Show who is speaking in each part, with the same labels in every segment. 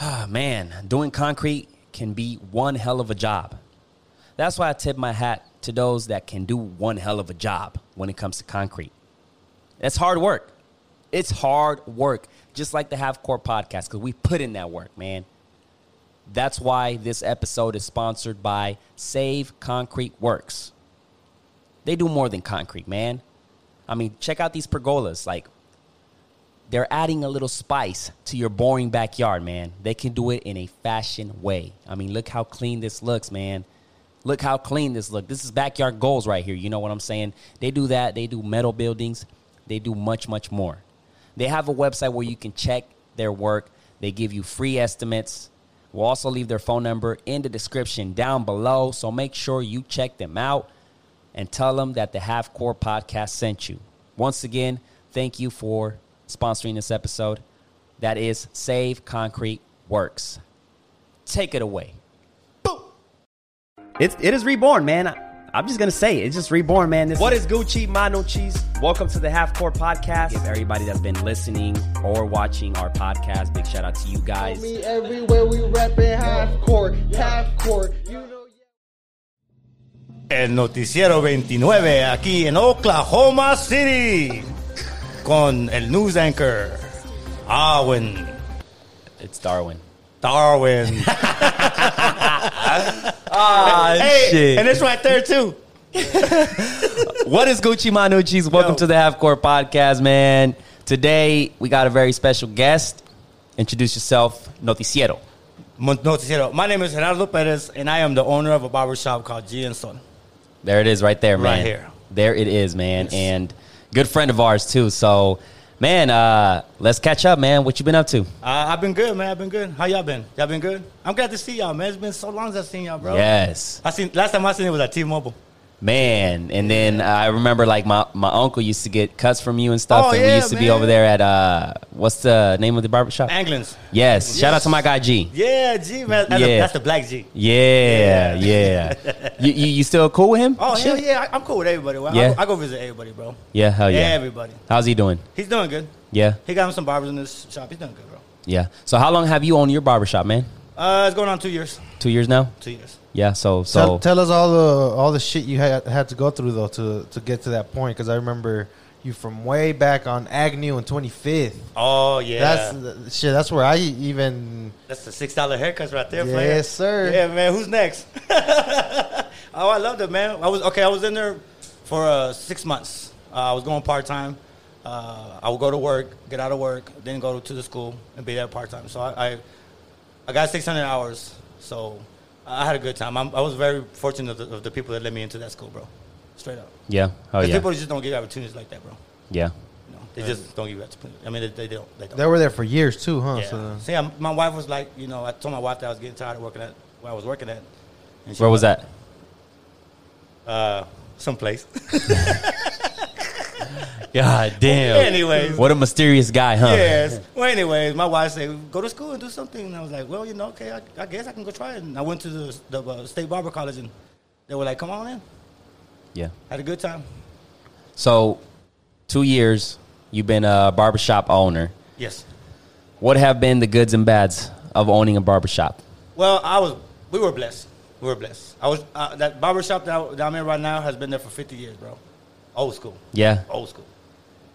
Speaker 1: Ah, man, doing concrete can be one hell of a job. That's why I tip my hat to those that can do one hell of a job when it comes to concrete. That's hard work. It's hard work, just like the Half Court podcast, because we put in that work, man. That's why this episode is sponsored by Save Concrete Works. They do more than concrete, man. I mean, check out these pergolas. Like, they're adding a little spice to your boring backyard, man. They can do it in a fashion way. I mean, look how clean this looks, man. Look how clean this look. This is backyard goals right here. You know what I'm saying? They do that. They do metal buildings. They do much, much more. They have a website where you can check their work. They give you free estimates. We'll also leave their phone number in the description down below. So make sure you check them out and tell them that the Half Core Podcast sent you. Once again, thank you for sponsoring this episode. That is Save Concrete Works. Take it away. Boom. It, it is reborn, man. I, am just gonna say it. it's just reborn, man. This what is Gucci Mano Cheese? Welcome to the Half Core Podcast. Give everybody that's been listening or watching our podcast, big shout out to you guys.
Speaker 2: Me everywhere we rapping half court, half court. You know,
Speaker 3: El noticiero 29 aquí en Oklahoma City con el news anchor Arwen
Speaker 1: It's Darwin.
Speaker 3: Darwin.
Speaker 1: Ah,
Speaker 3: hey, and it's right there too.
Speaker 1: What is Gucci Manucci's? Welcome
Speaker 3: Yo.
Speaker 1: to the Half Court Podcast, man. Today we got a very special guest. Introduce yourself, Noticiero.
Speaker 3: Mon- Noticiero. My name is Gerardo Perez and I am the owner of a barber shop called G and Son.
Speaker 1: There it is, right there, man.
Speaker 3: Right here.
Speaker 1: There it is, man. And good friend of ours too. So, man, uh, let's catch up, man. What you been up to?
Speaker 3: Uh, I've been good, man. I've been good. How y'all been? Y'all been good? I'm glad to see y'all, man. It's been so long since I've seen y'all, bro.
Speaker 1: Yes,
Speaker 3: I seen last time I seen it was at T-Mobile.
Speaker 1: man. And then uh, I remember like my, my uncle used to get cuts from you and stuff,
Speaker 3: Oh,
Speaker 1: and we
Speaker 3: yeah,
Speaker 1: used to be
Speaker 3: man.
Speaker 1: over there at uh, what's the name of the barbershop?
Speaker 3: Anglin's.
Speaker 1: yes. Shout out to my guy G.
Speaker 3: Yeah, G man. That's, The,
Speaker 1: Yeah.
Speaker 3: that's the black G.
Speaker 1: Yeah, yeah. you, you you still cool with him?
Speaker 3: Oh
Speaker 1: Shit.
Speaker 3: hell yeah, I, I'm cool with everybody. Well,
Speaker 1: Yeah.
Speaker 3: I, go, I go visit everybody, bro.
Speaker 1: Yeah, hell yeah.
Speaker 3: Everybody.
Speaker 1: How's he doing?
Speaker 3: He's doing good.
Speaker 1: Yeah,
Speaker 3: He got him some barbers in this shop. He's doing good, bro.
Speaker 1: yeah. So how long have you owned your barbershop, man?
Speaker 3: Uh, it's going on two years.
Speaker 1: Two years now.
Speaker 3: Two years.
Speaker 1: Yeah. So
Speaker 2: tell,
Speaker 1: so
Speaker 2: tell us all the all the shit you had had to go through though to to get to that point because I remember you from way back on Agnew and 25th.
Speaker 3: Oh yeah,
Speaker 2: That's
Speaker 3: that's
Speaker 2: th- shit. That's where I even
Speaker 3: that's the six dollar haircuts right there.
Speaker 2: Yes,
Speaker 3: player.
Speaker 2: sir.
Speaker 3: Yeah, man. Who's next? oh, I loved it, man. I was okay. I was in there for uh, six months. Uh, I was going part time. Uh, I would go to work, get out of work, then go to the school and be there part time. So I, I, I got six hundred hours. So I had a good time. I'm, I was very fortunate of the, of the people that let me into that school, bro. Straight up.
Speaker 1: yeah. Oh
Speaker 3: 'Cause
Speaker 1: yeah.
Speaker 3: People just don't give opportunities like that, bro.
Speaker 1: Yeah.
Speaker 3: You know, they just don't give opportunities. I mean, they, they don't. They don't.
Speaker 2: they were there for years too, huh?
Speaker 3: Yeah.
Speaker 2: So,
Speaker 3: See, I'm, my wife was like, you know, I told my wife that I was getting tired of working at where I was working at. And she
Speaker 1: Where was that?
Speaker 3: Uh, someplace.
Speaker 1: God damn.
Speaker 3: Anyways.
Speaker 1: what a mysterious guy, huh?
Speaker 3: yes. Well, anyways, my wife said, go to school and do something. And I was like, well, you know, okay, I, I guess I can go try it. And I went to the, the uh, State Barber College and they were like, come on in.
Speaker 1: Yeah.
Speaker 3: Had a good time.
Speaker 1: So, two years you've been a barbershop owner.
Speaker 3: Yes.
Speaker 1: What have been the goods and bads of owning a barbershop?
Speaker 3: Well, I was, we were blessed. We were blessed. I was, uh, that barber shop that, I, that I'm in right now has been there for 50 years, bro. Old school.
Speaker 1: Yeah.
Speaker 3: old school.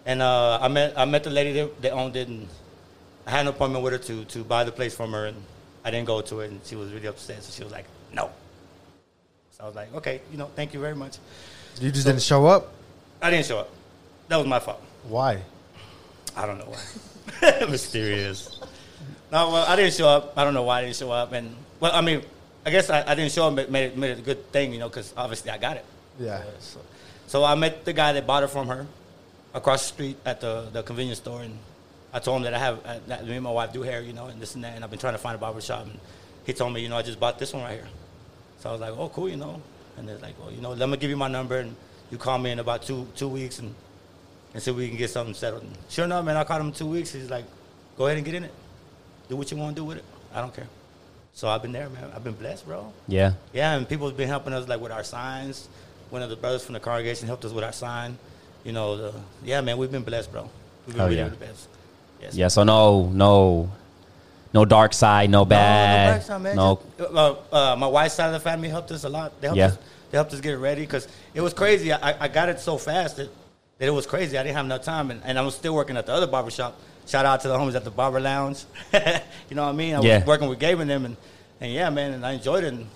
Speaker 3: And uh, I met I met the lady that, that owned it, and I had an appointment with her to to buy the place from her, and I didn't go to it, and she was really upset. So she was like, "No." So I was like, "Okay, you know, thank you very much."
Speaker 2: you just didn't show up.
Speaker 3: I didn't show up. That was my fault.
Speaker 2: Why?
Speaker 3: I don't know why. Mysterious. No, well, I didn't show up. I don't know why I didn't show up, and well, I mean, I guess I, I didn't show up. but Made it made it a good thing, you know, because obviously I got it.
Speaker 2: Yeah.
Speaker 3: Uh, so, so I met the guy that bought it from her across the street at the, the convenience store, and I told him that I have uh, that me and my wife do hair, you know, and this and that, and I've been trying to find a barber shop. And he told me, you know, I just bought this one right here. So I was like, oh, cool, you know. And they're like, well, you know, let me give you my number, and you call me in about two two weeks, and and see if we can get something settled. And sure enough, man, I called him in two weeks. He's like, go ahead and get in it. Do what you want to do with it. I don't care. So I've been there, man. I've been blessed, bro.
Speaker 1: Yeah.
Speaker 3: Yeah, and people have been helping us like with our signs. One of the brothers from the congregation helped us with our sign. You know, the, yeah, man, we've been blessed, bro. We've been
Speaker 1: Oh,
Speaker 3: really,
Speaker 1: yeah.
Speaker 3: really blessed. Yes.
Speaker 1: Yeah. So no, no, No dark side, no
Speaker 3: No,
Speaker 1: bad.
Speaker 3: black side, man.
Speaker 1: no-
Speaker 3: Just, uh, uh, my wife's side of the family helped us a lot. They helped
Speaker 1: Yeah.
Speaker 3: us. They helped us get it ready because it was crazy. I, I- I got it so fast that, that it was crazy. I didn't have enough time, and, and I was still working at the other barber shop. Shout out to the homies at the Barber Lounge. you know what I mean? I
Speaker 1: Yeah.
Speaker 3: was working with Gabe and them, and, and yeah, man, and I enjoyed it. And,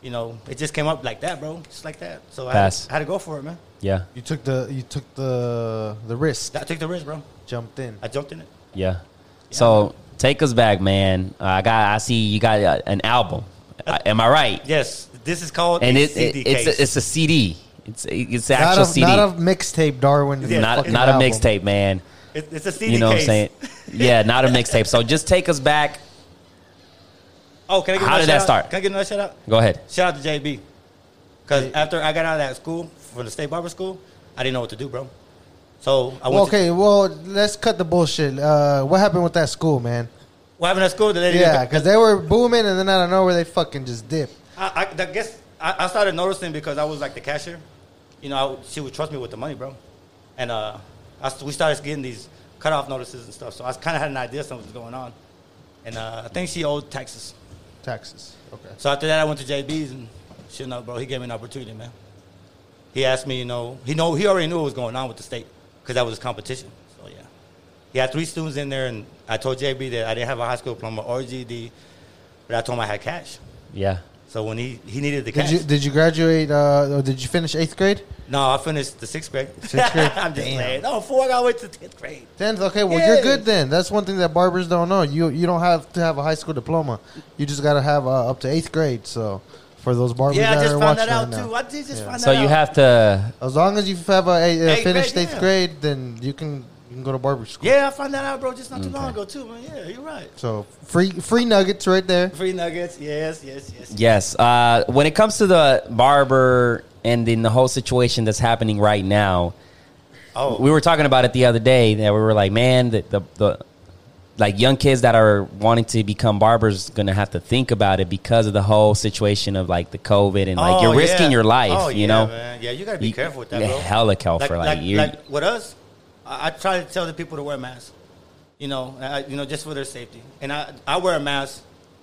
Speaker 3: you know, it just came up like that, bro, just like that. So I had,
Speaker 1: Fast.
Speaker 3: I had to go for it, man.
Speaker 1: yeah,
Speaker 2: You took the you took the the risk,
Speaker 3: I took the risk, bro.
Speaker 2: jumped in.
Speaker 3: I jumped in it.
Speaker 1: yeah. So take us back, man. Uh, I got. I see you got uh, an album. I, am I right?
Speaker 3: Yes, this is called
Speaker 1: And
Speaker 3: a
Speaker 1: it, it-
Speaker 3: CD
Speaker 1: it's
Speaker 3: case.
Speaker 1: a, it's a CD. It's a- it's an
Speaker 2: Not
Speaker 1: actual
Speaker 2: a,
Speaker 1: CD.
Speaker 2: not a mixtape, Darwin.
Speaker 3: Yeah,
Speaker 1: not
Speaker 3: fucking
Speaker 1: not a
Speaker 2: album.
Speaker 1: mixtape, man.
Speaker 3: It's- it's a CD
Speaker 1: You know what I'm
Speaker 3: case.
Speaker 1: saying? Yeah, not a mixtape. So just take us back.
Speaker 3: Oh, can I give
Speaker 1: How
Speaker 3: another
Speaker 1: did that
Speaker 3: shout out?
Speaker 1: start?
Speaker 3: Can I give another shout out?
Speaker 1: Go ahead.
Speaker 3: Shout out to JB. Because after I got out of that school, from the state barber school, I didn't know what to do, bro. So I went
Speaker 2: Well,
Speaker 3: to,
Speaker 2: okay, well, let's cut the bullshit. Uh, what happened with that school, man?
Speaker 3: what happened at school? The lady
Speaker 2: Yeah, because they were booming, and then out of nowhere, they fucking just dipped.
Speaker 3: I, I, I guess I, I started noticing because I was like the cashier. You know, I, would- she would trust me with the money, bro. And uh, I, st- we started getting these cutoff notices and stuff. So I kind of had an idea something was going on. And uh, I think she owed taxes.
Speaker 2: Taxes. Okay.
Speaker 3: So after that, I went to JB's and shit, no, bro. He gave me an opportunity, man. He asked me, you know, he know he already knew what was going on with the state because that was his competition. So yeah, he had three students in there, and I told JB that I didn't have a high school diploma or GED, but I told him I had cash.
Speaker 1: Yeah.
Speaker 3: So when he he needed the
Speaker 2: Did
Speaker 3: cash,
Speaker 2: you did you graduate? Uh, or did you finish eighth grade?
Speaker 3: no, I finished the sixth grade.
Speaker 2: Sixth grade?
Speaker 3: I'm just
Speaker 2: Damn.
Speaker 3: saying, no, four. I got wait to tenth grade.
Speaker 2: Tenth. Okay. Well,
Speaker 3: Yeah.
Speaker 2: you're good then. That's one thing that barbers don't know. You you don't have to have a high school diploma. You just gotta have uh, up to eighth grade. So for those barbers,
Speaker 3: Yeah, I
Speaker 2: that
Speaker 3: just
Speaker 2: are
Speaker 3: found
Speaker 2: watching
Speaker 3: that out
Speaker 2: right now.
Speaker 3: too. I did just
Speaker 2: Yeah.
Speaker 3: find that
Speaker 1: So
Speaker 3: out.
Speaker 1: you have to.
Speaker 2: As long as you have a, uh,
Speaker 3: Eighth
Speaker 2: finished
Speaker 3: grade,
Speaker 2: eighth
Speaker 3: yeah.
Speaker 2: grade, then you can you can go to barber school.
Speaker 3: Yeah, I found that out, bro, just not too long ago too, man. Yeah, you're right.
Speaker 2: So free free nuggets right there.
Speaker 3: Free nuggets. Yes, yes, yes.
Speaker 1: Yes. Uh, when it comes to the barber and then the whole situation that's happening right now,
Speaker 3: Oh,
Speaker 1: we were talking about it the other day that we were like, man, the, the, the like young kids that are wanting to become barbers gonna have to think about it because of the whole situation of like the COVID and like
Speaker 3: Oh,
Speaker 1: you're risking
Speaker 3: yeah.
Speaker 1: your life,
Speaker 3: Oh,
Speaker 1: you
Speaker 3: yeah,
Speaker 1: know.
Speaker 3: man. Yeah, you gotta be
Speaker 1: You-
Speaker 3: careful with that,
Speaker 1: yeah,
Speaker 3: bro.
Speaker 1: hella careful,
Speaker 3: Like,
Speaker 1: like,
Speaker 3: like,
Speaker 1: you're-
Speaker 3: like with us, I, I try to tell the people to wear masks. You know, I, you know, just for their safety. And I, I wear a mask.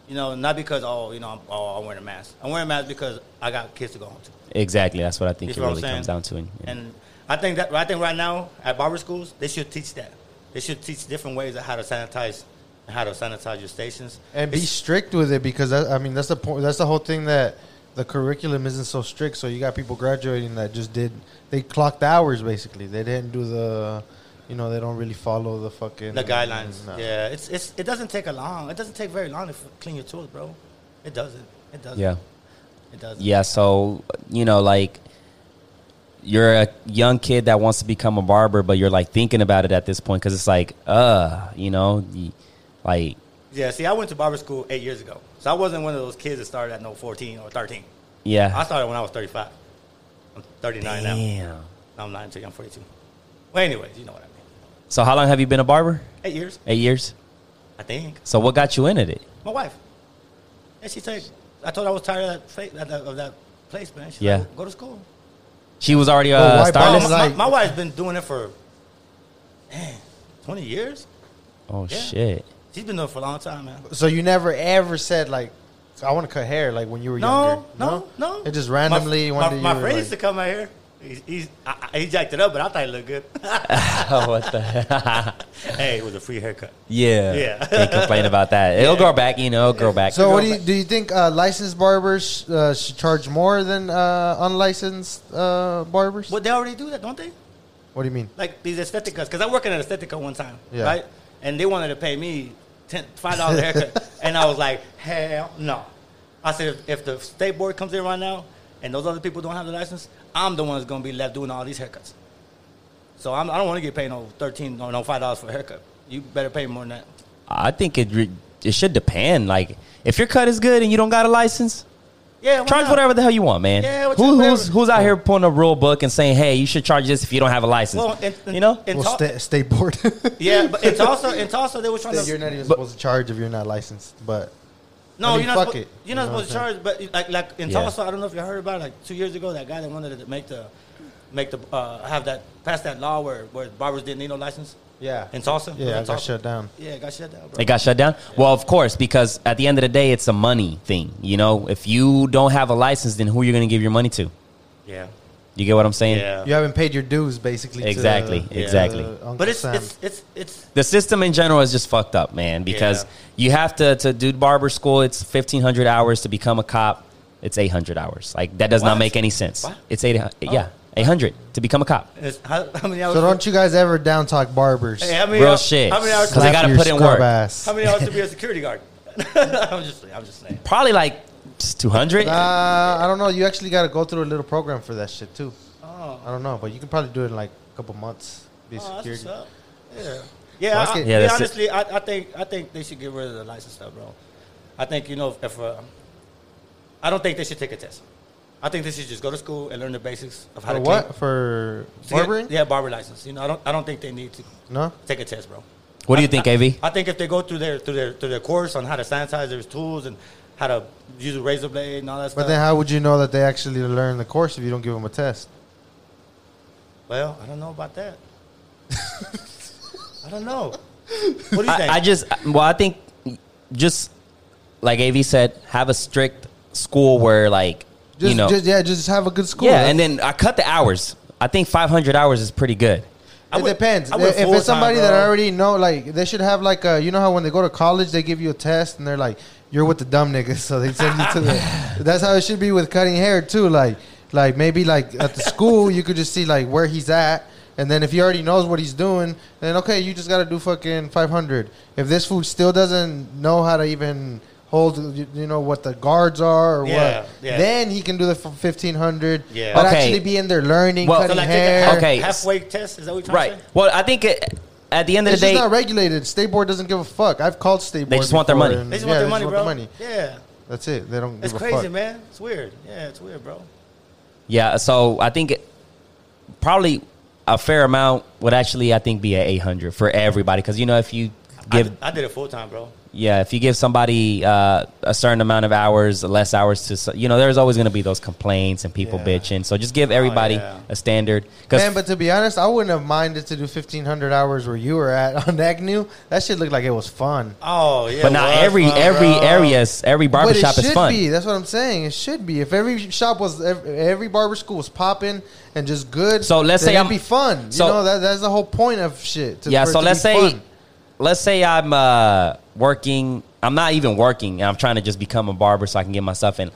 Speaker 3: You know, not because oh, you know, I'm, oh, I'm wearing a mask. I'm wearing a mask because I got kids to go home to.
Speaker 1: Exactly. That's what I think
Speaker 3: You
Speaker 1: it
Speaker 3: see what I'm
Speaker 1: really
Speaker 3: saying?
Speaker 1: comes down to. And, and
Speaker 3: And I think that I think right now at barber schools they should teach that. They should teach different ways of how to sanitize, how to sanitize your stations
Speaker 2: and be
Speaker 3: It's-
Speaker 2: strict with it because that, I mean that's the point. That's the whole thing that the curriculum isn't so strict. So you got people graduating that just did they clocked hours basically. They didn't do the, you know, they don't really follow the fucking
Speaker 3: The guidelines.
Speaker 2: No.
Speaker 3: Yeah, it's it's it doesn't take a long. It doesn't take very long to f- clean your tools, bro. It doesn't. It doesn't.
Speaker 1: yeah.
Speaker 3: It doesn't.
Speaker 1: Yeah, so you know, like you're a young kid that wants to become a barber, but you're like thinking about it at this point because it's like, uh, you know, y- like
Speaker 3: Yeah. See, I went to barber school eight years ago, so I wasn't one of those kids that started at no fourteen or thirteen. I
Speaker 1: yeah,
Speaker 3: started when I was thirty-five. I'm thirty-nine now.
Speaker 1: damn.
Speaker 3: No, I'm not until I'm forty-two. Well, anyways, you know what I mean.
Speaker 1: So how long have you been a barber?
Speaker 3: Eight years,
Speaker 1: Eight years.
Speaker 3: I think.
Speaker 1: So what got you into it?
Speaker 3: My wife. And she said, I told her I was tired of that, fa- that- that- of that place, man. She's
Speaker 1: Yeah.
Speaker 3: like, go to school.
Speaker 1: She was already uh,
Speaker 2: Well, why
Speaker 1: starless.
Speaker 2: It's
Speaker 3: Oh, my,
Speaker 2: like-
Speaker 3: my, my wife's been doing it for, man, twenty years.
Speaker 1: Oh
Speaker 3: Yeah.
Speaker 1: shit!
Speaker 3: She's been doing it for a long time, man.
Speaker 2: So you never ever said like, I want to cut hair like when you were
Speaker 3: No,
Speaker 2: younger.
Speaker 3: no, no.
Speaker 2: It just randomly
Speaker 3: My,
Speaker 2: one
Speaker 3: my,
Speaker 2: day
Speaker 3: my
Speaker 2: you were
Speaker 3: friend used to
Speaker 2: like-
Speaker 3: come out here. He's, he's I, I- he jacked it up, but I thought he looked good.
Speaker 1: oh what the?
Speaker 3: hey, it was a free haircut.
Speaker 1: yeah,
Speaker 3: Yeah.
Speaker 1: Can't complain about that. It'll grow back, you know. It'll grow back.
Speaker 2: So what do
Speaker 3: go
Speaker 2: you do? You think uh, licensed barbers uh, should charge more than uh, unlicensed uh, barbers?
Speaker 3: But they already do that, don't they?
Speaker 2: What do you mean?
Speaker 3: Like these aestheticas, because I worked in an aesthetica one time,
Speaker 2: Yeah.
Speaker 3: right? And they wanted to pay me ten, five dollars haircut, and I was like, hell no. I said, if, if the state board comes in right now, and those other people don't have the license, I'm the one that's gonna be left doing all these haircuts. So I'm, I don't want to get paid no thirteen or no five dollars for a haircut. You better pay me more than that.
Speaker 1: I think it re- it should depend. Like if your cut is good and you don't got a license,
Speaker 3: Yeah, why
Speaker 1: Charge
Speaker 3: not?
Speaker 1: whatever the hell you want, man.
Speaker 3: Yeah, what
Speaker 1: Who,
Speaker 3: you-
Speaker 1: who's
Speaker 3: whatever.
Speaker 1: who's out here pulling a rule book and saying, "Hey, you should charge this if you don't have a license"?
Speaker 3: Well, and- and-
Speaker 1: you know,
Speaker 3: and
Speaker 2: Well,
Speaker 3: Tul-
Speaker 2: sta- stay bored.
Speaker 3: Yeah, but it's also it's also they were trying
Speaker 2: Then
Speaker 3: to.
Speaker 2: you're not even
Speaker 1: But-
Speaker 2: supposed to charge if you're not licensed. But
Speaker 3: no,
Speaker 2: I mean,
Speaker 3: you're not.
Speaker 2: fuck
Speaker 3: suppo-
Speaker 2: it.
Speaker 3: You're not
Speaker 2: You know what
Speaker 3: supposed to
Speaker 2: I'm
Speaker 3: charge, but like like in
Speaker 1: Yeah.
Speaker 3: Tulsa, I don't know if you heard about it, like two years ago, that guy that wanted to make the make the uh, have that pass that law where where barbers didn't need no license.
Speaker 2: Yeah.
Speaker 3: In Tulsa?
Speaker 2: Yeah,
Speaker 3: Was it
Speaker 2: I got
Speaker 3: Tulsa?
Speaker 2: shut down.
Speaker 3: Yeah, it got shut down, bro.
Speaker 1: It got shut down? Well, of course, because at the end of the day, it's a money thing. You know, if you don't have a license, then who are you going to give your money to?
Speaker 3: yeah.
Speaker 1: You get what I'm saying?
Speaker 3: Yeah.
Speaker 2: You haven't paid your dues, basically. to-
Speaker 1: Exactly,
Speaker 2: to
Speaker 1: exactly.
Speaker 2: Uncle
Speaker 3: But it's,
Speaker 2: Sam.
Speaker 3: it's, it's, it's,
Speaker 1: The system in general is just fucked up, man, because
Speaker 3: Yeah.
Speaker 1: you have to, to do barber school, it's 1,500 hours. To become a cop, it's 800 hours. Like, that does not
Speaker 3: What?
Speaker 1: make any sense.
Speaker 3: What? Oh.
Speaker 1: It's 800. Yeah, 800 to become a cop.
Speaker 3: it's how, how many hours?
Speaker 2: so don't you guys ever down talk barbers?
Speaker 3: Hey, how many
Speaker 1: Real
Speaker 3: hours,
Speaker 1: shit.
Speaker 3: How many hours?
Speaker 1: Cause they gotta
Speaker 2: your
Speaker 1: put in
Speaker 2: scrub
Speaker 1: work.
Speaker 2: ass.
Speaker 3: How many hours to be a security guard? I'm just, I'm just saying.
Speaker 1: Probably like 200.
Speaker 2: Uh, I don't know. You actually got to go through a little program for that shit too.
Speaker 3: Oh,
Speaker 2: I don't know, but you can probably do it in like a couple months. Be
Speaker 3: oh that's
Speaker 2: security.
Speaker 3: what's up. Yeah, yeah.
Speaker 2: Fuck
Speaker 3: I,
Speaker 2: it.
Speaker 1: Yeah,
Speaker 3: yeah,
Speaker 1: that's it.
Speaker 3: honestly, I, I think I think they should get rid of the license stuff, bro. I think you know if, if uh, I don't think they should take a test. I think they should just go to school and learn the basics of how
Speaker 2: For
Speaker 3: to
Speaker 2: what?
Speaker 3: clean.
Speaker 2: For
Speaker 3: To get-
Speaker 2: barbering?
Speaker 3: yeah, barber license. You know, I don't I don't think they need to
Speaker 2: No.
Speaker 3: take a test, bro.
Speaker 1: What do you
Speaker 3: I-
Speaker 1: think,
Speaker 3: I-
Speaker 1: AV?
Speaker 3: I think if they go through their through their through their course on how to sanitize their tools and how to use a razor blade and all that
Speaker 2: But
Speaker 3: stuff.
Speaker 2: then, how would you know that they actually learn the course if you don't give them a test?
Speaker 3: well, I don't know about that. I don't know. What do you think?
Speaker 1: I, I just well, I think just like Av said, have a strict school where like
Speaker 2: Just,
Speaker 1: you know,
Speaker 2: just yeah, just have a good school.
Speaker 1: yeah, and then I cut the hours. I think 500 hours is pretty good.
Speaker 3: I
Speaker 2: it
Speaker 3: went-
Speaker 2: depends.
Speaker 3: I went
Speaker 2: If
Speaker 3: full-time,
Speaker 2: it's somebody that
Speaker 3: bro.
Speaker 2: I already know, like they should have like a, you know how when they go to college they give you a test and they're like, you're with the dumb niggas, so they send you to the. That's how it should be with cutting hair too. Like, like maybe like at the school you could just see like where he's at, and then if he already knows what he's doing, then okay, you just gotta do fucking five hundred. If this fool still doesn't know how to even hold, you, you know what the guards are or
Speaker 3: Yeah,
Speaker 2: what,
Speaker 3: yeah.
Speaker 2: then he can do the fifteen hundred.
Speaker 3: Yeah.
Speaker 2: but
Speaker 1: Okay.
Speaker 2: actually be in there learning
Speaker 1: Well, so
Speaker 2: cutting
Speaker 3: like take a
Speaker 2: hair.
Speaker 3: half-
Speaker 1: Okay.
Speaker 3: halfway test. Is that what you're trying
Speaker 1: Right.
Speaker 3: to say?
Speaker 1: Well, I think it, at the end of
Speaker 2: It's
Speaker 1: the
Speaker 2: just
Speaker 1: day,
Speaker 2: not regulated. State board doesn't give a fuck. I've called state board.
Speaker 1: They just want their
Speaker 2: before
Speaker 1: money.
Speaker 2: and-
Speaker 3: They just
Speaker 2: yeah,
Speaker 3: want their
Speaker 2: they
Speaker 3: money,
Speaker 2: just
Speaker 3: bro.
Speaker 2: want the
Speaker 3: Yeah,
Speaker 2: That's it. They don't.
Speaker 3: it's
Speaker 2: give
Speaker 3: crazy,
Speaker 2: a fuck.
Speaker 3: man. It's weird. Yeah, it's weird, bro.
Speaker 1: yeah. So I think it, probably a fair amount would actually I think be at 800 for everybody because you know if you
Speaker 3: I
Speaker 1: give
Speaker 3: d- I did it full time, bro.
Speaker 1: yeah if you give somebody uh, a certain amount of hours less hours to so- you know there's always going to be those complaints and people
Speaker 3: Yeah.
Speaker 1: bitching so just give
Speaker 2: Oh,
Speaker 1: everybody
Speaker 3: yeah.
Speaker 1: a standard
Speaker 2: Man, but to be honest, I wouldn't have minded to do fifteen hundred hours where you were at on Agnew. That shit looked like it was fun.
Speaker 3: Oh yeah,
Speaker 1: but not
Speaker 3: well,
Speaker 1: every
Speaker 3: bro.
Speaker 1: every area is every
Speaker 2: But it
Speaker 1: barbershop
Speaker 2: should
Speaker 1: is fun.
Speaker 2: be. That's what I'm saying. It should be. If every shop was, ev- every barber school was popping and just good.
Speaker 1: So let's
Speaker 2: then
Speaker 1: say
Speaker 2: it'd
Speaker 1: I'm-
Speaker 2: be fun.
Speaker 1: so-
Speaker 2: you know that, that's the whole point of shit. to-
Speaker 1: yeah.
Speaker 2: for it
Speaker 1: So
Speaker 2: to
Speaker 1: let's
Speaker 2: be
Speaker 1: say
Speaker 2: fun.
Speaker 1: let's say I'm uh, working. I'm not even working. and I'm trying to just become a barber so I can get my stuff in.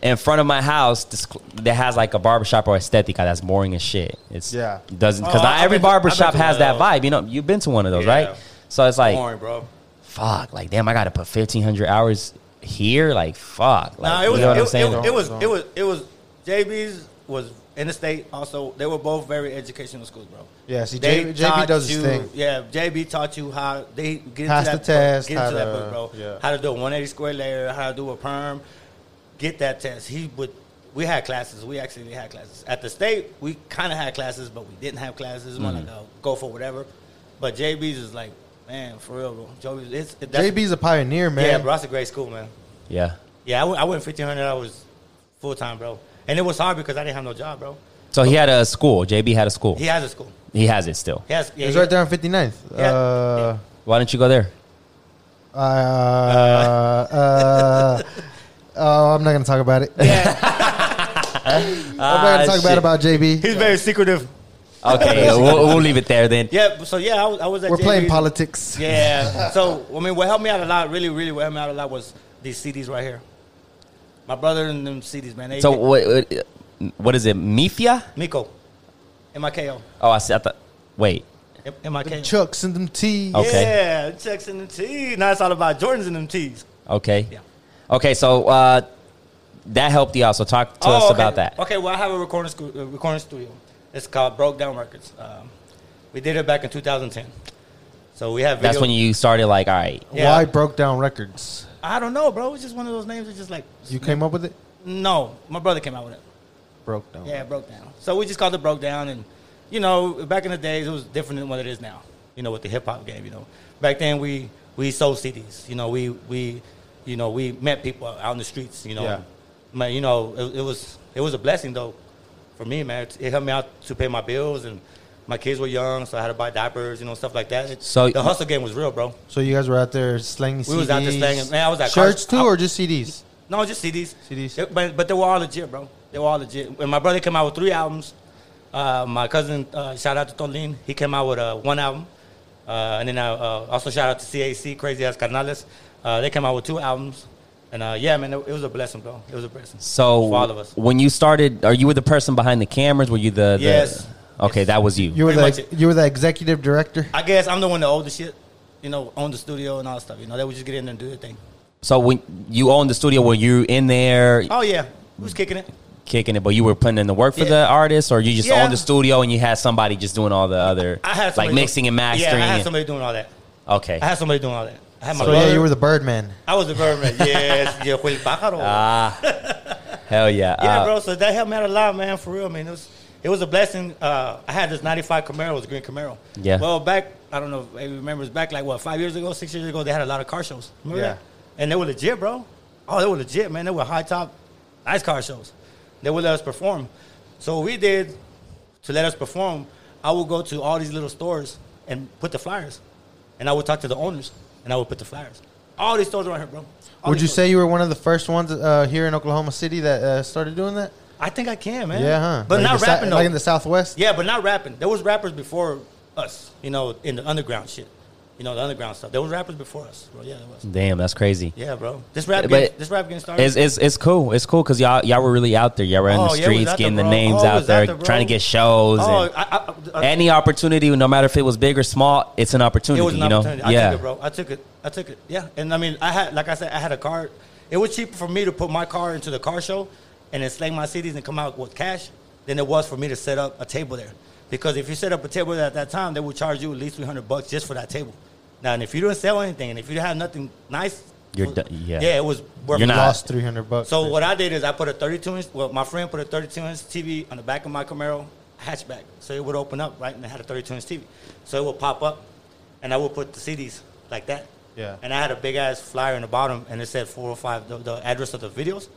Speaker 1: In front of my house, this, cl- that has like a barbershop or aesthetica that's boring as shit. It's
Speaker 2: Yeah.
Speaker 1: doesn't because
Speaker 3: Oh,
Speaker 1: not every
Speaker 3: I've been to- I've been
Speaker 1: barbershop
Speaker 3: to one
Speaker 1: has
Speaker 3: of
Speaker 1: that
Speaker 3: those.
Speaker 1: vibe. You know, you've been to one of those,
Speaker 3: Yeah.
Speaker 1: right? So it's like
Speaker 3: Boring, bro.
Speaker 1: fuck, like damn, I got to put fifteen hundred hours here. Like fuck, like
Speaker 3: Nah, it was,
Speaker 1: you know what I'm
Speaker 3: it, was- it,
Speaker 1: saying?
Speaker 3: was- it was, it was, it was, JB's was in the state also. They were both very educational schools, bro.
Speaker 2: Yeah, see,
Speaker 3: They
Speaker 2: JB JB
Speaker 3: taught
Speaker 2: does his
Speaker 3: you-
Speaker 2: thing.
Speaker 3: Yeah, JB taught you how they get
Speaker 2: Pass
Speaker 3: into
Speaker 2: the
Speaker 3: that book-
Speaker 2: test,
Speaker 3: get
Speaker 2: how
Speaker 3: into that
Speaker 2: to-
Speaker 3: book, bro.
Speaker 2: yeah.
Speaker 3: How to do a 180 square layer, how to do a perm, get that test. He would. We had classes. We actually had classes at the state. We kind of had classes, but we didn't have classes. One
Speaker 1: Mm.
Speaker 3: like uh, go for whatever. But JB's is like, man, for real, bro. JB's, it's, that's-
Speaker 2: JB's a pioneer, man.
Speaker 3: yeah, bro. That's a great school, man.
Speaker 1: yeah.
Speaker 3: Yeah, I went, I went 1500 hours full time, bro. And it was hard because I didn't have no job, bro.
Speaker 1: So he had a school. JB had a school.
Speaker 3: He has a school.
Speaker 1: He has it still.
Speaker 3: He has. Yeah,
Speaker 2: It's
Speaker 3: he-
Speaker 2: right there on 59th.
Speaker 3: Yeah.
Speaker 2: Uh,
Speaker 1: Why don't you go there?
Speaker 2: uh, uh, oh, I'm not gonna talk about it.
Speaker 3: Ah, Yeah,
Speaker 2: I'm not gonna talk bad
Speaker 1: shit.
Speaker 2: about JB.
Speaker 3: he's very secretive. Ah,
Speaker 1: Okay, we'll, we'll leave it there then.
Speaker 3: Yeah, so yeah, I was, I was at
Speaker 2: We're playing
Speaker 3: JB's.
Speaker 2: politics.
Speaker 3: Yeah. So I mean, what helped me out a lot, really, really, what helped me out a lot was these CDs right here. My brother and them CDs, man. They,
Speaker 1: So what, what- what is it? Mifia?
Speaker 3: Miko, M-I-K-O,
Speaker 1: Oh, I, see, I thought. Wait,
Speaker 3: M- M-I-K-O.
Speaker 2: Chucks and them tees.
Speaker 1: Oh. okay.
Speaker 3: Yeah, checks and them T's. Now it's all about Jordans and them T's.
Speaker 1: okay,
Speaker 3: Yeah.
Speaker 1: okay. So uh, that helped you out. So talk to us
Speaker 3: Oh, okay.
Speaker 1: about that.
Speaker 3: Okay, well, I have a recording, scu- uh, recording studio. It's called Broke Down Records. Um, we did it back in 2010. So we have. Video.
Speaker 1: That's when you started. Like, all right,
Speaker 3: Yeah.
Speaker 2: Why broke down records?
Speaker 3: I don't know, bro. It's just one of those names. that's just like
Speaker 2: You came up with it?
Speaker 3: no. My brother came out with it.
Speaker 2: Broke down.
Speaker 3: Yeah, it broke down. So we just called it broke down, and you know, back in the days, it was different than what it is now. You know, with the hip hop game, you know, back then we we sold CDs. You know, we we you know we met people out in the streets. You know,
Speaker 2: Yeah.
Speaker 3: man, you know, it, it was it was a blessing though for me, man. It, it helped me out to pay my bills and My kids were young, so I had to buy diapers, you know, stuff like that. It-
Speaker 1: So-
Speaker 3: the hustle game was real, bro.
Speaker 2: So you guys were out there slanging CDs.
Speaker 3: We was out there slanging- man, I was at
Speaker 2: shirts
Speaker 3: college-
Speaker 2: too,
Speaker 3: I-
Speaker 2: or just CDs?
Speaker 3: No, just CDs.
Speaker 2: CDs.
Speaker 3: They- but, but they were all legit, bro. They were all legit. When my brother came out with three albums, uh, my cousin, uh, shout out to Tolin, he came out with uh, one album. Uh, and then uh, uh, also shout out to CAC, Crazy Ass Carnales. Uh, they came out with two albums. And uh, yeah, man, it, it was a blessing, bro. It was a blessing.
Speaker 1: So
Speaker 3: For all of us.
Speaker 1: when you started, are you were the person behind the cameras? Were you the, the
Speaker 3: Yes.
Speaker 1: Okay,
Speaker 3: Yes.
Speaker 1: that was you.
Speaker 2: You were
Speaker 3: Pretty
Speaker 2: the
Speaker 3: much it.
Speaker 2: you were the executive director.
Speaker 3: I guess I'm the one that owned the shit, you know, owned the studio and all that stuff. You know, they would just get in there and do their thing.
Speaker 1: So when you owned the studio, were you in there
Speaker 3: Oh, yeah. Who's kicking it?
Speaker 1: kicking it, but you were putting in the work for
Speaker 3: Yeah.
Speaker 1: the artist, or you just
Speaker 3: Yeah.
Speaker 1: owned the studio and you had somebody just doing all the other,
Speaker 3: I had
Speaker 1: like
Speaker 3: somebody
Speaker 1: mixing and mastering?
Speaker 3: Yeah, I had
Speaker 1: and-
Speaker 3: somebody doing all that.
Speaker 1: okay,
Speaker 3: I had somebody doing all that. I had my
Speaker 2: So
Speaker 3: brother.
Speaker 2: yeah, you were the Birdman.
Speaker 3: I was the birdman. yes, yo, fue el pájaro.
Speaker 1: Ah, hell yeah,
Speaker 3: yeah,
Speaker 1: Uh,
Speaker 3: bro. So that helped me out a lot, man. For real, man. It was it was a blessing. Uh, I had this '95 Camaro, it was a green Camaro.
Speaker 1: Yeah.
Speaker 3: Well, back I don't know if everybody remembers back like what five years ago, six years ago, they had a lot of car shows. Remember
Speaker 2: Yeah.
Speaker 3: that? And they were legit, bro. Oh, they were legit, man. They were high top, nice car shows. They would let us perform. So what we did to let us perform. I would go to all these little stores and put the flyers, and I would talk to the owners, and I would put the flyers. All these stores around here, bro. All
Speaker 2: Would
Speaker 3: these
Speaker 2: you
Speaker 3: stores.
Speaker 2: say you were one of the first ones uh, here in Oklahoma City that uh, started doing that?
Speaker 3: I think I can, man.
Speaker 2: Yeah, huh?
Speaker 3: But
Speaker 2: Like
Speaker 3: not
Speaker 2: the sou-
Speaker 3: rapping though.
Speaker 2: like in the Southwest.
Speaker 3: yeah, but not rapping. There was rappers before us, you know, in the underground shit, you know, the underground stuff. There was rappers before us, bro. Yeah, there was.
Speaker 1: damn, that's crazy.
Speaker 3: Yeah, bro. This rap,
Speaker 1: Mm. But-
Speaker 3: game, this rap getting started.
Speaker 1: It's, it's, it's cool. It's cool because y'all y'all were really out there. Y'all were in
Speaker 3: Oh,
Speaker 1: the
Speaker 3: yeah, we was
Speaker 1: streets,
Speaker 3: out
Speaker 1: getting
Speaker 3: there,
Speaker 1: the
Speaker 3: bro.
Speaker 1: names
Speaker 3: Oh, we
Speaker 1: out
Speaker 3: was
Speaker 1: there,
Speaker 3: out there, bro.
Speaker 1: trying to get shows.
Speaker 3: oh,
Speaker 1: and
Speaker 3: I, I, I,
Speaker 1: any opportunity, no matter if it was big or small, it's an opportunity.
Speaker 3: it was an
Speaker 1: you know,
Speaker 3: opportunity. I
Speaker 1: yeah.
Speaker 3: took it, bro. I took it. I took it. Yeah, and I mean, I had, like I said, I had a car. It was cheaper for me to put my car into the car show and then slang my CDs and come out with cash than it was for me to set up a table there. Because if you set up a table at that time, they would charge you at least three hundred bucks just for that table. Now, and if you didn't sell anything, and if you have nothing nice,
Speaker 1: You're
Speaker 3: for-
Speaker 1: done- yeah.
Speaker 3: yeah, it was worth.
Speaker 1: You're not-
Speaker 2: Lost three hundred bucks.
Speaker 3: So what I did is I put a 32 inch. Well, my friend put a 32 inch TV on the back of my Camaro hatchback, so it would open up right, and it had a 32 inch TV, so it would pop up, and I would put the CDs like that.
Speaker 2: Yeah.
Speaker 3: And I had a big ass flyer in the bottom, and it said 405, the, the address of the videos,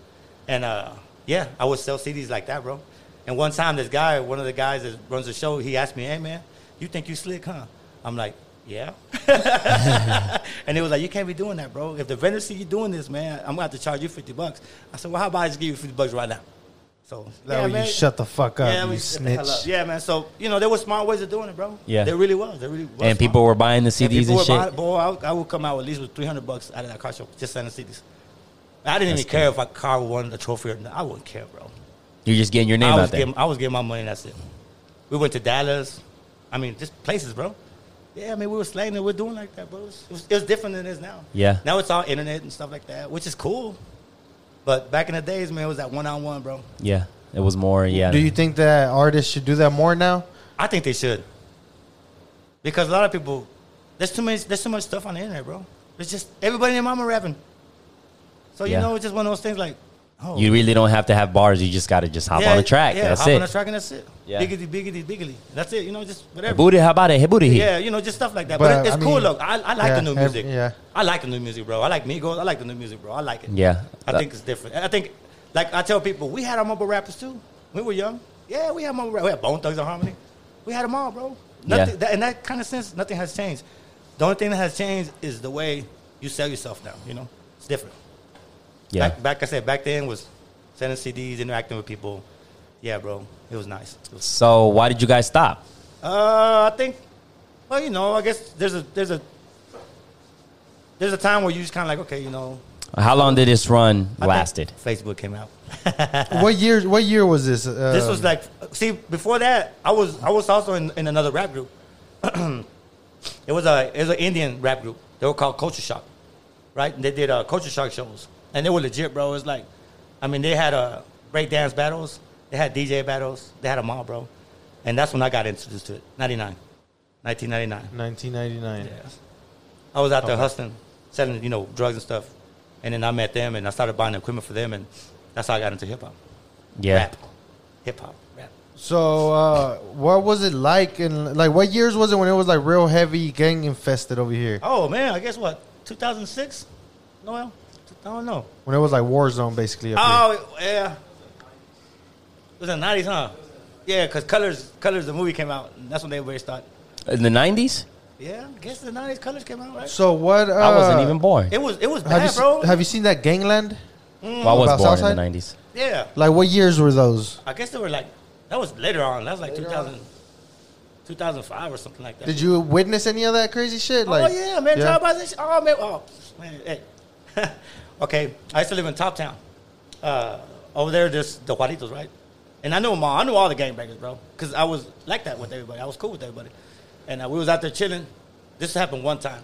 Speaker 3: and uh, yeah, I would sell CDs like that, bro. And one time, this guy, one of the guys that runs the show, he asked me, "Hey, man, you think you slick, huh?" I'm like, "Yeah." And they was like, you can't be doing that, bro. If the vendor see you doing this, man, I'm gonna have to charge you fifty bucks. I said, well, how about I just give you fifty bucks right now? So
Speaker 2: that way you shut the fuck up,
Speaker 3: yeah,
Speaker 2: you
Speaker 3: we shut the
Speaker 2: snitch.
Speaker 3: hell up. Yeah, man. So you know, there were smart ways of doing it, bro.
Speaker 1: Yeah.
Speaker 3: there really was. There really was.
Speaker 1: and people
Speaker 3: smart.
Speaker 1: were buying the CDs
Speaker 3: people
Speaker 1: and,
Speaker 3: were
Speaker 1: shit.
Speaker 3: buying- boy, I, would- I would come out at least with three hundred bucks out of that car show just selling CDs. I didn't
Speaker 1: That's
Speaker 3: even care if a car won a trophy or not. I wouldn't care, bro.
Speaker 1: You're just getting your name
Speaker 3: I was
Speaker 1: out there.
Speaker 3: getting, I was getting my money. and That's it. We went to Dallas. I mean, just places, bro. Yeah, I mean, we were slaying and we're doing like that, bro. It was, it was, it was different than it is now.
Speaker 1: Yeah.
Speaker 3: Now it's all internet and stuff like that, which is cool. But back in the days, man, it was that one on one, bro.
Speaker 1: Yeah, it was more. Yeah,
Speaker 2: Do you think that artists should do that more now?
Speaker 3: I think they should. Because a lot of people, there's too many, there's too much stuff on the internet, bro. It's just everybody and their mama rapping. So you
Speaker 1: Yeah.
Speaker 3: know, it's just one of those things like, oh,
Speaker 1: You really don't have to have bars. You just got to just hop
Speaker 3: yeah,
Speaker 1: on the track.
Speaker 3: yeah,
Speaker 1: That's
Speaker 3: hop on the
Speaker 1: it.
Speaker 3: track and that's it.
Speaker 1: Yeah.
Speaker 3: Biggity, biggity, biggity. That's it. You know, just whatever.
Speaker 1: Booty, how about it? Hey, booty.
Speaker 3: Yeah, you know, just stuff like that. But,
Speaker 2: But,
Speaker 3: it- it's
Speaker 2: I
Speaker 3: cool,
Speaker 2: mean,
Speaker 3: though. I, I like
Speaker 2: yeah,
Speaker 3: the new
Speaker 2: ev-
Speaker 3: music.
Speaker 2: yeah.
Speaker 3: I like the new music, bro. I like Migos. I like the new music, bro. I like it.
Speaker 1: Yeah.
Speaker 3: I think it's different. I think, like I tell people, we had our mumble rappers too. We were young. Yeah, we had mumble rappers. We had Bone Thugs and Harmony. We had them all, bro. Nothing,
Speaker 1: Yeah.
Speaker 3: that, in that kind of sense, nothing has changed. The only thing that has changed is the way you sell yourself now. You know, it's different.
Speaker 1: Yeah.
Speaker 3: Back, back I said, back then was sending CDs, interacting with people. Yeah, bro. It was nice. It was
Speaker 1: So why did you guys stop?
Speaker 3: uh, I think, well, you know, I guess there's a there's a there's a time where you just kind of like, okay, you know,
Speaker 1: How long did this run
Speaker 3: I think
Speaker 1: lasted?
Speaker 3: Facebook came out.
Speaker 2: what year? What year was this? Uh,
Speaker 3: this was like, see, before that, I was I was also in, in another rap group. it was a it was an Indian rap group. They were called Culture Shock, right? And they did uh, Culture Shock shows, and they were legit, bro. It was like, I mean, they had uh, breakdance battles, they had DJ battles, they had them all, bro. And that's when I got introduced to it, 99, 1999.
Speaker 2: 1999.
Speaker 3: Yeah. I was out there hustling, selling, you know, drugs and stuff. And then I met them and I started buying equipment for them and that's how I got into hip hop.
Speaker 1: Yeah.
Speaker 3: Rap. Hip hop. Rap.
Speaker 2: So, uh, what was it like? And like, what years was it when it was like real heavy gang infested over here?
Speaker 3: Oh man, I guess what? 2006? Noel? I don't know.
Speaker 2: When it was like war zone, basically. Up here.
Speaker 3: Oh, yeah. It was in the 90s, huh? Yeah, because Colors, Colors, the movie came out. and That's when they first thought.
Speaker 1: In the 90s?
Speaker 3: Yeah, I guess the '90s Colors came out, right?
Speaker 2: So what? Uh,
Speaker 1: I wasn't even born.
Speaker 3: it was, it was
Speaker 2: Have you,
Speaker 3: bad,
Speaker 2: se-
Speaker 3: bro. Mm-hmm.
Speaker 2: have you seen that Gangland?
Speaker 1: Well, I was
Speaker 2: about
Speaker 1: born
Speaker 2: Southside?
Speaker 1: in the 90s.
Speaker 3: yeah,
Speaker 2: Like what years were those?
Speaker 3: I guess they were like that was later on. That was like
Speaker 2: Later
Speaker 3: 2000, 2005 or something like that.
Speaker 2: Did you witness any of that crazy shit? Like,
Speaker 3: oh yeah, man, drive by this. Oh man, oh man. Hey. okay, I used to live in Top Town. Uh, over there, there's the Juanitos, right? And I knew them all. I knew all the gangbangers, bro, because I was like that with everybody. I was cool with everybody, and uh, we was out there chilling. This happened one time.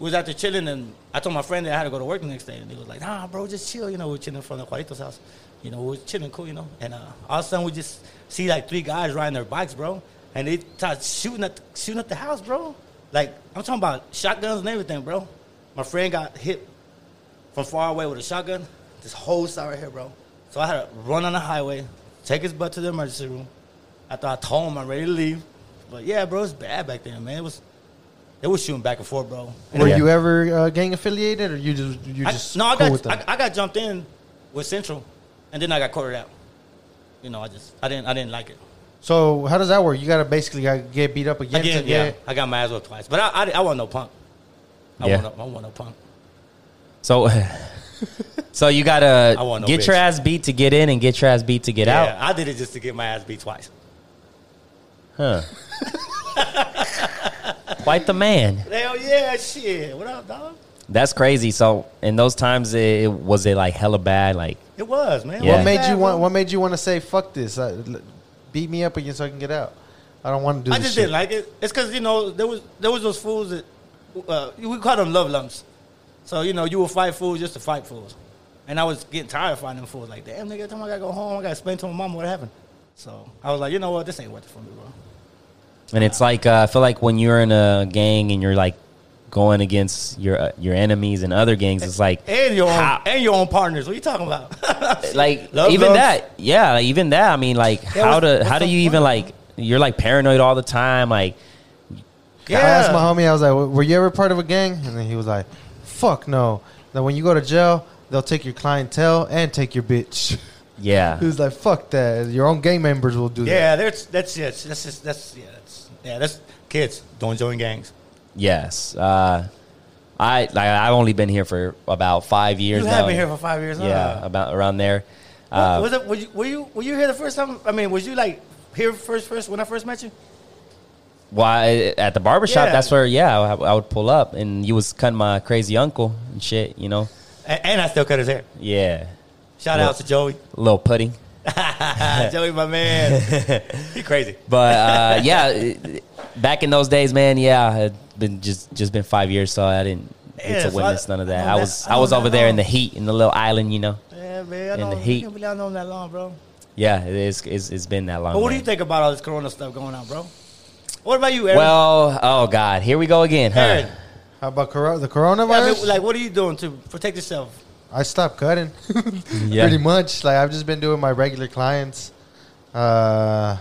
Speaker 3: We was out there chilling, and I told my friend that I had to go to work the next day, and he was like, "Nah, bro, just chill." You know, we were chilling from the Juanitos house. You know, we was chilling, cool. You know, and uh, all of a sudden we just see like three guys riding their bikes, bro, and they start shooting at shooting at the house, bro. Like I'm talking about shotguns and everything, bro. My friend got hit from far away with a shotgun. This whole side right here, bro. So I had to run on the highway, take his butt to the emergency room. After I told him I'm ready to leave, but yeah, bro, it's bad back then, man. It was they was shooting back and forth, bro. And
Speaker 2: Were
Speaker 1: Yeah.
Speaker 2: you ever uh, gang affiliated, or you just you
Speaker 3: I-
Speaker 2: just
Speaker 3: no, I
Speaker 2: cool with
Speaker 3: got
Speaker 2: them?
Speaker 3: I, I got jumped in with Central, and then I got quartered out. You know, I just I didn't I didn't like it.
Speaker 2: so how does that work? You gotta basically gotta get beat up again.
Speaker 3: Again,
Speaker 2: to
Speaker 3: yeah,
Speaker 2: get,
Speaker 3: I got my ass whooped twice, but I I, I want no punk. I
Speaker 1: Yeah.
Speaker 3: want no, I want no punk.
Speaker 1: So, so you got
Speaker 3: I
Speaker 1: to
Speaker 3: want no
Speaker 1: get your
Speaker 3: bitch.
Speaker 1: ass beat to get in and get your ass beat to get out.
Speaker 3: Yeah, I did it just to get my ass beat twice.
Speaker 1: Huh. Quite the man.
Speaker 3: Hell yeah, shit. What up, dog?
Speaker 1: That's crazy. So in those times, it, it- was it like hella bad? Like
Speaker 3: It was, man.
Speaker 1: Yeah.
Speaker 2: What made
Speaker 3: Bad,
Speaker 2: you
Speaker 3: bro.
Speaker 2: want? What made you want to say fuck this? I, l- beat me up again so I can get out. I don't want to do.
Speaker 3: I
Speaker 2: this
Speaker 3: just
Speaker 2: shit.
Speaker 3: didn't like it. It's because you know there was there was those fools that uh, we call them love lumps. So you know you would fight fools just to fight fools, and I was getting tired of fighting them fools. Like damn, nigga, time I gotta go home, I gotta explain to my mom what happened. So I was like, you know what, this ain't worth it for me, bro.
Speaker 1: And it's like uh, I feel like when you're in a gang and you're like going against your uh, your enemies and other gangs, it's like
Speaker 3: And your own,
Speaker 1: how-
Speaker 3: and your own partners. What you talking about?
Speaker 1: like
Speaker 3: Love
Speaker 1: even
Speaker 3: lumps.
Speaker 1: that, yeah, like, even that. I mean, like
Speaker 3: Yeah,
Speaker 1: how
Speaker 3: what's-
Speaker 1: to
Speaker 3: what's
Speaker 1: how do
Speaker 3: the
Speaker 1: you even
Speaker 3: point?
Speaker 1: like you're like paranoid all the time, like
Speaker 3: Yeah.
Speaker 2: I asked my homie, I was like, "Were you ever part of a gang?" And then he was like, "Fuck no." Then when you go to jail, they'll take your clientele and take your bitch.
Speaker 1: yeah,
Speaker 2: he was like, "Fuck that." Your own gang members will do that.
Speaker 3: Yeah, that's that's yeah, that's just that's yeah, that's yeah, that's kids don't join gangs.
Speaker 1: yes. Uh, I like I've only been here for about five years.
Speaker 3: You
Speaker 1: now.
Speaker 3: have been here for five years.
Speaker 1: yeah,
Speaker 3: huh?
Speaker 1: about around there.
Speaker 3: Wa-
Speaker 1: Uh,
Speaker 3: was it, were, you, were you were you here the first time? I mean, was you like here first first when I first met you?
Speaker 1: Why at the barbershop?
Speaker 3: Yeah.
Speaker 1: That's where yeah, I, I would pull up, and you was cutting my crazy uncle and shit. You know,
Speaker 3: And, and I still cut his hair.
Speaker 1: yeah,
Speaker 3: Shout
Speaker 1: Well-
Speaker 3: out to Joey, Ah,
Speaker 1: little putty.
Speaker 3: Joey, my man. he crazy.
Speaker 1: But uh, yeah, it- back in those days, man, yeah, had been just just been five years, so I didn't
Speaker 3: Yeah,
Speaker 1: get
Speaker 3: so
Speaker 1: to
Speaker 3: I-
Speaker 1: witness none of
Speaker 3: I
Speaker 1: that.
Speaker 3: know
Speaker 1: I
Speaker 3: that-
Speaker 1: was
Speaker 3: I
Speaker 1: I was
Speaker 3: know
Speaker 1: over
Speaker 3: that
Speaker 1: there in
Speaker 3: all.
Speaker 1: the heat in the little island, you know.
Speaker 3: Yeah, man.
Speaker 1: And
Speaker 3: I
Speaker 1: the
Speaker 3: know,
Speaker 1: heat.
Speaker 3: I can't believe I know him that long, bro.
Speaker 1: Yeah, it is, it's it's been that long.
Speaker 3: But what do
Speaker 1: man.
Speaker 3: you think about all this Corona stuff going on, bro? What about you, Aaron?
Speaker 1: Well, oh god, here we go again, huh?
Speaker 3: Aaron,
Speaker 2: How about coro- the
Speaker 3: yeah, I
Speaker 2: coronavirus?
Speaker 3: mean, like, what are you doing to protect yourself?
Speaker 2: I stopped cutting.
Speaker 1: Yeah.
Speaker 2: Pretty much. Like I've just been doing my regular clients. Uh,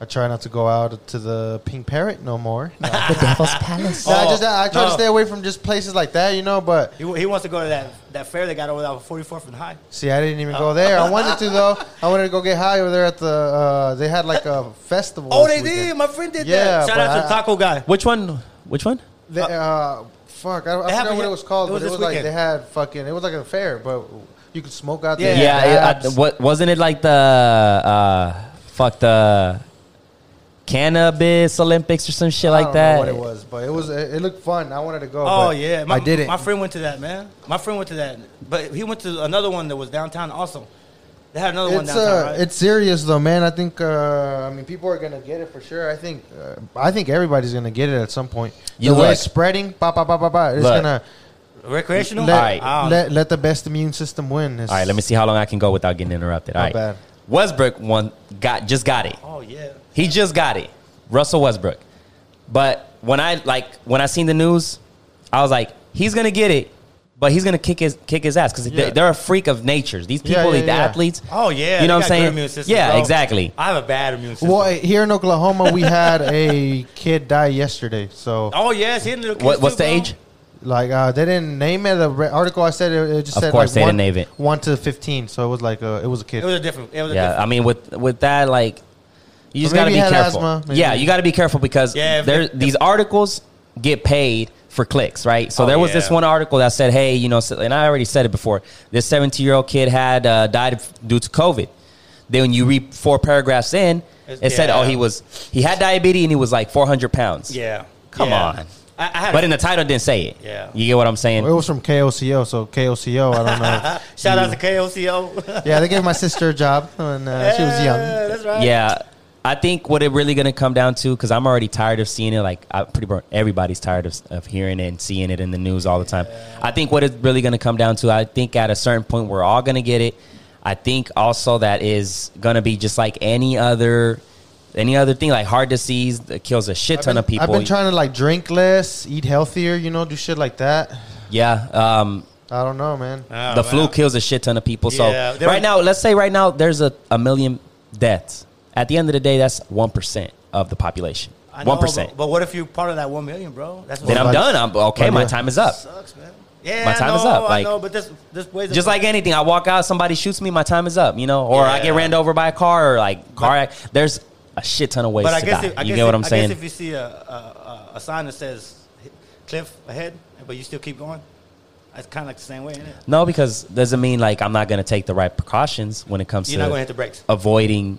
Speaker 2: I try not to go out to the Pink Parrot no more. No,
Speaker 1: The Devil's Palace.
Speaker 2: No, I just I try
Speaker 3: Oh, no.
Speaker 2: to stay away from just places like that, you know. But
Speaker 3: He, he wants to go to that, that fair they got over there on 44th and High.
Speaker 2: see, I didn't even
Speaker 3: Oh.
Speaker 2: go there. I wanted to though. I wanted to go get high over there at the. Uh, they had like a festival.
Speaker 3: Oh,
Speaker 2: this
Speaker 3: they
Speaker 2: weekend.
Speaker 3: did. My friend did
Speaker 2: Yeah,
Speaker 3: that. Shout
Speaker 2: but
Speaker 3: out to the
Speaker 2: I-
Speaker 3: taco guy.
Speaker 1: Which one? Which one?
Speaker 2: They, uh, fuck, I, I
Speaker 3: happened
Speaker 2: forgot what
Speaker 3: ye-
Speaker 2: it was called,
Speaker 3: it was
Speaker 2: but it
Speaker 3: this
Speaker 2: was like
Speaker 3: weekend.
Speaker 2: they had fucking. It was like a fair, but you could smoke out
Speaker 3: Yeah.
Speaker 2: there.
Speaker 1: Yeah,
Speaker 2: Dabs.
Speaker 1: it, I, what wasn't it like the uh, fuck the cannabis Olympics or some shit
Speaker 2: I
Speaker 1: like
Speaker 2: don't
Speaker 1: that?
Speaker 2: Know what it was, but it was it, it looked fun. I wanted to go.
Speaker 3: Oh
Speaker 2: but
Speaker 3: yeah, my,
Speaker 2: I didn't.
Speaker 3: My friend went to that man. My friend went to that, but he went to another one that was downtown also. They had another one
Speaker 2: it's
Speaker 3: downtown,
Speaker 2: uh,
Speaker 3: right?
Speaker 2: it's serious though, man. I think uh, I mean people are gonna get it for sure. I think uh, I think everybody's gonna get it at some point.
Speaker 1: You
Speaker 2: the way
Speaker 1: look.
Speaker 2: it's spreading, ba ba ba ba ba, it's
Speaker 1: Look.
Speaker 2: gonna
Speaker 3: Recreational.
Speaker 2: let,
Speaker 1: Alright.
Speaker 3: Um,
Speaker 2: let let the best immune system win. It's-
Speaker 1: All right, let me see how long I can go without getting interrupted. All
Speaker 2: Not
Speaker 1: right,
Speaker 2: bad.
Speaker 1: Westbrook one got just got it.
Speaker 3: oh yeah.
Speaker 1: He just got it. Russell Westbrook. But when I like when I seen the news, I was like, he's gonna get it, but he's gonna kick his kick his ass because
Speaker 2: Yeah.
Speaker 1: they, are a freak of nature. These people,
Speaker 2: Yeah, yeah,
Speaker 1: the
Speaker 2: yeah.
Speaker 1: athletes.
Speaker 3: Oh yeah.
Speaker 1: You know what I'm
Speaker 3: they got good
Speaker 1: saying?
Speaker 3: immune system,
Speaker 1: yeah,
Speaker 3: bro.
Speaker 1: exactly.
Speaker 3: I have a bad immune system.
Speaker 2: Well, here in Oklahoma, we had a kid die yesterday. So,
Speaker 3: Oh yes, he had little kids
Speaker 1: What, what's
Speaker 3: too,
Speaker 1: the
Speaker 3: bro.
Speaker 1: age?
Speaker 2: like, uh, they didn't name it. The re- article I said it, it just
Speaker 1: Of
Speaker 2: said
Speaker 1: course
Speaker 2: like
Speaker 1: they
Speaker 2: one,
Speaker 1: didn't name it.
Speaker 2: one to fifteen. So it was like a, it was a kid.
Speaker 3: It was a different. It was a
Speaker 1: Yeah, I mean with with that like You just
Speaker 2: But
Speaker 1: gotta
Speaker 2: maybe
Speaker 1: be
Speaker 2: he had
Speaker 1: careful.
Speaker 2: asthma, maybe.
Speaker 1: yeah, you gotta be careful because
Speaker 3: Yeah, if-
Speaker 1: there,
Speaker 3: if-
Speaker 1: these articles get paid for clicks, right? So
Speaker 3: Oh,
Speaker 1: there was this
Speaker 3: yeah.
Speaker 1: one article that said, "Hey, you know," so- and I already said it before. This 17 year old kid had uh, died of- due to COVID. Then when you read four paragraphs in, it
Speaker 3: It's-
Speaker 1: said,
Speaker 3: yeah.
Speaker 1: "Oh, he was he had diabetes and he was like 400 pounds."
Speaker 3: Yeah.
Speaker 1: Come
Speaker 3: Yeah.
Speaker 1: on.
Speaker 3: I, I had
Speaker 1: But in the title didn't say it.
Speaker 3: Yeah.
Speaker 1: You get what I'm saying?
Speaker 2: Well, it was from KOCO, so KOCO. I don't know.
Speaker 3: shout out to KOCO.
Speaker 2: yeah, they gave my sister a job when uh, she was
Speaker 3: Yeah,
Speaker 2: young.
Speaker 3: that's right.
Speaker 1: Yeah. I think what it really gonna come down to, because I'm already tired of seeing it. Like I pretty much everybody's tired of, of hearing it and seeing it in the news all the time. I think what it's really gonna come down to. I think at a certain point we're all gonna get it. I think also that is gonna be just like any other, any other thing like heart disease that kills a shit ton of people.
Speaker 2: I've been trying to like drink less, eat healthier, you know, do shit like that.
Speaker 1: yeah. Um,
Speaker 2: I don't know, man.
Speaker 3: Oh,
Speaker 1: the
Speaker 3: wow.
Speaker 1: flu kills a shit ton of people.
Speaker 3: Yeah,
Speaker 1: so
Speaker 3: there
Speaker 1: right
Speaker 3: was-
Speaker 1: now, let's say right now there's a, a million deaths. At the end of the day, that's one percent of the population.
Speaker 3: I know,
Speaker 1: One percent.
Speaker 3: But, but what if you're part of that one million, bro? That's what
Speaker 1: Then I'm
Speaker 2: Well,
Speaker 1: done. I'm okay.
Speaker 2: well,
Speaker 1: My
Speaker 2: yeah.
Speaker 1: time is up.
Speaker 3: sucks, man. Yeah,
Speaker 1: My time
Speaker 3: I know,
Speaker 1: is up, like-
Speaker 3: I know, but this this way
Speaker 1: Just like anything, I walk out, somebody shoots me, my time is up. You know, or I get
Speaker 3: Yeah.
Speaker 1: ran over by a car, or like car. ac- There's a shit ton of ways
Speaker 3: but I
Speaker 1: to
Speaker 3: guess
Speaker 1: die.
Speaker 3: if, I
Speaker 1: you
Speaker 3: guess
Speaker 1: get what I'm
Speaker 3: if, I
Speaker 1: saying?
Speaker 3: guess if you see a, a, a- a sign that says cliff ahead, but you still keep going, that's kind of like the same way, isn't it?
Speaker 1: no, because doesn't mean like I'm not gonna take the right precautions when it comes
Speaker 3: You're not
Speaker 1: to
Speaker 3: gonna hit the brakes.
Speaker 1: avoiding,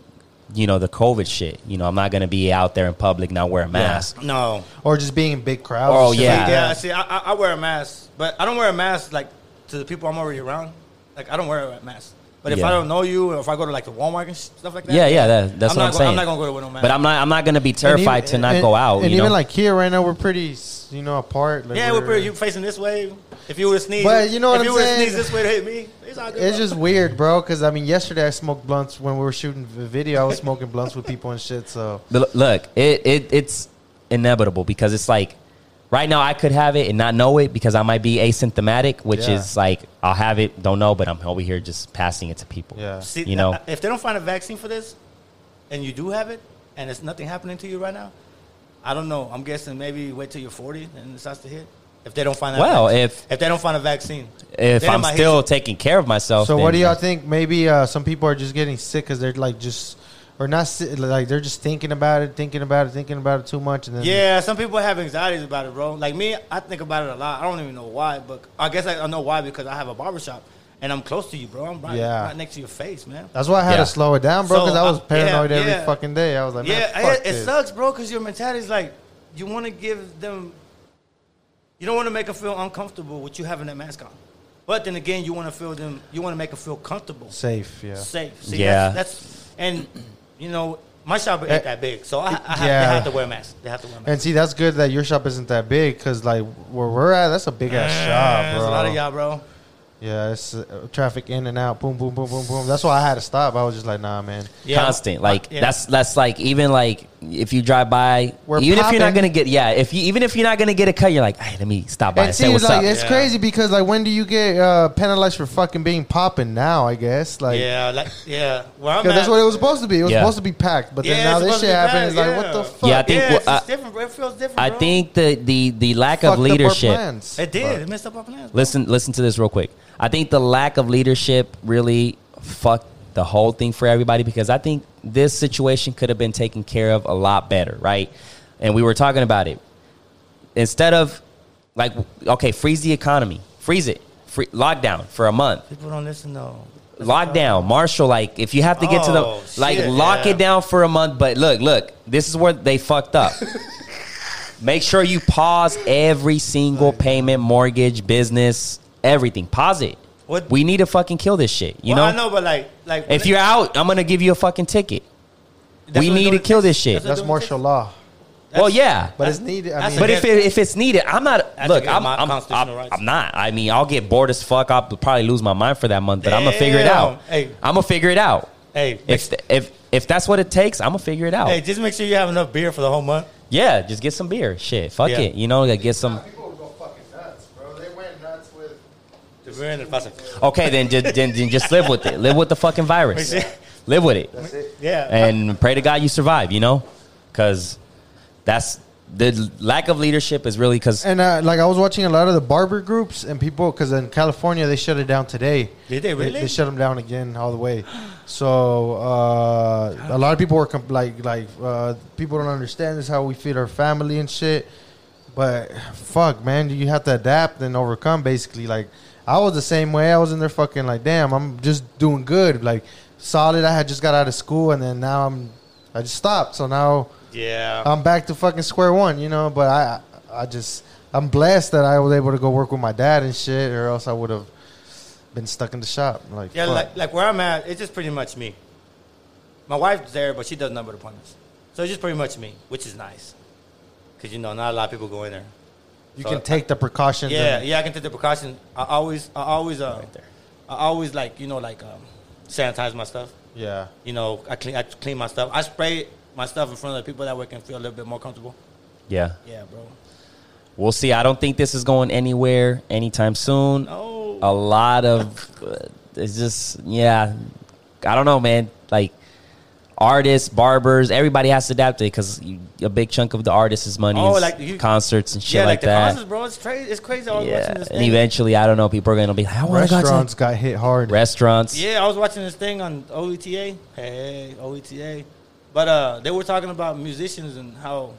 Speaker 1: you know, the COVID shit. You know, I'm not gonna be out there in public not wear a mask.
Speaker 3: No.
Speaker 2: Or just being in big crowds.
Speaker 1: Oh,
Speaker 2: and shit
Speaker 1: yeah.
Speaker 2: like
Speaker 3: Yeah.
Speaker 2: that.
Speaker 3: See, I, I, I wear a mask, but I don't wear a mask like to the people I'm already around. Like I don't wear a mask. But if
Speaker 1: Yeah.
Speaker 3: I don't know you, or if I go to like the Walmart and stuff like that,
Speaker 1: Yeah, yeah, that, that's
Speaker 3: I'm
Speaker 1: what
Speaker 3: not
Speaker 1: I'm
Speaker 3: go-
Speaker 1: saying.
Speaker 3: I'm not gonna go to Window Man.
Speaker 1: But I'm not. I'm not gonna be terrified
Speaker 2: And
Speaker 1: to
Speaker 2: even-
Speaker 1: not
Speaker 2: and-
Speaker 1: go out.
Speaker 2: And
Speaker 1: you
Speaker 2: even
Speaker 1: know?
Speaker 2: like here right now, we're pretty, s- you know, apart. Like,
Speaker 3: Yeah, we're pretty, you facing this way. If you were to sneeze,
Speaker 2: But you know what
Speaker 3: if
Speaker 2: I'm
Speaker 3: you were to
Speaker 2: saying?
Speaker 3: sneeze this way to hit me, it's all good.
Speaker 2: It's
Speaker 3: bro.
Speaker 2: just weird, bro. Because I mean, yesterday I smoked blunts when we were shooting the video. I was smoking blunts with people and shit. So
Speaker 1: But lo- look, it, it it's inevitable because it's like right now I could have it and not know it because I might be asymptomatic, which
Speaker 2: Yeah.
Speaker 1: is like I'll have it, don't know, but I'm over here just passing it to people.
Speaker 2: yeah,
Speaker 3: See,
Speaker 1: you know.
Speaker 3: uh, if they don't find a vaccine for this, and you do have it, and it's nothing happening to you right now, I don't know. I'm guessing maybe wait till you're 40 and it starts to hit. If they don't find that,
Speaker 1: Well,
Speaker 3: vaccine.
Speaker 1: if-
Speaker 3: if they don't find a vaccine,
Speaker 1: If
Speaker 3: then it
Speaker 1: I'm
Speaker 3: might hit
Speaker 1: still
Speaker 3: you.
Speaker 1: taking care of myself,
Speaker 2: So
Speaker 1: then-
Speaker 2: what do y'all think? Maybe uh, some people are just getting sick because they're like just or not si- like they're just thinking about it, thinking about it, thinking about it too much, and then
Speaker 3: Yeah, some people have anxieties about it, bro. Like me, I think about it a lot. I don't even know why, but I guess I, I know why because I have a barbershop and I'm close to you, bro. I'm right,
Speaker 2: Yeah.
Speaker 3: right next to your face, man.
Speaker 2: That's why I had
Speaker 1: Yeah.
Speaker 2: to slow it down, bro,
Speaker 3: So,
Speaker 2: because I was
Speaker 3: uh,
Speaker 2: paranoid
Speaker 3: yeah,
Speaker 2: every
Speaker 3: yeah.
Speaker 2: fucking day. I was like, man,
Speaker 3: yeah,
Speaker 2: fuck
Speaker 3: it, it
Speaker 2: this.
Speaker 3: sucks, bro, because your mentality is like you want to give them, you don't want to make them feel uncomfortable with you having that mask on, but then again, you want to feel them, you want to make them feel comfortable,
Speaker 2: Safe, yeah. Eh,
Speaker 3: safe.
Speaker 1: Yeah.
Speaker 3: that's, that's and you know my shop ain't that big, so I, I have,
Speaker 2: Yeah.
Speaker 3: they have to wear masks. They have to wear masks.
Speaker 2: And see, that's good that your shop isn't that big, because like where we're at, that's a big ass shop,
Speaker 3: There's a
Speaker 2: bro.
Speaker 3: lot of y'all, bro.
Speaker 2: Yeah, it's uh, traffic in and out, boom, boom, boom, boom, boom. That's why I had to stop. I was just like, nah, man.
Speaker 3: Yeah.
Speaker 1: constant. Like
Speaker 3: Yeah.
Speaker 1: that's that's like even like if you drive by,
Speaker 2: We're
Speaker 1: even if you're not
Speaker 2: popping.
Speaker 1: gonna get yeah, if you even if you're not gonna get a cut, you're like, hey, let me stop by and,
Speaker 2: And see,
Speaker 1: say
Speaker 2: it's
Speaker 1: what's
Speaker 2: like
Speaker 1: up.
Speaker 2: it's
Speaker 3: Yeah.
Speaker 2: crazy because like when do you get uh, penalized for fucking being popping now? I guess like
Speaker 3: yeah, like yeah. Where I'm
Speaker 2: Because that's
Speaker 3: at-
Speaker 2: what it was supposed to be. It was
Speaker 1: Yeah.
Speaker 2: supposed to be packed, but then
Speaker 3: Yeah,
Speaker 2: now
Speaker 3: it's
Speaker 2: this
Speaker 3: supposed
Speaker 2: shit
Speaker 3: to be
Speaker 2: happened. It's
Speaker 3: packed,
Speaker 2: like,
Speaker 3: yeah.
Speaker 2: what the fuck?
Speaker 1: Yeah, I think
Speaker 3: yeah,
Speaker 1: what-
Speaker 3: it's just
Speaker 1: I-
Speaker 3: different, bro. It feels different.
Speaker 1: I
Speaker 3: bro.
Speaker 1: think the the the lack
Speaker 2: Fucked
Speaker 1: of
Speaker 2: up our
Speaker 1: leadership.
Speaker 2: plans.
Speaker 3: it did. It messed up our plans. bro.
Speaker 1: Listen, listen to this real quick. I think the lack of leadership really fucked the whole thing for everybody because I think this situation could have been taken care of a lot better, right? And we were talking about it. Instead of like, okay, freeze the economy, freeze it, Free, lockdown for a month,
Speaker 3: People don't listen though.
Speaker 1: lockdown, Marshall. Like, if you have to get to
Speaker 3: Oh,
Speaker 1: the like,
Speaker 3: shit,
Speaker 1: lock
Speaker 3: yeah.
Speaker 1: it down for a month. But look, look, this is where they fucked up. Make sure you pause every single payment, mortgage, business, everything. Pause it.
Speaker 3: What-
Speaker 1: We need to fucking kill this shit. You
Speaker 3: Well, I
Speaker 1: know,
Speaker 3: know, but like, like
Speaker 1: if you're out, I'm gonna give you a fucking ticket.
Speaker 3: That's
Speaker 1: we
Speaker 3: what
Speaker 1: need
Speaker 3: it
Speaker 1: to
Speaker 3: does.
Speaker 1: kill this shit.
Speaker 3: what
Speaker 2: That's
Speaker 3: it
Speaker 2: martial
Speaker 3: is.
Speaker 2: law.
Speaker 1: well, yeah,
Speaker 2: But
Speaker 1: but,
Speaker 2: it's needed. I
Speaker 3: that's
Speaker 2: mean,
Speaker 3: a-
Speaker 1: if it, if it's needed, I'm not.
Speaker 3: That's
Speaker 1: Look,
Speaker 3: against
Speaker 1: I'm
Speaker 3: my
Speaker 1: I'm, I'm,
Speaker 3: constitutional rights.
Speaker 1: I'm not. I mean, I'll get bored as fuck. I'll probably lose my mind for that month, but I'm gonna figure it out.
Speaker 3: Damn. Hey.
Speaker 1: I'm gonna figure it out.
Speaker 3: Hey, make-
Speaker 1: If if if that's what it takes, I'm gonna figure it out.
Speaker 3: hey, just make sure you have enough beer for the whole month.
Speaker 1: Yeah, just get some beer. Shit, fuck
Speaker 3: Yeah.
Speaker 1: it. You know, like, get some.
Speaker 2: people go fucking nuts, bro. They went nuts with.
Speaker 3: The beer and the pasta.
Speaker 1: Okay, then just then, then just live with it. Live with the fucking virus.
Speaker 3: Wait, see?
Speaker 1: Live with it,
Speaker 2: That's it.
Speaker 3: Yeah.
Speaker 1: and pray to God you survive. You know, because that's The lack of leadership is really because
Speaker 2: And uh, like I was watching a lot of the barber groups and people, because in California they shut it down today.
Speaker 3: Did they really?
Speaker 2: They, shut them down again all the way. So uh, a lot of people were comp- like, like uh, people don't understand this how we feed our family and shit. But fuck, man, you have to adapt and overcome. Basically, like I was the same way. I was in there fucking like, damn, I'm just doing good, like solid. I had just got out of school and then now I'm, I just stopped. So now
Speaker 3: Yeah.
Speaker 2: I'm back to fucking square one, you know. But I, I just, I'm blessed that I was able to go work with my dad and shit, or else I would have been stuck in the shop. Like,
Speaker 3: Yeah,
Speaker 2: fuck.
Speaker 3: like, like where I'm at, it's just pretty much me. My wife's there, but she does number appointments. So it's just pretty much me, which is nice. Because, you know, not a lot of people go in there.
Speaker 2: you
Speaker 3: so
Speaker 2: can
Speaker 3: I-
Speaker 2: take the precautions.
Speaker 3: Yeah,
Speaker 2: and-
Speaker 3: yeah, I can take the precautions. I always, I always, uh, I always like, you know, like um, sanitize my stuff.
Speaker 2: yeah.
Speaker 3: You know, I clean, I clean my stuff. I spray my stuff in front of the people that way I can feel a little bit more comfortable.
Speaker 1: yeah,
Speaker 3: Yeah, bro.
Speaker 1: we'll see. I don't think this is going anywhere anytime soon.
Speaker 3: No.
Speaker 1: a lot of uh, it's just yeah i don't know man like artists barbers everybody has to adapt to it because a big chunk of the artist's money
Speaker 3: Oh,
Speaker 1: is
Speaker 3: like you-
Speaker 1: concerts and shit
Speaker 3: yeah,
Speaker 1: like,
Speaker 3: like, the
Speaker 1: that
Speaker 3: concerts, bro. It's crazy. It's crazy. I was
Speaker 1: yeah
Speaker 3: watching this
Speaker 1: and
Speaker 3: thing.
Speaker 1: eventually i don't know people are gonna be like, I wanna go to
Speaker 2: Restaurants got hit hard.
Speaker 1: restaurants
Speaker 3: Yeah, I was watching this thing on OETA. Hey,
Speaker 1: E
Speaker 3: OETA. But uh, they were talking about musicians and how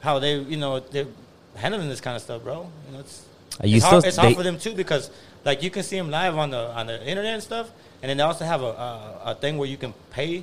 Speaker 3: how they, you know, they're handling this kind of stuff, bro. You know, it's
Speaker 1: Are you
Speaker 3: it's, hard,
Speaker 1: still-
Speaker 3: it's hard
Speaker 1: they-
Speaker 3: for them too because like you can see them live on the on the internet and stuff, and then they also have a a, a thing where you can pay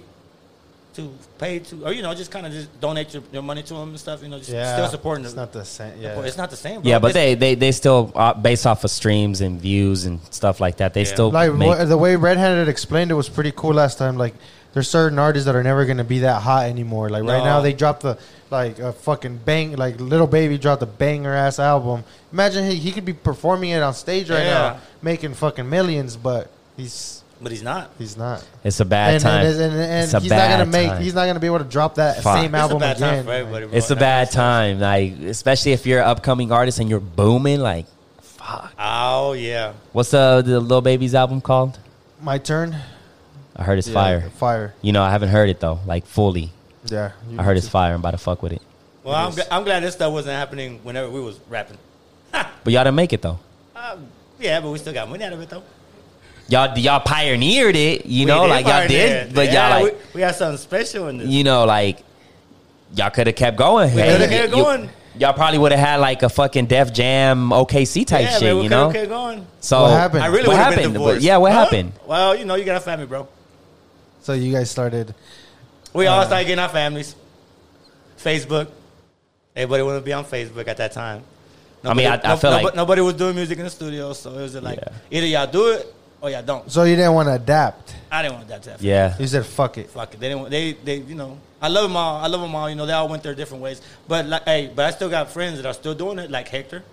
Speaker 3: to pay to or you know just kind of just donate your, your money to them and stuff. You know, just
Speaker 2: Yeah.
Speaker 3: still supporting
Speaker 2: It's
Speaker 3: them.
Speaker 2: not the same. Yeah.
Speaker 3: It's not the same. Bro.
Speaker 1: yeah but
Speaker 3: It's-
Speaker 1: they, they they still uh, based off of streams and views and stuff like that they
Speaker 3: Yeah.
Speaker 1: still
Speaker 2: like
Speaker 1: make,
Speaker 2: what, the way Red Handed explained it was pretty cool last time. Like there's certain artists that are never gonna be that hot anymore. Like right
Speaker 3: No.
Speaker 2: now they dropped the like a fucking bang like Little Baby dropped a banger ass album. Imagine he, he could be performing it on stage right
Speaker 3: Yeah.
Speaker 2: now, making fucking millions, but he's
Speaker 3: but he's not.
Speaker 2: he's not.
Speaker 1: it's a bad
Speaker 2: and,
Speaker 1: time
Speaker 2: and, and, and
Speaker 1: it's a
Speaker 2: he's
Speaker 1: bad
Speaker 2: not gonna make
Speaker 1: time.
Speaker 2: he's not gonna be able to drop that
Speaker 1: Fuck. It's
Speaker 2: same album
Speaker 3: it's a bad
Speaker 2: again.
Speaker 3: time for everybody.
Speaker 2: Like,
Speaker 3: bro.
Speaker 1: it's a
Speaker 3: That
Speaker 1: bad
Speaker 3: makes
Speaker 1: time
Speaker 3: sense.
Speaker 1: like especially if you're an upcoming artist and you're booming like fuck
Speaker 3: Oh yeah.
Speaker 1: What's the the Lil Baby's album called?
Speaker 2: my turn.
Speaker 1: I heard it's
Speaker 2: Yeah,
Speaker 1: fire.
Speaker 2: Fire.
Speaker 1: You know, I haven't heard it though, like fully.
Speaker 2: Yeah.
Speaker 1: I heard it's fire. I'm about to fuck with it.
Speaker 3: Well, I'm, gl- I'm glad this stuff wasn't happening whenever we was rapping.
Speaker 1: But y'all didn't make it though.
Speaker 3: Uh, yeah, but we still got money out of it though.
Speaker 1: Y'all y'all pioneered it. You
Speaker 3: We
Speaker 1: know,
Speaker 3: did
Speaker 1: like y'all
Speaker 3: find
Speaker 1: did,
Speaker 3: it.
Speaker 1: but
Speaker 3: Yeah,
Speaker 1: y'all like
Speaker 3: we, we had something special in this.
Speaker 1: you know like y'all could have kept going.
Speaker 3: We coulda kept
Speaker 1: you-
Speaker 3: going.
Speaker 1: Y'all probably would have had like a fucking Def Jam OKC type
Speaker 3: yeah,
Speaker 1: shit.
Speaker 3: man, we
Speaker 1: you
Speaker 3: coulda
Speaker 1: know.
Speaker 3: kept going.
Speaker 1: So
Speaker 2: What happened?
Speaker 3: I really
Speaker 1: what
Speaker 3: would've been
Speaker 1: happened? But
Speaker 3: divorced.
Speaker 1: yeah, what
Speaker 3: Huh?
Speaker 1: happened?
Speaker 3: Well, you know, you got a family, bro.
Speaker 2: So you guys started
Speaker 3: We all started getting our families. Facebook. Everybody wanted to be on Facebook at that time.
Speaker 1: I mean, I- I
Speaker 3: no-
Speaker 1: feel
Speaker 3: nobody,
Speaker 1: like-
Speaker 3: nobody was doing music in the studio, so it was like
Speaker 1: Yeah.
Speaker 3: either y'all do it or y'all don't.
Speaker 2: so you didn't want to adapt.
Speaker 3: I didn't want that to happen.
Speaker 1: Yeah,
Speaker 2: You said fuck it.
Speaker 3: Fuck it. They didn't. They they you know. I love them all. I love them all. You know, they all went their different ways. But like, hey, but I still got friends that are still doing it. Like Hector.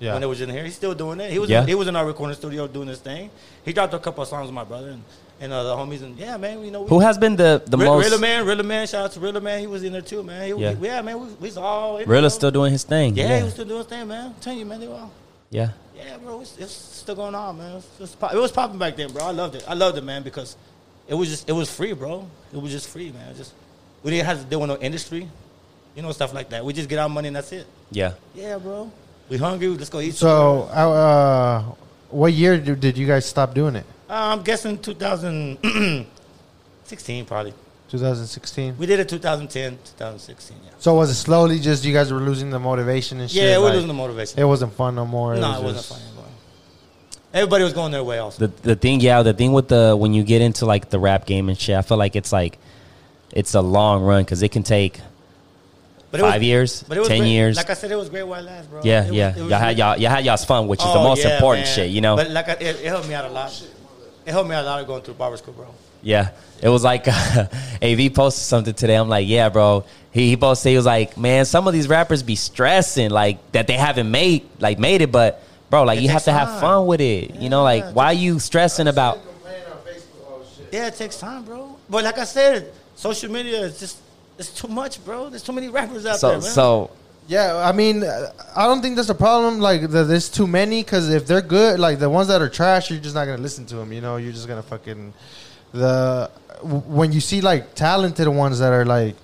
Speaker 2: Yeah.
Speaker 3: When it was in here, he's still doing it. He was
Speaker 1: Yeah.
Speaker 3: he was in our recording studio doing his thing. He dropped a couple of songs with my brother and, and uh, the homies. And yeah, man, you know we,
Speaker 1: who has been the the
Speaker 3: Re-
Speaker 1: most?
Speaker 3: Rilla man, Rilla man. Shout out to Rilla man. He was in there too, man. He, was-
Speaker 1: Yeah.
Speaker 3: yeah. man. We, we was all in it,
Speaker 1: Rilla's
Speaker 3: bro.
Speaker 1: still doing his thing.
Speaker 3: Yeah, he
Speaker 1: yeah.
Speaker 3: was still doing his thing, man. I'm telling you, man, they were all.
Speaker 1: yeah.
Speaker 3: Yeah, bro, it's, it's still going on, man. It's, it's pop, it was popping back then, bro. I loved it. I loved it, man, because it was just it was free, bro. It was just free, man. It just we didn't have to deal with no industry, you know, stuff like that. We just get our money and that's it.
Speaker 1: yeah.
Speaker 3: Yeah, bro. We hungry. Let's go eat.
Speaker 2: So, uh, what year do- did you guys stop doing it?
Speaker 3: Uh, I'm guessing 2016 probably.
Speaker 2: 2016.
Speaker 3: We did it 2010, 2016. Yeah.
Speaker 2: So was it slowly just you guys were losing the motivation and shit?
Speaker 3: Yeah, we're
Speaker 2: like,
Speaker 3: losing the motivation.
Speaker 2: It wasn't fun no more.
Speaker 3: no, it wasn't
Speaker 2: just-
Speaker 3: funny, bro. Everybody was going their way also.
Speaker 1: The the thing, yeah, the thing with the when you get into like the rap game and shit, I feel like it's like it's a long run because it can take
Speaker 3: But
Speaker 1: five years, ten
Speaker 3: great.
Speaker 1: years.
Speaker 3: Like I said, it was great while it lasted, bro.
Speaker 1: yeah,
Speaker 3: It was-
Speaker 1: yeah.
Speaker 3: it was
Speaker 1: y'all had
Speaker 3: really-
Speaker 1: y'all, y'all had y'all's fun, which is the
Speaker 3: Oh,
Speaker 1: most
Speaker 3: yeah,
Speaker 1: important
Speaker 3: man.
Speaker 1: shit, you know.
Speaker 3: But like, I, it, it helped me out a lot. It helped me out a lot going through barber school, bro.
Speaker 1: yeah, it was like AV posted something today. I'm like, yeah, bro. He he posted he was like, man, some of these rappers be stressing like that they haven't made like made it, but bro, like
Speaker 3: It
Speaker 1: you have
Speaker 3: takes
Speaker 1: to have
Speaker 3: time.
Speaker 1: fun with it, you know. Like, why you stressing about?
Speaker 3: Yeah, it takes time, bro. But like I said, social media is just it's too much, bro. There's too many rappers out
Speaker 1: So
Speaker 3: there, man.
Speaker 1: so
Speaker 2: Yeah, I mean, uh, I don't think that's a problem. Like, that there's too many because if they're good, like the ones that are trash, you're just not gonna listen to them. You know, you're just gonna fucking the w- when you see like talented ones that are like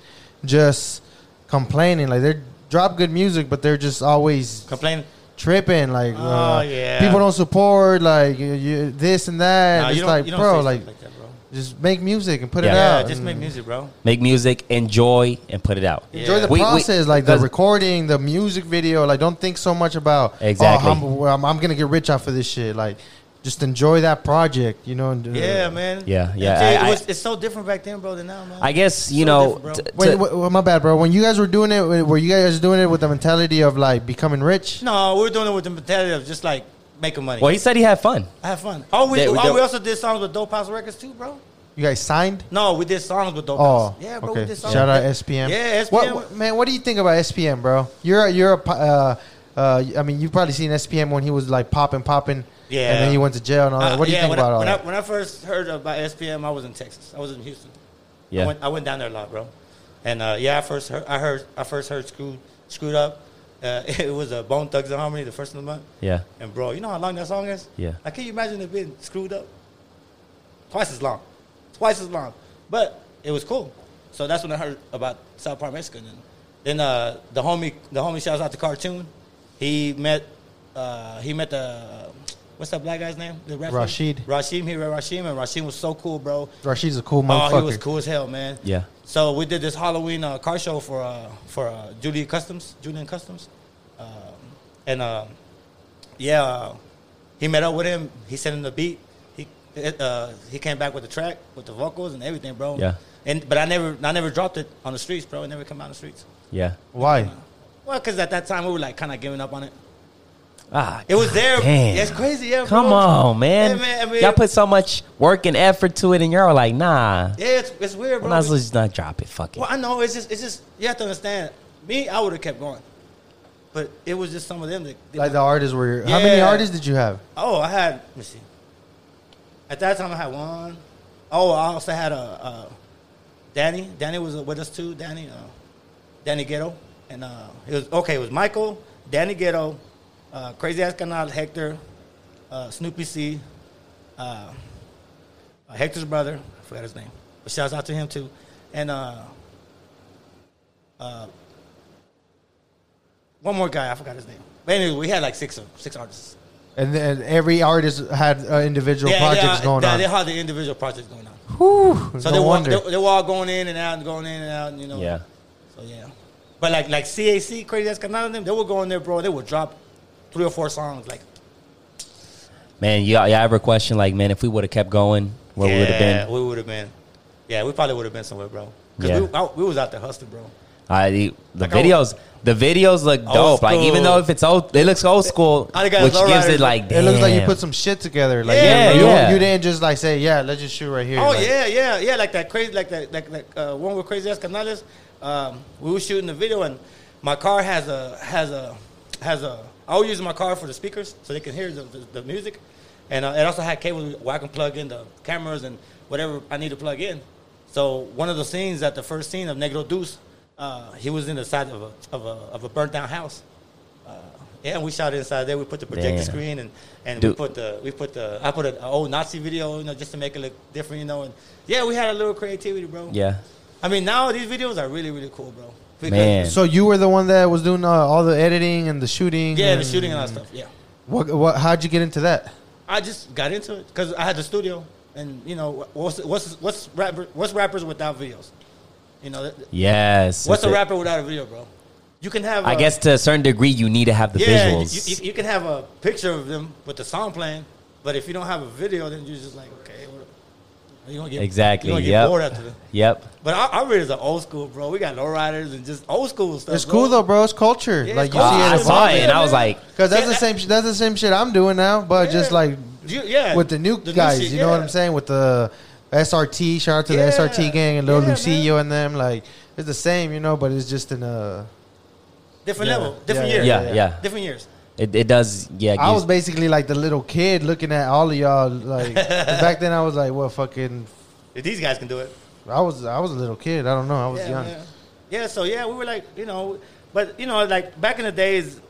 Speaker 2: just complaining, like they're drop good music, but they're just always
Speaker 3: Complain.
Speaker 2: tripping. Like,
Speaker 3: Oh,
Speaker 2: uh,
Speaker 3: yeah.
Speaker 2: people don't support. Like, you, you, this and that.
Speaker 3: Nah,
Speaker 2: it's
Speaker 3: you don't,
Speaker 2: like,
Speaker 3: you don't
Speaker 2: bro,
Speaker 3: say
Speaker 2: like,
Speaker 3: stuff like that, bro.
Speaker 2: just make music and put it
Speaker 1: Yeah.
Speaker 2: out.
Speaker 3: Yeah, just make
Speaker 2: and
Speaker 3: music, bro.
Speaker 1: Make music, enjoy, and put it out.
Speaker 3: Yeah.
Speaker 2: Enjoy the
Speaker 1: We- we-
Speaker 2: process, like the
Speaker 1: because-
Speaker 2: recording, the music video. Like, don't think so much about
Speaker 1: Exactly.
Speaker 2: Oh, I'm, well, I'm, I'm gonna get rich off of this shit. Like, just enjoy that project, you know. And, uh,
Speaker 3: Yeah, man.
Speaker 1: Yeah,
Speaker 3: I'm
Speaker 1: yeah,
Speaker 3: telling you,
Speaker 1: I-
Speaker 3: it was, it's so different back then, bro, than now, man.
Speaker 1: I guess you
Speaker 3: So
Speaker 1: know.
Speaker 3: different, bro.
Speaker 1: t- t-
Speaker 2: Wait, wait, wait, my bad, bro. When you guys were doing it, were you guys doing it with the mentality of like becoming rich?
Speaker 3: no, we we're doing it with the mentality of just like making money.
Speaker 1: well, he said he had fun.
Speaker 3: have fun. Oh, we,
Speaker 1: They-
Speaker 3: oh,
Speaker 1: they-
Speaker 3: we also did songs with Dope House Records too, bro.
Speaker 2: You guys signed?
Speaker 3: No, we did songs with Dope
Speaker 2: Oh,
Speaker 3: House. Yeah, bro, we
Speaker 2: okay.
Speaker 3: did songs.
Speaker 2: Shout out
Speaker 3: with-
Speaker 2: SPM.
Speaker 3: Yeah, SPM.
Speaker 2: What, what- man, what do you think about SPM, bro? You're a- you're a. po- Uh, uh, I mean, you've probably seen SPM when he was like popping, popping,
Speaker 3: Yeah.
Speaker 2: and then he went to jail and all that.
Speaker 3: Uh,
Speaker 2: What do you
Speaker 3: yeah,
Speaker 2: think
Speaker 3: when
Speaker 2: about
Speaker 3: I,
Speaker 2: all
Speaker 3: when
Speaker 2: that?
Speaker 3: I, when I first heard about SPM, I was in Texas. I was in Houston. I
Speaker 1: Yeah,
Speaker 3: went, I went down there a lot, bro. And uh, yeah, I first heard I heard I first heard screwed screwed up. Uh, it was a Bone Thugs and Harmony the first of the month.
Speaker 1: yeah,
Speaker 3: And bro, you know how long that song is?
Speaker 1: Yeah.
Speaker 3: Like, can you imagine it being screwed up? Twice as long, twice as long. But it was cool. So that's when I heard about South Park Mexican. And then uh, the homie, the homie shouts out the cartoon. He met, uh, he met the what's that black guy's name? The rapper?
Speaker 2: Rashid.
Speaker 3: Rashid. He met Rashid, and Rashid was so cool, bro.
Speaker 2: Rashid's a cool motherfucker.
Speaker 3: Oh, he was cool as hell, man.
Speaker 1: Yeah.
Speaker 3: So we did this Halloween uh, car show for uh, for uh, Julian Customs, Julian Customs, Um and uh, yeah, uh, he met up with him. He sent him the beat. He it, uh, he came back with the track, with the vocals and everything, bro.
Speaker 1: Yeah.
Speaker 3: And but I never I never dropped it on the streets, bro. It never came out on the streets.
Speaker 1: yeah.
Speaker 2: Why?
Speaker 3: Well, because at that time we were like kind of giving up on it.
Speaker 1: Ah,
Speaker 3: It was there.
Speaker 1: Damn.
Speaker 3: It's crazy. Yeah.
Speaker 1: Come
Speaker 3: bro.
Speaker 1: on, man.
Speaker 3: Yeah, man, I mean-
Speaker 1: y'all put so much work and effort to it, and y'all are like, nah.
Speaker 3: Yeah, it's, it's weird, bro.
Speaker 1: Might as well just not drop it. Fuck it.
Speaker 3: Well, I know it's just it's just you have to understand. Me, I would have kept going, but it was just some of them that.
Speaker 2: Like the artists were. How many
Speaker 3: Yeah.
Speaker 2: artists did you have?
Speaker 3: oh, I had. Let me see. At that time, I had one. Oh, I also had a, uh Danny. Danny was with us too. Danny, uh, Danny Ghetto, and uh, it was okay. It was Michael, Danny Ghetto, uh, Crazy Ass Canal, Hector, uh, Snoopy C, uh, Hector's brother. I forgot his name. But shouts out to him too, and. uh one more guy. I forgot his name. But anyway, we had like six of six artists.
Speaker 2: And then every artist had uh, individual projects
Speaker 3: they,
Speaker 2: going
Speaker 3: they,
Speaker 2: on.
Speaker 3: They had the individual projects going on. So
Speaker 2: no
Speaker 3: they, were,
Speaker 2: wonder.
Speaker 3: they, they were all going in and out and going in and out. And, you know.
Speaker 1: yeah.
Speaker 3: So yeah. But like like CAC, Crazy Ass Canada, them they were going there, bro. They would drop three or four songs. Like
Speaker 1: Man, y'all, y'all ever question, like, man, if we would have kept going, where we would have
Speaker 3: Yeah,
Speaker 1: been?
Speaker 3: We would have been. Yeah, we probably would have been somewhere, bro. Cause
Speaker 1: Yeah.
Speaker 3: we, I, we was out there hustling, bro.
Speaker 1: I, the the
Speaker 3: Like, I
Speaker 1: videos, the videos look dope. Like, even
Speaker 3: school.
Speaker 1: though if it's old, it looks old school,
Speaker 3: I
Speaker 1: which
Speaker 3: got
Speaker 1: gives
Speaker 3: low
Speaker 1: it
Speaker 3: riders,
Speaker 1: like,
Speaker 2: it looks like you
Speaker 1: damn.
Speaker 2: put some shit together. Like
Speaker 3: Yeah,
Speaker 2: you,
Speaker 1: yeah.
Speaker 2: you didn't just like say, "Yeah, let's just shoot right here."
Speaker 3: Oh
Speaker 2: Like,
Speaker 3: yeah, yeah, yeah. Like that crazy, like that, like like uh, one with crazy ass canales. Um, we were shooting the video, and my car has a has a has a. I always use my car for the speakers so they can hear the, the, the music, and uh, it also had cables where I can plug in the cameras and whatever I need to plug in. So one of the scenes at the first scene of Negro Deuce, uh, he was in the side of a of a of a burnt down house. Uh, yeah, we shot inside there. We put the projector
Speaker 1: Damn.
Speaker 3: screen and and we
Speaker 1: Dude.
Speaker 3: put the we put the I put an old Nazi video, you know, just to make it look different, you know. And yeah, we had a little creativity, bro.
Speaker 1: Yeah.
Speaker 3: I mean, now these videos are really really cool, bro. Because-
Speaker 1: Man.
Speaker 2: So you were the one that was doing uh, all the editing and the shooting.
Speaker 3: Yeah, the shooting and all that stuff. Yeah,
Speaker 2: What, what? How'd you get into that?
Speaker 3: I just got into it because I had the studio, and you know, what's what's what's rapper, what's rappers without videos? You know, that-
Speaker 1: Yes.
Speaker 3: what's
Speaker 1: it's
Speaker 3: a rapper without a video, bro? You can have.
Speaker 1: I
Speaker 3: uh,
Speaker 1: guess to a certain degree, you need to have the
Speaker 3: yeah, you-
Speaker 1: visuals.
Speaker 3: You, you can have a picture of them with the song playing, but if you don't have a video, then you're just like, okay, what, you're gonna get
Speaker 1: Exactly,
Speaker 3: You're gonna get
Speaker 1: yep.
Speaker 3: bored after this.
Speaker 1: yep.
Speaker 3: But our, our readers are old school, bro. We got lowriders and just old school stuff.
Speaker 2: It's
Speaker 3: bro.
Speaker 2: cool though, bro. It's culture.
Speaker 3: Yeah,
Speaker 2: like
Speaker 3: it's
Speaker 2: you
Speaker 1: Uh,
Speaker 3: culture.
Speaker 2: see it
Speaker 1: I
Speaker 3: as
Speaker 1: saw
Speaker 3: well.
Speaker 1: it and I was like,
Speaker 2: because that's
Speaker 3: Yeah,
Speaker 2: the
Speaker 3: that-
Speaker 2: same. sh- That's the same shit I'm doing now, but just
Speaker 3: Yeah.
Speaker 2: like
Speaker 3: You- yeah,
Speaker 2: with the new
Speaker 3: the new
Speaker 2: guys.
Speaker 3: shit,
Speaker 2: you know what
Speaker 3: yeah.
Speaker 2: I'm saying? With the SRT. Shout out to
Speaker 3: Yeah.
Speaker 2: the SRT gang and Lil
Speaker 3: Yeah,
Speaker 2: Lucio E and them. Like it's the same, you know, but it's just in a.
Speaker 3: different
Speaker 2: Yeah.
Speaker 3: level, different
Speaker 2: Yeah,
Speaker 3: years,
Speaker 1: yeah, yeah.
Speaker 3: different years.
Speaker 1: It, it does, yeah.
Speaker 2: I
Speaker 1: gives-
Speaker 2: was basically like the little kid looking at all of y'all. Like 'cause back then, I was like, "Well, fucking."
Speaker 3: If these guys can do it.
Speaker 2: I was I was a little kid. I don't know. I was
Speaker 3: yeah,
Speaker 2: young.
Speaker 3: man. Yeah, so yeah, we were like, you know, but you know, like back in the days,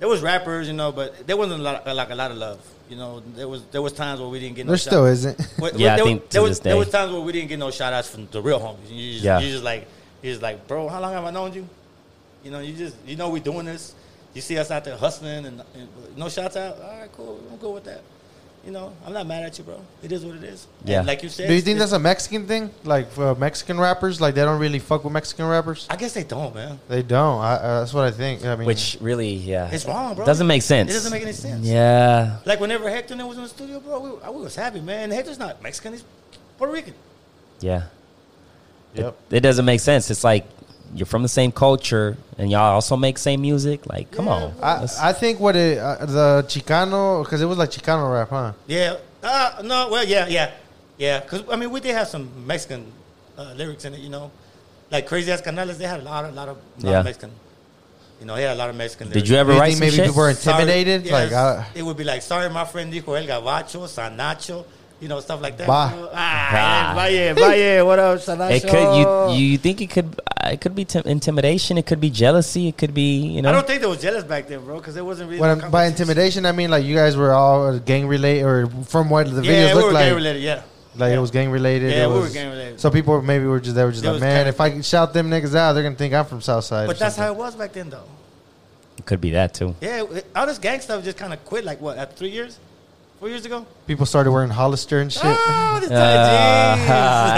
Speaker 3: there was rappers, you know, but there wasn't a lot, like a lot of love. You know, there was there was times where we didn't get no
Speaker 2: There
Speaker 3: shot.
Speaker 2: still isn't.
Speaker 3: Well,
Speaker 1: Yeah, I
Speaker 3: there,
Speaker 1: think to
Speaker 3: there was
Speaker 1: this
Speaker 3: there was
Speaker 1: day.
Speaker 3: times where we didn't get no shout outs from the real homies. You just,
Speaker 1: Yeah.
Speaker 3: you just like you just like, bro, how long have I known you? You know, you just you know we doing this. You see us out there hustling and, and no shots out. All right, cool. I'm good with that. You know, I'm not mad at you, bro. It is what it is. And
Speaker 1: Yeah.
Speaker 3: like you said.
Speaker 2: Do you think
Speaker 3: it's-
Speaker 2: that's a Mexican thing? Like for Mexican rappers, like they don't really fuck with Mexican rappers.
Speaker 3: I guess they don't, man.
Speaker 2: They don't. I, uh, that's what I think. I mean,
Speaker 1: Which really, yeah,
Speaker 3: It's wrong, bro.
Speaker 1: Doesn't make sense.
Speaker 3: It doesn't make any sense.
Speaker 1: Yeah,
Speaker 3: Like whenever Hector and I was in the studio, bro, we, I- we was happy, man. Hector's not Mexican; he's Puerto Rican.
Speaker 1: yeah.
Speaker 2: yep.
Speaker 1: It doesn't make sense. It's like you're from the same culture and y'all also make same music. Like, come
Speaker 3: Yeah,
Speaker 1: on.
Speaker 2: I,
Speaker 1: That's-
Speaker 2: I think what it, uh, the Chicano because it was like Chicano rap, huh?
Speaker 3: Yeah. Uh, no. Well, yeah, yeah, yeah. Because I mean, we did have some Mexican uh, lyrics in it, you know, like Crazy Ass Canales. They had a lot, a lot of, lot
Speaker 1: Yeah.
Speaker 3: of Mexican. You know, he had a lot of Mexican.
Speaker 1: Did
Speaker 3: lyrics.
Speaker 1: you
Speaker 2: Do
Speaker 1: ever
Speaker 2: you
Speaker 1: write
Speaker 2: think
Speaker 1: some
Speaker 2: maybe
Speaker 1: shit?
Speaker 2: people were
Speaker 3: Sorry-
Speaker 2: intimidated?
Speaker 3: yes,
Speaker 2: Like, uh,
Speaker 3: it would be like, sorry, my friend dijo el gabacho, sanacho, you know, stuff like that.
Speaker 2: Bah.
Speaker 3: you know?
Speaker 1: Bah.
Speaker 3: Ah, Valle, Valle, what up, sanacho?
Speaker 1: it could you you think it could uh, it could be tim- intimidation. It could be jealousy. It could be you know.
Speaker 3: I don't think they was jealous back then, bro, because it wasn't really.
Speaker 2: What
Speaker 3: no
Speaker 2: I'm, by
Speaker 3: competition.
Speaker 2: intimidation, I mean like you guys were all gang related, or from what the
Speaker 3: Yeah,
Speaker 2: videos
Speaker 3: we
Speaker 2: looked
Speaker 3: were
Speaker 2: like,
Speaker 3: gang related. Yeah,
Speaker 2: like it was gang related.
Speaker 3: Yeah,
Speaker 2: it
Speaker 3: we were
Speaker 2: was-
Speaker 3: gang related.
Speaker 2: So people maybe were just they were just
Speaker 3: It
Speaker 2: like,
Speaker 3: was
Speaker 2: man,
Speaker 3: kinda-
Speaker 2: if I shout them niggas out, they're gonna think I'm from Southside.
Speaker 3: but that's how it was back then, though.
Speaker 1: it could be that too.
Speaker 3: Yeah, it- all this gang stuff just kind of quit. Like what? After three years, four years ago.
Speaker 2: people started wearing Hollister and shit.
Speaker 3: Oh, this
Speaker 1: Uh,
Speaker 3: tight jeans.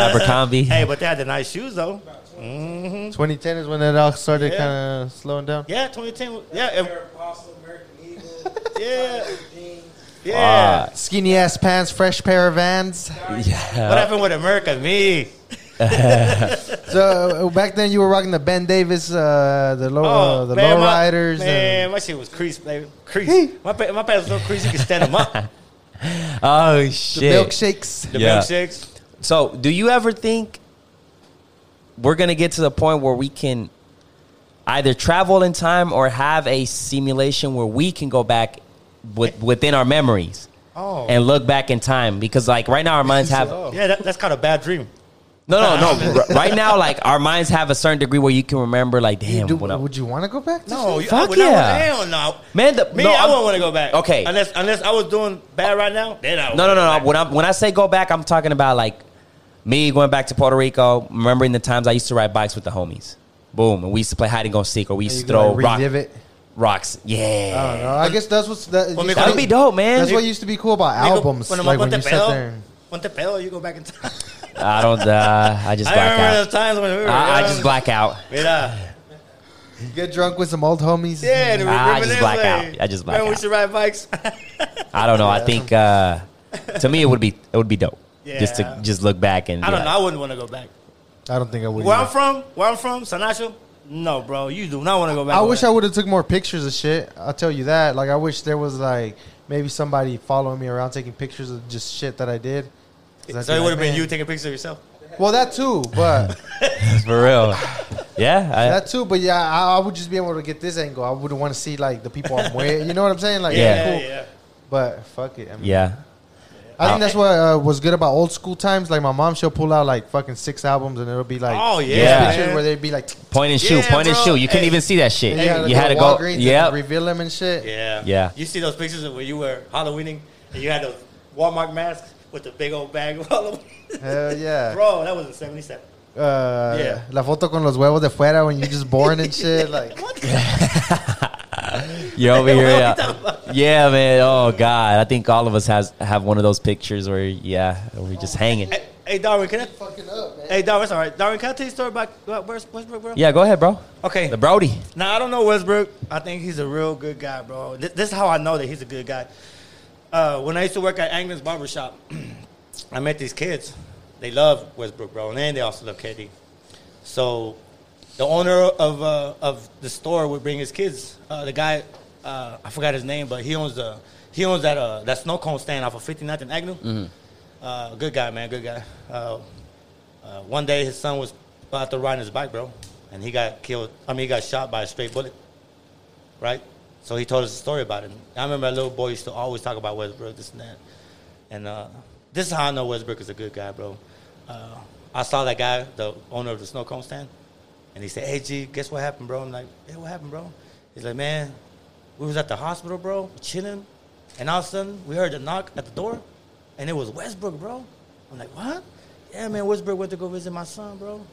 Speaker 1: Abercrombie.
Speaker 3: hey, but they had the nice shoes though. hmm
Speaker 2: 2010 is when it all started
Speaker 3: Yeah.
Speaker 2: kind of slowing down.
Speaker 3: Yeah, 2010. Yeah, it-
Speaker 4: Apostle, American Eagle,
Speaker 3: yeah,
Speaker 4: jeans.
Speaker 3: yeah.
Speaker 2: Skinny ass pants, fresh pair of Vans.
Speaker 1: Uh, yeah.
Speaker 3: What happened with America? Me.
Speaker 2: So uh, back then you were rocking the Ben Davis, uh, the
Speaker 1: Oh,
Speaker 2: low, uh, the
Speaker 3: Oh, man,
Speaker 2: low
Speaker 3: my-
Speaker 2: riders.
Speaker 3: Man, my shit was creased, baby. Creased. my pa- my pants was so creased you could stand them up.
Speaker 1: Oh
Speaker 2: and the
Speaker 1: shit.
Speaker 2: milkshakes.
Speaker 3: The
Speaker 1: Yeah.
Speaker 3: milkshakes.
Speaker 1: So, do you ever think we're going to get to the point where we can either travel in time or have a simulation where we can go back with, within our memories
Speaker 3: Oh.
Speaker 1: and look back in time? Because, like, right now, our minds have. No,
Speaker 3: Yeah, that, that's called a bad dream.
Speaker 1: no, no. R- right now, like, our minds have a certain degree where you can remember, like, damn,
Speaker 2: Do-
Speaker 1: what up?
Speaker 2: would you want to go back? To
Speaker 3: No, you,
Speaker 1: Fuck
Speaker 3: I would not-
Speaker 1: yeah.
Speaker 3: Hell no.
Speaker 1: Man, the,
Speaker 3: Me,
Speaker 1: no,
Speaker 3: I
Speaker 1: I'm-
Speaker 3: wouldn't want to go back.
Speaker 1: Okay.
Speaker 3: Unless unless I was doing bad right now, then I would.
Speaker 1: No, no, no, no. When, I'm, when I say go back, I'm talking about like me going back to Puerto Rico, remembering the times I used to ride bikes with the homies. Boom. And we used to play hide and go seek, or we used
Speaker 2: you
Speaker 1: to
Speaker 2: could,
Speaker 1: throw
Speaker 2: like,
Speaker 1: rock,
Speaker 2: relive it.
Speaker 1: rocks.
Speaker 2: I don't
Speaker 1: Yeah.
Speaker 2: know. I guess that's what's that.
Speaker 3: Well,
Speaker 2: used
Speaker 1: That
Speaker 2: to
Speaker 1: would be dope, man.
Speaker 2: That's what used to be cool about albums.
Speaker 3: When I'm
Speaker 2: like
Speaker 3: up
Speaker 2: when
Speaker 3: on the
Speaker 2: you sat
Speaker 3: bell,
Speaker 2: there. And,
Speaker 3: on the bell, you go back in time.
Speaker 1: I don't. Uh, I just
Speaker 3: I
Speaker 1: black
Speaker 3: remember
Speaker 1: out.
Speaker 3: those times when we were.
Speaker 1: I, I
Speaker 3: young.
Speaker 1: just black out.
Speaker 3: Mira.
Speaker 2: get drunk with some old homies.
Speaker 3: Yeah, and we
Speaker 1: I
Speaker 3: remember
Speaker 1: just
Speaker 3: this
Speaker 1: black
Speaker 3: way.
Speaker 1: out. I just black
Speaker 3: Remember
Speaker 1: out.
Speaker 3: we should ride bikes.
Speaker 1: I don't know. I think uh, to me it would be it would be dope. Just to
Speaker 3: Yeah.
Speaker 1: just look back and
Speaker 3: I don't
Speaker 1: be
Speaker 3: know.
Speaker 1: like,
Speaker 3: I wouldn't want to go back.
Speaker 2: I don't think I would.
Speaker 3: Where I'm
Speaker 2: either.
Speaker 3: from, where I'm from, Sanacho. No, bro, you do not want to go back.
Speaker 2: I
Speaker 3: over
Speaker 2: wish
Speaker 3: there.
Speaker 2: I would have took more pictures of shit. I'll tell you that. Like I wish there was like maybe somebody following me around taking pictures of just shit that I did. 'Cause I'd
Speaker 3: So
Speaker 2: be
Speaker 3: it
Speaker 2: like,
Speaker 3: would have been
Speaker 2: "Man."
Speaker 3: you taking pictures of yourself.
Speaker 2: Well, that too, but
Speaker 1: for real. Yeah.
Speaker 2: that too, but yeah, I, I would just be able to get this angle. I wouldn't want to see like the people I'm with. You know what I'm saying? Like,
Speaker 1: Yeah.
Speaker 2: yeah, cool.
Speaker 3: yeah.
Speaker 2: But fuck it. I
Speaker 1: I,
Speaker 2: mean,
Speaker 1: yeah.
Speaker 2: I think that's what uh, was good about old school times. Like my mom, she'll pull out like fucking six albums, and it'll be like,
Speaker 3: Oh, yeah,
Speaker 1: Yeah.
Speaker 2: pictures
Speaker 3: man.
Speaker 2: where they'd be like,
Speaker 1: Point and shoot.
Speaker 3: Yeah,
Speaker 1: point and
Speaker 3: bro.
Speaker 1: shoot. You couldn't
Speaker 3: Hey.
Speaker 1: even see that shit.
Speaker 2: and you
Speaker 1: you had to go.
Speaker 2: Walgreens and
Speaker 1: Yeah.
Speaker 2: reveal them and shit.
Speaker 3: Yeah.
Speaker 1: Yeah.
Speaker 3: You see those pictures of where you were Halloweening and you had those Walmart masks with the big old bag of Halloween.
Speaker 2: Hell yeah.
Speaker 3: Bro, that was in 77.
Speaker 2: Uh,
Speaker 3: Yeah.
Speaker 2: La foto con los huevos de fuera when you just born and shit. Like,
Speaker 3: What the hell?
Speaker 1: You're over here,
Speaker 3: What are we
Speaker 1: yeah.
Speaker 3: talking about?
Speaker 1: yeah, man. Oh God, I think all of us has have one of those pictures where, yeah, we're just hanging.
Speaker 3: Hey, hey, Darwin, can I?
Speaker 2: fucking up, man.
Speaker 3: Hey, Darwin, it's all right. Darwin, can I tell you a story about about Wes- Westbrook, bro?
Speaker 1: Yeah, go ahead, bro.
Speaker 3: Okay.
Speaker 1: The Brody.
Speaker 3: Now I don't know Westbrook. I think he's a real good guy, bro. This, this is how I know that he's a good guy. Uh, when I used to work at Anglin's barbershop, I met these kids. They love Westbrook, bro, and then they also love KD. So the owner of uh, of the store would bring his kids. Uh, the guy, uh, I forgot his name, but he owns the he owns that uh, that snow cone stand off of 59th and Agnew. Uh, good guy, man. Good guy. Uh, uh, one day his son was out there riding his bike, bro, and he got killed. I mean, he got shot by a straight bullet, right? So he told us a story about it. I remember a little boy used to always talk about Westbrook, this and that. And uh, this is how I know Westbrook is a good guy, bro. Uh, I saw that guy, the owner of the snow cone stand, and he said, "Hey, G, guess what happened, bro?" I'm like, "Yeah, what happened, bro?" He's like, "Man, we was at the hospital, bro, chilling, and all of a sudden we heard a knock at the door, and it was Westbrook, bro." I'm like, "What?" Yeah, man, Westbrook went to go visit my son, bro.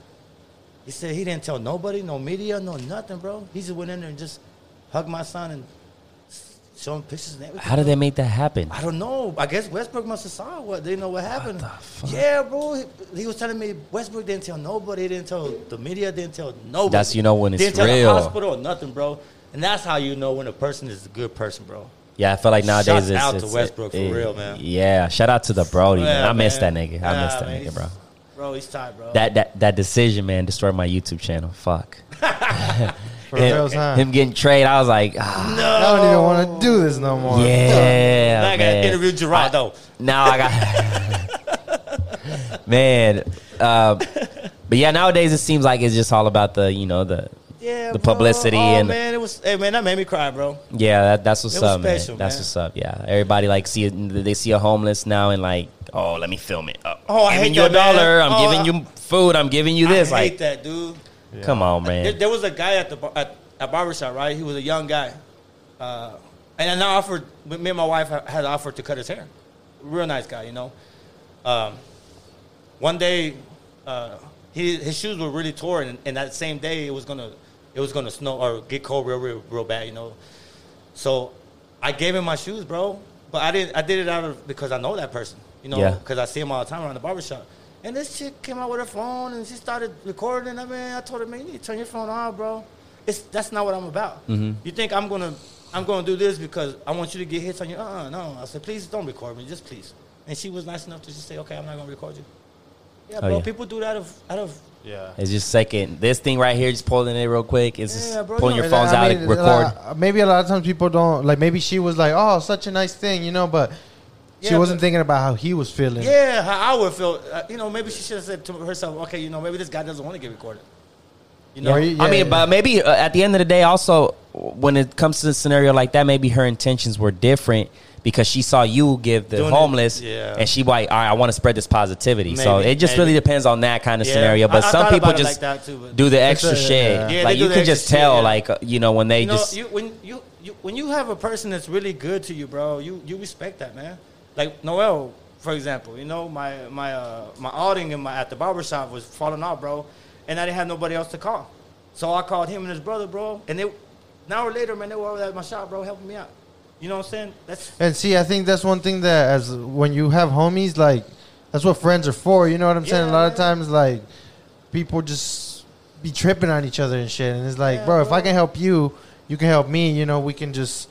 Speaker 3: He said he didn't tell nobody, no media, no nothing, bro. He just went in there and just hugged my son and s- showed him pictures and everything.
Speaker 1: How did they make that happen?
Speaker 3: I don't know. I guess Westbrook must have saw what they know what happened.
Speaker 1: the fuck?
Speaker 3: Yeah, bro. He, he was telling me Westbrook didn't tell nobody. Didn't tell the media. Didn't tell nobody.
Speaker 1: That's- you know when it's
Speaker 3: didn't tell
Speaker 1: real.
Speaker 3: The hospital or nothing, bro. And that's how you know when a person is a good person, bro.
Speaker 1: Yeah, I feel like nowadays
Speaker 3: Shouts
Speaker 1: it's
Speaker 3: out to
Speaker 1: it's-
Speaker 3: Westbrook for real, man.
Speaker 1: Yeah, shout out to the Brody. man.
Speaker 3: Yeah,
Speaker 1: I miss that
Speaker 3: man.
Speaker 1: nigga. I
Speaker 3: Nah,
Speaker 1: miss that
Speaker 3: man,
Speaker 1: nigga,
Speaker 3: he's-
Speaker 1: bro.
Speaker 3: Bro, he's tight, bro.
Speaker 1: That that that decision, man, destroyed my YouTube channel. Fuck.
Speaker 2: For
Speaker 1: him,
Speaker 2: reals, huh?
Speaker 1: him getting traded, I was like, ah,
Speaker 2: I don't even want to do this no more.
Speaker 1: yeah,
Speaker 3: Now I got
Speaker 1: man.
Speaker 3: to interview Geraldo.
Speaker 1: Now I got, man. Uh, but yeah, nowadays it seems like it's just all about the, you know, the
Speaker 3: Yeah,
Speaker 1: the
Speaker 3: bro.
Speaker 1: publicity
Speaker 3: Oh,
Speaker 1: and the-
Speaker 3: man, it was. Hey, man, that made me cry, bro.
Speaker 1: Yeah, that, that's what's
Speaker 3: It was
Speaker 1: up,
Speaker 3: special,
Speaker 1: man. That's
Speaker 3: man.
Speaker 1: what's up. Yeah, everybody like see they see a homeless now and like, oh, let me film it. Oh,
Speaker 3: Oh, I
Speaker 1: I'm giving
Speaker 3: hate
Speaker 1: you a
Speaker 3: that, man.
Speaker 1: dollar. I'm
Speaker 3: Oh, I-
Speaker 1: giving you food. I'm giving you this.
Speaker 3: I hate
Speaker 1: like,
Speaker 3: that, dude.
Speaker 1: come on, man.
Speaker 3: There, there was a guy at the bar- at, at barbershop, right? He was a young guy, uh, and I offered. Me and my wife ha- had offered to cut his hair. Real nice guy, you know. Um, one day, uh, he, his shoes were really torn, and, and that same day it was gonna it was gonna snow or get cold real real real bad, you know. So I gave him my shoes, bro. But I didn't. I did it out of because I know that person, you know,
Speaker 1: Yeah.
Speaker 3: because I see him all the time around the barbershop. And this chick came out with her phone and she started recording. I mean, I told her, man, you need to turn your phone off, bro. It's that's not what I'm about. You think I'm gonna I'm gonna do this because I want you to get hits on you? Uh, uh no. I said, please don't record me, just please. And she was nice enough to just say, okay, I'm not gonna record you. Yeah,
Speaker 1: Oh,
Speaker 3: bro.
Speaker 1: yeah.
Speaker 3: People do that out of out of
Speaker 2: Yeah.
Speaker 1: it's just second. This thing right here, just pulling it real quick. It's
Speaker 3: Yeah,
Speaker 1: just
Speaker 3: bro,
Speaker 1: pulling
Speaker 3: you
Speaker 1: your
Speaker 2: And
Speaker 1: phones
Speaker 2: I
Speaker 1: out
Speaker 2: mean,
Speaker 1: and record.
Speaker 2: like, maybe a lot of times people don't like. Maybe she was like, "Oh, such a nice thing," you know, but she
Speaker 3: Yeah,
Speaker 2: wasn't
Speaker 3: but-
Speaker 2: thinking about how he was feeling.
Speaker 3: yeah. How I would feel, uh, you know, maybe she should have said to herself, okay, you know, maybe this guy doesn't want to get recorded. You know,
Speaker 2: Or he-
Speaker 1: I
Speaker 2: yeah,
Speaker 1: mean,
Speaker 2: yeah.
Speaker 1: but maybe uh, at the end of the day, also when it comes to a scenario like that, maybe her intentions were different because she saw you give the
Speaker 3: Doing it-
Speaker 1: homeless,
Speaker 3: yeah.
Speaker 1: and she like, all right, I want to spread this positivity. so
Speaker 3: Maybe,
Speaker 1: it just
Speaker 3: maybe.
Speaker 1: really depends on that kind of
Speaker 3: Yeah.
Speaker 1: scenario. But
Speaker 3: I- I
Speaker 1: some
Speaker 3: thought
Speaker 1: people
Speaker 3: about it
Speaker 1: just
Speaker 3: like that too, but-
Speaker 1: do the
Speaker 2: It's a-
Speaker 1: extra shit.
Speaker 2: yeah.
Speaker 3: Yeah, they
Speaker 1: like
Speaker 3: do
Speaker 1: you
Speaker 3: the
Speaker 1: can
Speaker 3: extra
Speaker 1: just
Speaker 3: shit,
Speaker 1: tell,
Speaker 3: yeah.
Speaker 1: like uh, you know, when they
Speaker 3: you know,
Speaker 1: just
Speaker 3: you, when you, you when you have a person that's really good to you, bro, you you respect that, man. Like Noel, for example, you know, my my uh, my outing in my at the barber shop was falling off, bro, and I didn't have nobody else to call, so I called him and his brother, bro, and they an hour later, man, they were over at my shop, bro, helping me out. You know what I'm saying? That's
Speaker 2: And see, I think that's one thing that as when you have homies, like that's what friends are for. You know what I'm saying? A
Speaker 3: Yeah,
Speaker 2: lot of
Speaker 3: man.
Speaker 2: times, like people just be tripping on each other and shit. And it's like,
Speaker 3: Yeah,
Speaker 2: bro, if I
Speaker 3: bro.
Speaker 2: can help you, you can help me. You know, we can just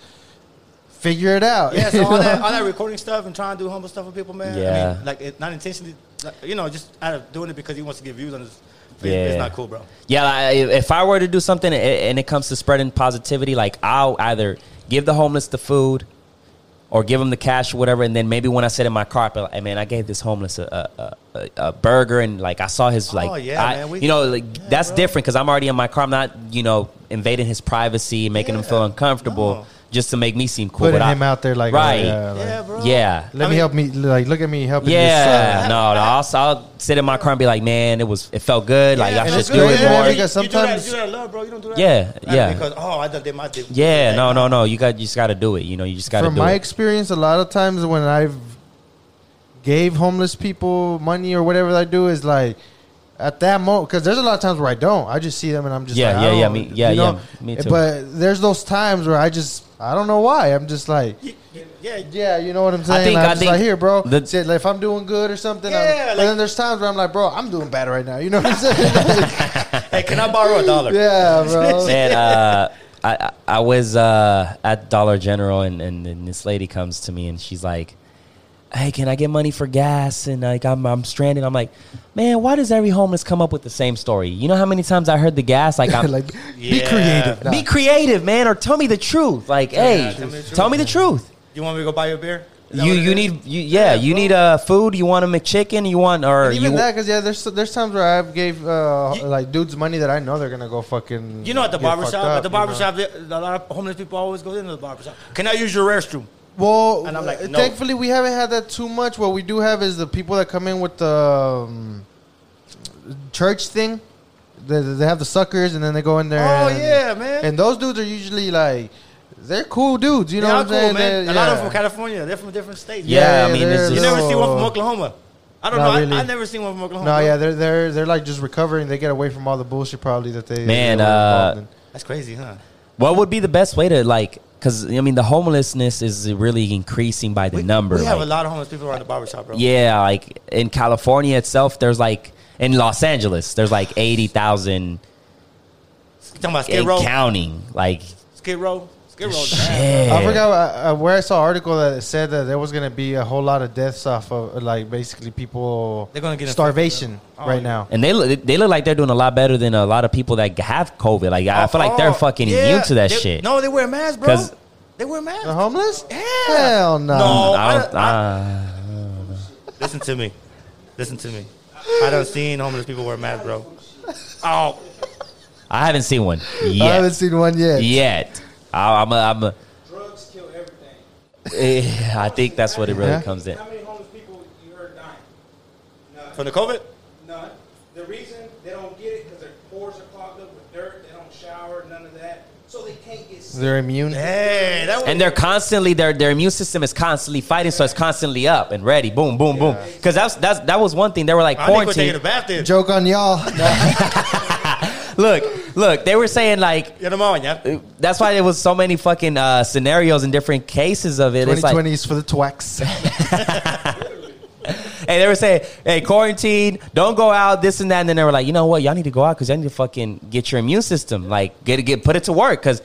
Speaker 2: figure it out.
Speaker 3: Yeah,
Speaker 2: you
Speaker 3: so all
Speaker 2: know?
Speaker 3: that, all that recording stuff and trying to do humble stuff with people, man. I
Speaker 1: Yeah.
Speaker 3: mean, like it, not intentionally, like, you know, just out of doing it because he wants to get views on his. it's-
Speaker 1: Yeah.
Speaker 3: It's not cool, bro.
Speaker 1: Yeah, like, if if I were to do something a- and it comes to spreading positivity, like I'll either give the homeless the food or give them the cash or whatever, and then maybe when I sit in my car, I'll be like, hey man, I gave this homeless a, a, a, a burger and like I saw his like,
Speaker 3: Oh, yeah,
Speaker 1: I-
Speaker 3: man, we-
Speaker 1: you know, like that's
Speaker 3: bro.
Speaker 1: different because I'm already in my car. I'm not you know invading his privacy, making him
Speaker 3: Yeah,
Speaker 1: feel uncomfortable
Speaker 3: no.
Speaker 1: just to make me seem cool.
Speaker 2: putting
Speaker 1: but I-
Speaker 2: him out there, like, oh,
Speaker 1: right?
Speaker 2: yeah, like,
Speaker 3: Yeah, bro.
Speaker 1: Yeah.
Speaker 2: Let
Speaker 3: I
Speaker 2: me
Speaker 3: mean-
Speaker 2: help me. Like, look at me helping. you
Speaker 1: Yeah,
Speaker 2: son.
Speaker 1: no, no. I'll, I'll sit in my car and be like, "Man, it was, it felt good. Like
Speaker 3: Yeah,
Speaker 1: I
Speaker 2: and
Speaker 1: should
Speaker 2: it's
Speaker 1: do
Speaker 2: good,
Speaker 1: it
Speaker 2: man,
Speaker 1: more."
Speaker 2: because sometimes-
Speaker 3: you do that, you do that love, bro. You don't do that.
Speaker 1: Yeah,
Speaker 3: Not
Speaker 1: yeah.
Speaker 3: Because oh, I done did my did.
Speaker 1: Yeah, no, no, no. You got you just got to do it. You know, you just got to
Speaker 2: From
Speaker 1: do
Speaker 2: my
Speaker 1: it.
Speaker 2: experience, a lot of times when I've gave homeless people money or whatever I do is like at that moment because there's a lot of times where I don't. I just see them and I'm just
Speaker 1: Yeah,
Speaker 2: like, I
Speaker 1: yeah, yeah,
Speaker 2: don't-
Speaker 1: me- yeah,
Speaker 2: you know?
Speaker 1: yeah, me too.
Speaker 2: But there's those times where I just I don't know why I'm just like.
Speaker 3: You- you- Yeah,
Speaker 2: Yeah, you know what I'm saying. I
Speaker 1: think-
Speaker 2: think,
Speaker 1: I
Speaker 2: I'm just
Speaker 1: think
Speaker 2: like, here, bro.
Speaker 1: the-
Speaker 2: Shit, like, if I'm doing good or something,
Speaker 3: Yeah,
Speaker 2: yeah,
Speaker 3: like-
Speaker 2: but then there's times where I'm like, bro, I'm doing bad right now. You know what I'm saying?
Speaker 3: Hey, can I borrow a dollar?
Speaker 2: yeah, bro.
Speaker 1: And uh, I I I was uh, at Dollar General and, and and this lady comes to me and she's like, "Hey, can I get money for gas?" And like I'm I'm stranded. I'm like, "Man, why does every homeless come up with the same story? You know how many times I heard the gas like I'm
Speaker 2: like, be
Speaker 3: Yeah.
Speaker 2: creative.
Speaker 1: be
Speaker 2: Nah.
Speaker 1: creative, man, or tell me the truth. Like, hey,
Speaker 3: tell me the truth.
Speaker 1: tell me the truth."
Speaker 3: You want me to go buy you a beer? Is that
Speaker 1: You
Speaker 3: what it
Speaker 1: you
Speaker 3: is?
Speaker 1: need you, yeah, you need uh food. You want a McChicken? You want or
Speaker 2: And even
Speaker 1: you
Speaker 2: that, because yeah, there's there's times where I've gave uh,
Speaker 3: You-
Speaker 2: like dudes money that I know they're gonna go fucking.
Speaker 3: You know, at the
Speaker 2: get
Speaker 3: barber
Speaker 2: fucked
Speaker 3: shop,
Speaker 2: up,
Speaker 3: at the
Speaker 2: you know?
Speaker 3: barber shop, there- a lot of homeless people always go into the barber shop. Can I use your restroom?
Speaker 2: Well,
Speaker 3: And I'm like,
Speaker 2: uh,
Speaker 3: no.
Speaker 2: thankfully we haven't had that too much. What we do have is the people that come in with the um, church thing. They, they have the suckers, and then they go in there.
Speaker 3: Oh
Speaker 2: and-
Speaker 3: yeah, man.
Speaker 2: and those dudes are usually like they're cool dudes. You know
Speaker 3: They
Speaker 2: what
Speaker 3: are
Speaker 2: I'm saying?
Speaker 3: man. A
Speaker 2: They're-
Speaker 3: lot of
Speaker 2: yeah.
Speaker 3: them from California. They're from different states.
Speaker 1: Yeah, I mean,
Speaker 2: they're
Speaker 1: it's just-
Speaker 2: a
Speaker 3: You never see one from
Speaker 2: little-
Speaker 3: Oklahoma. I don't
Speaker 2: Not
Speaker 3: know.
Speaker 2: really.
Speaker 3: I, I never seen one from Oklahoma.
Speaker 2: No,
Speaker 3: bro.
Speaker 2: yeah, they're they're they're like just recovering. They get away from all the bullshit probably that they
Speaker 1: Man,
Speaker 2: they were
Speaker 1: uh,
Speaker 2: involved in.
Speaker 3: That's crazy, huh?
Speaker 1: What would be the best way to like? Because I mean, the homelessness is really increasing by the
Speaker 3: We,
Speaker 1: number.
Speaker 3: We have
Speaker 1: like-
Speaker 3: a lot of homeless people around the barbershop, bro.
Speaker 1: Yeah, like in California itself, there's like in Los Angeles, there's like eighty thousand
Speaker 3: You talking about Skid
Speaker 1: and
Speaker 3: Row?
Speaker 1: counting. Like
Speaker 3: Skid Row? Skid Row.
Speaker 1: shit.
Speaker 2: I forgot uh, uh, where I saw an article that said that there was gonna be a whole lot of deaths off of uh, like basically people
Speaker 3: They're gonna get infected,
Speaker 2: starvation
Speaker 3: bro. Oh,
Speaker 2: right
Speaker 3: yeah.
Speaker 2: now.
Speaker 1: And they look, they look like they're doing a lot better than a lot of people that have COVID. Like I feel like they're
Speaker 3: Oh,
Speaker 1: fucking
Speaker 3: yeah.
Speaker 1: immune to that
Speaker 3: They-
Speaker 1: shit.
Speaker 3: No, they wear masks, bro.
Speaker 1: 'Cause-
Speaker 3: They wear masks.
Speaker 2: The homeless?
Speaker 3: Yeah.
Speaker 2: Hell no.
Speaker 3: No.
Speaker 1: I don't, uh,
Speaker 3: I-
Speaker 1: I-
Speaker 3: Listen to me. Listen to me. I done seen homeless people wear masks, bro. Oh,
Speaker 1: I haven't seen one
Speaker 2: I haven't
Speaker 1: yet.
Speaker 2: seen one yet.
Speaker 1: yet. I, I'm a, I'm a,
Speaker 4: Drugs kill everything.
Speaker 1: eh, I think that's what it really
Speaker 2: Yeah.
Speaker 1: comes in.
Speaker 4: How many homeless people you heard dying? None.
Speaker 3: from the COVID?
Speaker 4: None. The reason they don't get it because their pores are clogged up with dirt. They don't shower. None of that. So they can't get sick.
Speaker 2: They're immune.
Speaker 3: Hey, that was.
Speaker 1: And they're constantly their their immune system is constantly fighting, so it's constantly up and ready. Boom, boom, boom. Because that's that's that was one thing they were like
Speaker 3: I think we're taking a
Speaker 1: quarantine.
Speaker 3: bath then.
Speaker 2: Joke on y'all.
Speaker 1: Look, look, they were saying like
Speaker 3: Get them on, yeah.
Speaker 1: uh, that's why there was so many fucking uh, scenarios and different cases of it. It's like
Speaker 2: 2020 is for the twacks.
Speaker 1: Hey, they were saying, hey, quarantine, don't go out, this and that. And then they were like, you know what? Y'all need to go out because y'all need to fucking get your immune system. Like, get get put it to work because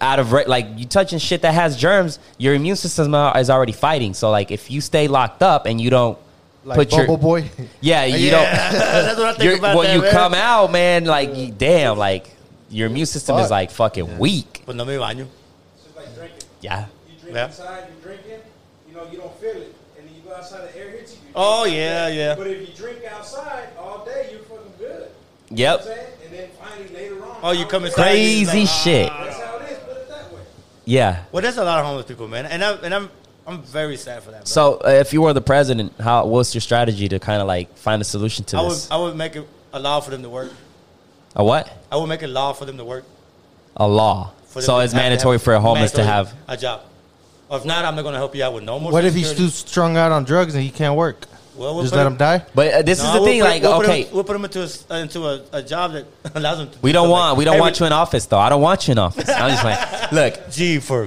Speaker 1: out of, re- like, you touching shit that has germs, your immune system uh, is already fighting. So, like, if you stay locked up and you don't
Speaker 2: like
Speaker 1: put
Speaker 2: Bubble
Speaker 1: your,
Speaker 2: Boy.
Speaker 1: yeah, you
Speaker 3: yeah. That's what I
Speaker 1: don't,
Speaker 3: think
Speaker 1: you're,
Speaker 3: about.
Speaker 1: when
Speaker 3: that,
Speaker 1: you
Speaker 3: man.
Speaker 1: come out, man, like, you, damn, like, your immune system is
Speaker 2: Fuck.
Speaker 1: like fucking weak.
Speaker 3: Pues no me baño.
Speaker 4: It's just like drinking.
Speaker 1: Yeah.
Speaker 4: You drink
Speaker 3: Yeah.
Speaker 4: inside. You're drinking. You know you don't feel it, and then you go outside. The air hits you. you
Speaker 3: Oh,
Speaker 4: drink all
Speaker 3: yeah,
Speaker 4: day.
Speaker 3: yeah.
Speaker 4: But if you drink outside all day, you're fucking good. You know what I'm
Speaker 1: Yep.
Speaker 4: saying? And then finally later on.
Speaker 3: Oh, you come inside.
Speaker 1: Crazy
Speaker 3: you're like,
Speaker 1: shit.
Speaker 4: That's how it is. Put it that way.
Speaker 1: Yeah.
Speaker 3: Well, there's a lot of homeless people, man, and I'm and I'm I'm very sad for that. Bro.
Speaker 1: So, uh, if you were the president, how what's your strategy to kind of like find a solution to
Speaker 3: I would
Speaker 1: this?
Speaker 3: I would make it allow for them to work.
Speaker 1: a what?
Speaker 3: I would make it law for them to work.
Speaker 1: a law.
Speaker 3: For them
Speaker 1: so
Speaker 3: to
Speaker 1: it's
Speaker 3: have to
Speaker 1: mandatory
Speaker 3: have-
Speaker 1: for a homeless to
Speaker 3: mandatory
Speaker 1: have.
Speaker 3: a job. Or if not, I'm not going to help you out with no more.
Speaker 2: What if he's
Speaker 3: security.
Speaker 2: too strung out on drugs and he can't work?
Speaker 3: Well, we'll
Speaker 2: Just
Speaker 3: put
Speaker 2: let
Speaker 3: him-
Speaker 2: him die.
Speaker 1: But uh, this
Speaker 3: No,
Speaker 1: is the
Speaker 3: we'll
Speaker 1: thing.
Speaker 3: put-
Speaker 1: like,
Speaker 3: we'll put him-
Speaker 1: okay,
Speaker 3: we'll put him into a s- into a, a job that allows him. to
Speaker 1: we
Speaker 3: do
Speaker 1: don't
Speaker 3: something.
Speaker 1: want we don't
Speaker 3: Hey,
Speaker 1: want you in office though. I don't want you in office. I'm just like, look,
Speaker 3: G for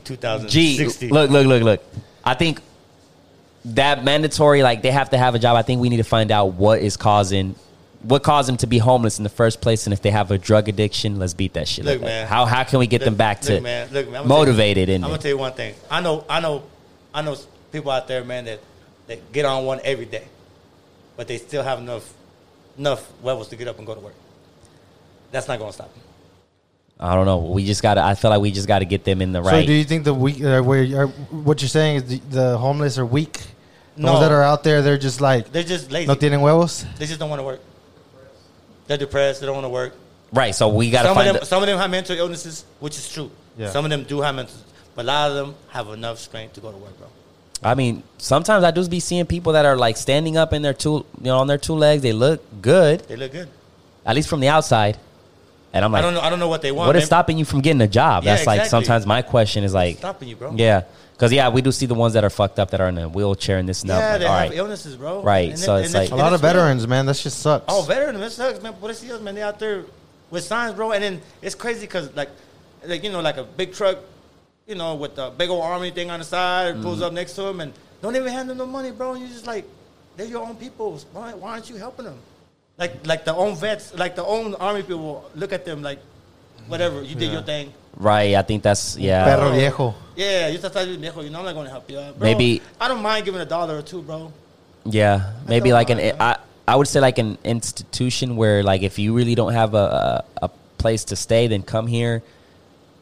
Speaker 1: G,
Speaker 3: 2060.
Speaker 1: look, look, look, look. I think that mandatory, like they have to have a job. I think we need to find out what is causing. What caused them to be homeless in the first place, and if they have a drug addiction, let's beat that shit.
Speaker 3: Look,
Speaker 1: Like,
Speaker 3: man.
Speaker 1: How how can we get them back
Speaker 3: look,
Speaker 1: to
Speaker 3: man, look, man, I'm gonna tell you-
Speaker 1: motivated and
Speaker 3: I'm gonna tell you one thing. I know, I know, I know people out there, man, that that get on one every day, but they still have enough enough levels to get up and go to work. That's not gonna stop them.
Speaker 1: I don't know. We just gotta. I feel like we just gotta get them in the right.
Speaker 2: So do you think the weak? Uh, where you are, what you're saying is the, the homeless are weak? The
Speaker 3: No.
Speaker 2: ones that are out there, they're just like
Speaker 3: They're just lazy.
Speaker 2: no tienen huevos.
Speaker 3: They just don't want to work. They're depressed. They don't want to work.
Speaker 1: right. So we gotta
Speaker 3: Some of
Speaker 1: find.
Speaker 3: them,
Speaker 1: the-
Speaker 3: some of them have mental illnesses, which is true.
Speaker 2: Yeah.
Speaker 3: Some of them do have mental, but a lot of them have enough strength to go to work, bro.
Speaker 1: I mean, sometimes I just be seeing people that are like standing up in their two, you know, on their two legs. They look good,
Speaker 3: They look good.
Speaker 1: at least from the outside. And I'm
Speaker 3: I
Speaker 1: like,
Speaker 3: don't know. I don't know what they want.
Speaker 1: what is
Speaker 3: man.
Speaker 1: stopping you from getting a job?
Speaker 3: Yeah,
Speaker 1: That's like
Speaker 3: exactly.
Speaker 1: sometimes my question is like,
Speaker 3: Stopping you, bro.
Speaker 1: yeah, because yeah, we do see the ones that are fucked up that are in a wheelchair and this and
Speaker 3: Yeah,
Speaker 1: that.
Speaker 3: they
Speaker 1: Like, all
Speaker 3: have
Speaker 1: right,
Speaker 3: illnesses, bro.
Speaker 1: Right, so
Speaker 3: it-
Speaker 1: it's like-
Speaker 2: A
Speaker 1: And
Speaker 2: lot of
Speaker 3: it's real.
Speaker 2: veterans, man. That shit sucks.
Speaker 3: Oh, veterans, that sucks, man. But it's the other man. They out there with signs, bro. And then it's crazy because like, like you know, like a big truck, you know, with a big old army thing on the side
Speaker 1: Mm-hmm.
Speaker 3: pulls up next to him and don't even hand them no money, bro. And you're just like, they're your own people. Why, why aren't you helping them? Like, like the own vets, like the own army people look at them like, whatever, you did your thing.
Speaker 1: right. I think that's yeah.
Speaker 2: Perro viejo.
Speaker 3: Yeah, you just thought you were viejo, you know, I'm not gonna help you. out, Bro,
Speaker 1: Maybe-
Speaker 3: I don't mind giving a dollar or two, bro.
Speaker 1: Yeah, maybe
Speaker 3: don't
Speaker 1: like an
Speaker 3: mind
Speaker 1: I, I would say like an institution where like if you really don't have a, a a place to stay, then come here.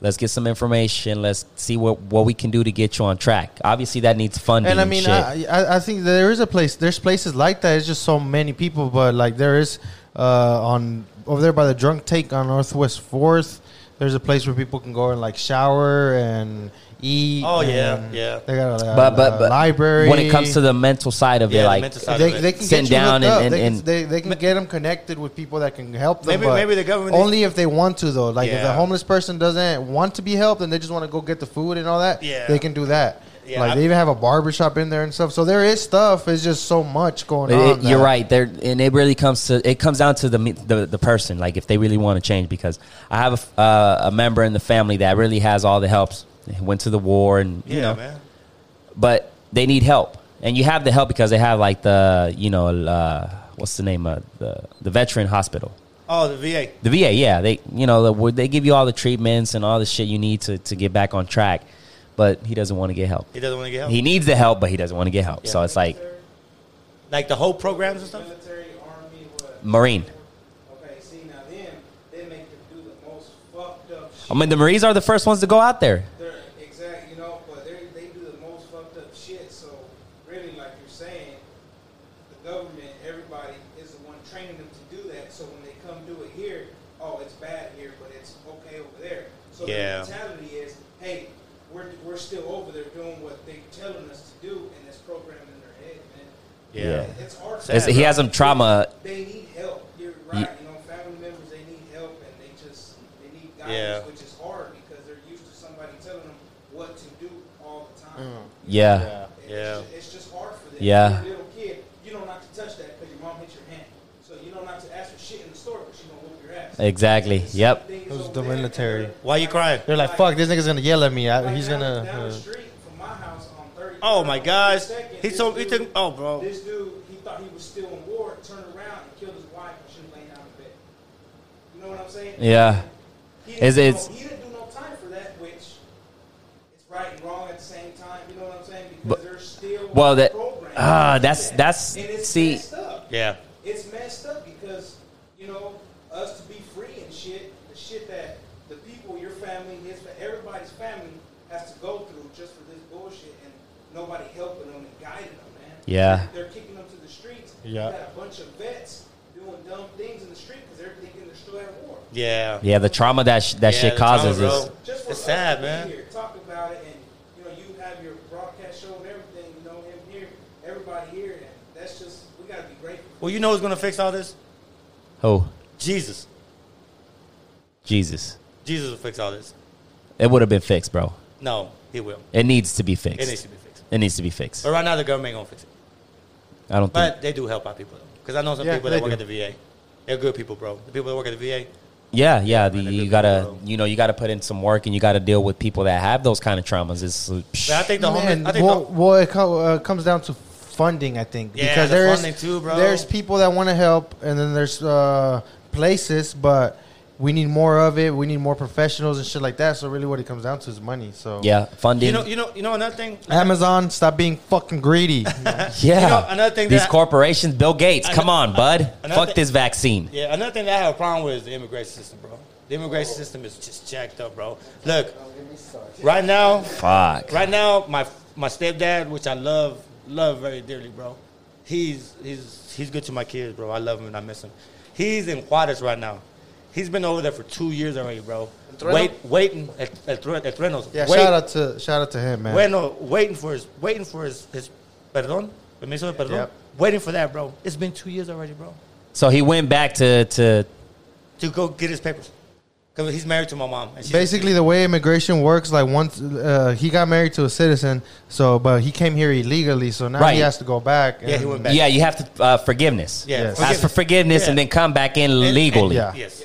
Speaker 1: Let's get some information. Let's see what what we can do to get you on track. Obviously, that needs funding.
Speaker 2: And I mean,
Speaker 1: shit.
Speaker 2: I, I I think there is a place. There's places like that. It's just so many people, but like there is uh, on over there by the drunk take on Northwest Fourth. There's a place where people can go and like shower and eat.
Speaker 3: Oh, yeah,
Speaker 2: and
Speaker 3: yeah.
Speaker 2: They got a,
Speaker 1: but but, but
Speaker 2: Uh, library.
Speaker 1: when it comes to the mental side of
Speaker 3: Yeah,
Speaker 1: it,
Speaker 3: the
Speaker 1: like
Speaker 3: mental side.
Speaker 2: they, they can
Speaker 1: Sit
Speaker 2: get
Speaker 1: down and-
Speaker 2: down up.
Speaker 1: and-
Speaker 2: they, can,
Speaker 1: and-
Speaker 2: they, they can get them connected with people that can help them.
Speaker 3: Maybe-
Speaker 2: but
Speaker 3: maybe the government-
Speaker 2: only if they want to though. Like if the
Speaker 3: Yeah.
Speaker 2: homeless person doesn't want to be helped and they just want to go get the food and all that,
Speaker 3: Yeah.
Speaker 2: they can do that.
Speaker 3: Yeah,
Speaker 2: like
Speaker 3: I-
Speaker 2: they even have a barbershop in there and stuff. So there is stuff. It's just so much going
Speaker 3: Oh,
Speaker 1: It-
Speaker 2: on.
Speaker 1: it- you're
Speaker 2: that-
Speaker 1: right there, and it really comes to it comes down to the me- the, the person, like if they really want to change. Because I have a, f- uh, a member in the family that really has all the helps. He Went to the war, and you
Speaker 3: yeah,
Speaker 1: know,
Speaker 3: man.
Speaker 1: but they need help, and you have the help because they have like the you know uh, what's the name of the the veteran hospital.
Speaker 3: Oh, the VA.
Speaker 1: The VA, yeah, they you know the, they give you all the treatments and all the shit you need to, to get back on track, but he doesn't want to get help.
Speaker 3: He doesn't want to get help.
Speaker 1: He needs the help, but he doesn't want to get help. So
Speaker 3: Yeah.
Speaker 1: it's like
Speaker 3: like the whole programs and stuff.
Speaker 4: Military, army, what?
Speaker 1: Marine.
Speaker 4: Okay, see now then they make them do the most fucked up shit.
Speaker 1: I mean, the Marines are the first ones to go out there.
Speaker 4: They're exact, you know, but they they do the most fucked up shit. So really, like you're saying, the government, everybody is the one training them to do that. So when they come do it here, oh, it's bad here, but it's okay over there. So
Speaker 3: Yeah.
Speaker 4: the mentality is, hey, we're we're still over there doing what they're telling us to do, and it's programmed in their head, man.
Speaker 3: Yeah.
Speaker 1: Yeah.
Speaker 4: It's our
Speaker 3: Sad,
Speaker 1: It's- he
Speaker 3: bro.
Speaker 1: has some trauma.
Speaker 4: they need help. You're right. You know, family members they need help and they just they need guidance,
Speaker 3: Yeah.
Speaker 4: which is hard because they're used to somebody telling them what to do all the time.
Speaker 2: Mm.
Speaker 1: Yeah.
Speaker 4: It's,
Speaker 3: Yeah.
Speaker 4: Just, it's just hard for them.
Speaker 1: Yeah.
Speaker 4: You're a little kid, you don't have to touch that because your mom hit your hand. So you don't have to ask for shit in the store because she gonna whoop your ass.
Speaker 1: Exactly.
Speaker 4: The same
Speaker 1: Yep.
Speaker 4: thing is
Speaker 2: Those
Speaker 4: over
Speaker 2: the
Speaker 4: there, and
Speaker 2: military.
Speaker 4: they're-
Speaker 3: Why you crying?
Speaker 2: They're like, fuck, this nigga's gonna yell at me. I,
Speaker 4: like,
Speaker 2: he's
Speaker 4: down-
Speaker 2: gonna.
Speaker 4: down the
Speaker 2: uh,
Speaker 4: street from my house on 30
Speaker 3: Oh my gosh.
Speaker 4: Second,
Speaker 3: He
Speaker 4: this
Speaker 3: told he
Speaker 4: dude-
Speaker 3: took oh bro.
Speaker 4: This dude, he thought he was still on board, turned around and killed his wife when she was laying down in bed. You know what I'm saying?
Speaker 1: Yeah.
Speaker 4: He didn't,
Speaker 1: Is
Speaker 4: do
Speaker 1: it's-
Speaker 4: no, he didn't do no time for that, which is right and wrong at the same time. You know what I'm saying? Because
Speaker 1: But-
Speaker 4: they're still
Speaker 1: well, that-
Speaker 4: programmed
Speaker 1: ah,
Speaker 4: to do
Speaker 1: that's-
Speaker 4: that.
Speaker 1: that's-
Speaker 4: and it's
Speaker 1: see-
Speaker 4: messed up.
Speaker 3: Yeah.
Speaker 4: It's messed up because you know us to be free and shit. The shit that the people, your family, his, everybody's family has to go through just for this bullshit, and nobody helping them and guiding them, man.
Speaker 1: Yeah.
Speaker 4: They're kicking them to the streets.
Speaker 2: Yeah.
Speaker 4: You got a bunch of vets doing dumb things in the street because they're thinking they're still at war.
Speaker 3: Yeah.
Speaker 1: Yeah, the trauma that sh- that
Speaker 3: Yeah,
Speaker 1: shit
Speaker 3: the trauma,
Speaker 1: causes is
Speaker 3: bro.
Speaker 4: Just for
Speaker 3: It's
Speaker 4: us
Speaker 3: sad,
Speaker 4: to
Speaker 3: man.
Speaker 4: Be here, talk about it, and you know, you have your broadcast show and everything. You know, him here, everybody here, and that's just we gotta be grateful.
Speaker 3: Well, you know who's gonna fix all this?
Speaker 1: oh
Speaker 3: Jesus.
Speaker 1: Jesus.
Speaker 3: Jesus will fix all this.
Speaker 1: It would have been fixed, bro.
Speaker 3: No, he will.
Speaker 1: It needs to be
Speaker 3: It needs
Speaker 1: fixed.
Speaker 3: to be fixed.
Speaker 1: It needs to be fixed.
Speaker 3: But right now the government ain't gonna fix it.
Speaker 1: I don't think.
Speaker 3: But they do help out people though. Because I know some
Speaker 2: Yeah,
Speaker 3: people that
Speaker 2: they
Speaker 3: work
Speaker 2: do.
Speaker 3: at the VA. They're good people, bro. The people that work at the VA.
Speaker 1: Yeah, yeah. The,
Speaker 3: man,
Speaker 1: you
Speaker 3: good
Speaker 1: gotta,
Speaker 3: people, bro.
Speaker 1: you know, you gotta put in some work, and you gotta deal with people that have those kind of traumas. It's uh, psh,
Speaker 3: But I think the homeless
Speaker 2: Man,
Speaker 3: I think
Speaker 2: well,
Speaker 3: the,
Speaker 2: well, it co- uh, comes down to funding, I think.
Speaker 3: Yeah,
Speaker 2: because
Speaker 3: the
Speaker 2: there's
Speaker 3: funding too, bro.
Speaker 2: there's people that want to help, and then there's uh, places, but we need more of it. We need more professionals and shit like that. So really, what it comes down to is money. So
Speaker 1: yeah, funding.
Speaker 3: you know you know you know another thing?
Speaker 2: Amazon, stop being fucking greedy.
Speaker 1: yeah,
Speaker 3: you know, another thing
Speaker 1: These
Speaker 3: that-
Speaker 1: corporations, Bill Gates,
Speaker 3: Ano-
Speaker 1: come on, bud.
Speaker 3: another
Speaker 1: Fuck
Speaker 3: thing-
Speaker 1: this vaccine.
Speaker 3: Yeah, another thing that I have a problem with is the immigration system, bro. The immigration system is just jacked up, bro. Look, right now,
Speaker 1: Fuck.
Speaker 3: right now, my my stepdad, which I love, love very dearly, bro. He's he's he's good to my kids, bro. I love him and I miss him. He's in Juarez right now. He's been over there for two years already, bro.
Speaker 2: Trueno?
Speaker 3: Wait, waiting at, at, True- at Trueno's.
Speaker 2: yeah,
Speaker 3: Wait-
Speaker 2: shout out to shout out to him, man.
Speaker 3: Bueno, waiting for his, waiting for his, his perdón, permiso de perdón.
Speaker 2: Yep.
Speaker 3: Waiting for that, bro. It's been two years already, bro.
Speaker 1: So he went back to to
Speaker 3: To go get his papers, because he's married to my mom. And she's-
Speaker 2: Basically, the way immigration works, like once uh, he got married to a citizen, so but he came here illegally, so now
Speaker 1: Right.
Speaker 2: he has to go back.
Speaker 3: Yeah, he went back.
Speaker 1: yeah. You have to uh, forgiveness.
Speaker 3: Yeah.
Speaker 2: Yes.
Speaker 1: Ask for forgiveness and
Speaker 3: Yeah.
Speaker 1: then come back in
Speaker 3: And- and-
Speaker 1: legally.
Speaker 2: Yeah.
Speaker 3: Yes.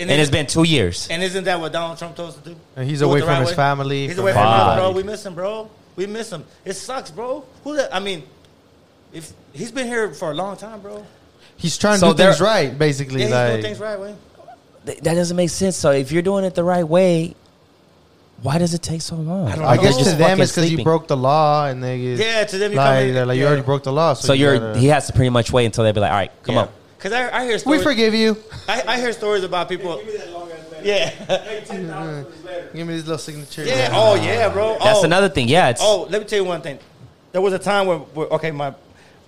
Speaker 1: And, it's been two years.
Speaker 3: And isn't that what Donald Trump told us to do?
Speaker 2: And he's
Speaker 3: Do it
Speaker 2: away
Speaker 3: the
Speaker 2: from
Speaker 3: right
Speaker 2: his
Speaker 3: way?
Speaker 2: family,
Speaker 3: He's
Speaker 2: from
Speaker 3: away from us,
Speaker 1: everybody.
Speaker 3: bro. We miss him, bro. We miss him. It sucks, bro. Who the, I mean, if he's been here for a long time, bro.
Speaker 2: He's trying to
Speaker 1: So
Speaker 2: do things
Speaker 1: there-
Speaker 2: right, basically.
Speaker 3: Yeah, he's
Speaker 2: like,
Speaker 3: doing things right, way.
Speaker 1: Th- that doesn't make sense. So if you're doing it the right way, why does it take so long?
Speaker 3: I don't
Speaker 1: Or
Speaker 2: I
Speaker 1: you're
Speaker 2: guess
Speaker 1: just
Speaker 2: to them
Speaker 1: fucking
Speaker 2: it's because you
Speaker 1: sleeping.
Speaker 2: broke the law and they
Speaker 3: Yeah, to them you come
Speaker 2: like,
Speaker 3: in-
Speaker 2: they're like you
Speaker 3: yeah.
Speaker 2: already broke the law. So,
Speaker 1: So
Speaker 2: you
Speaker 1: you're
Speaker 2: gotta-
Speaker 1: he has to pretty much wait until they be like, all right, come on.
Speaker 3: Because I, I hear
Speaker 2: we
Speaker 3: stories.
Speaker 2: forgive you.
Speaker 3: I, I hear stories about people.
Speaker 4: Give me that long ass letter.
Speaker 3: Yeah.
Speaker 4: Hey, ten dollars for this letter.
Speaker 2: Give me this little signature.
Speaker 3: Yeah. Oh yeah, bro.
Speaker 1: That's
Speaker 3: oh,
Speaker 1: another thing. Yeah, it's
Speaker 3: Oh, let me tell you one thing. There was a time where, where okay, my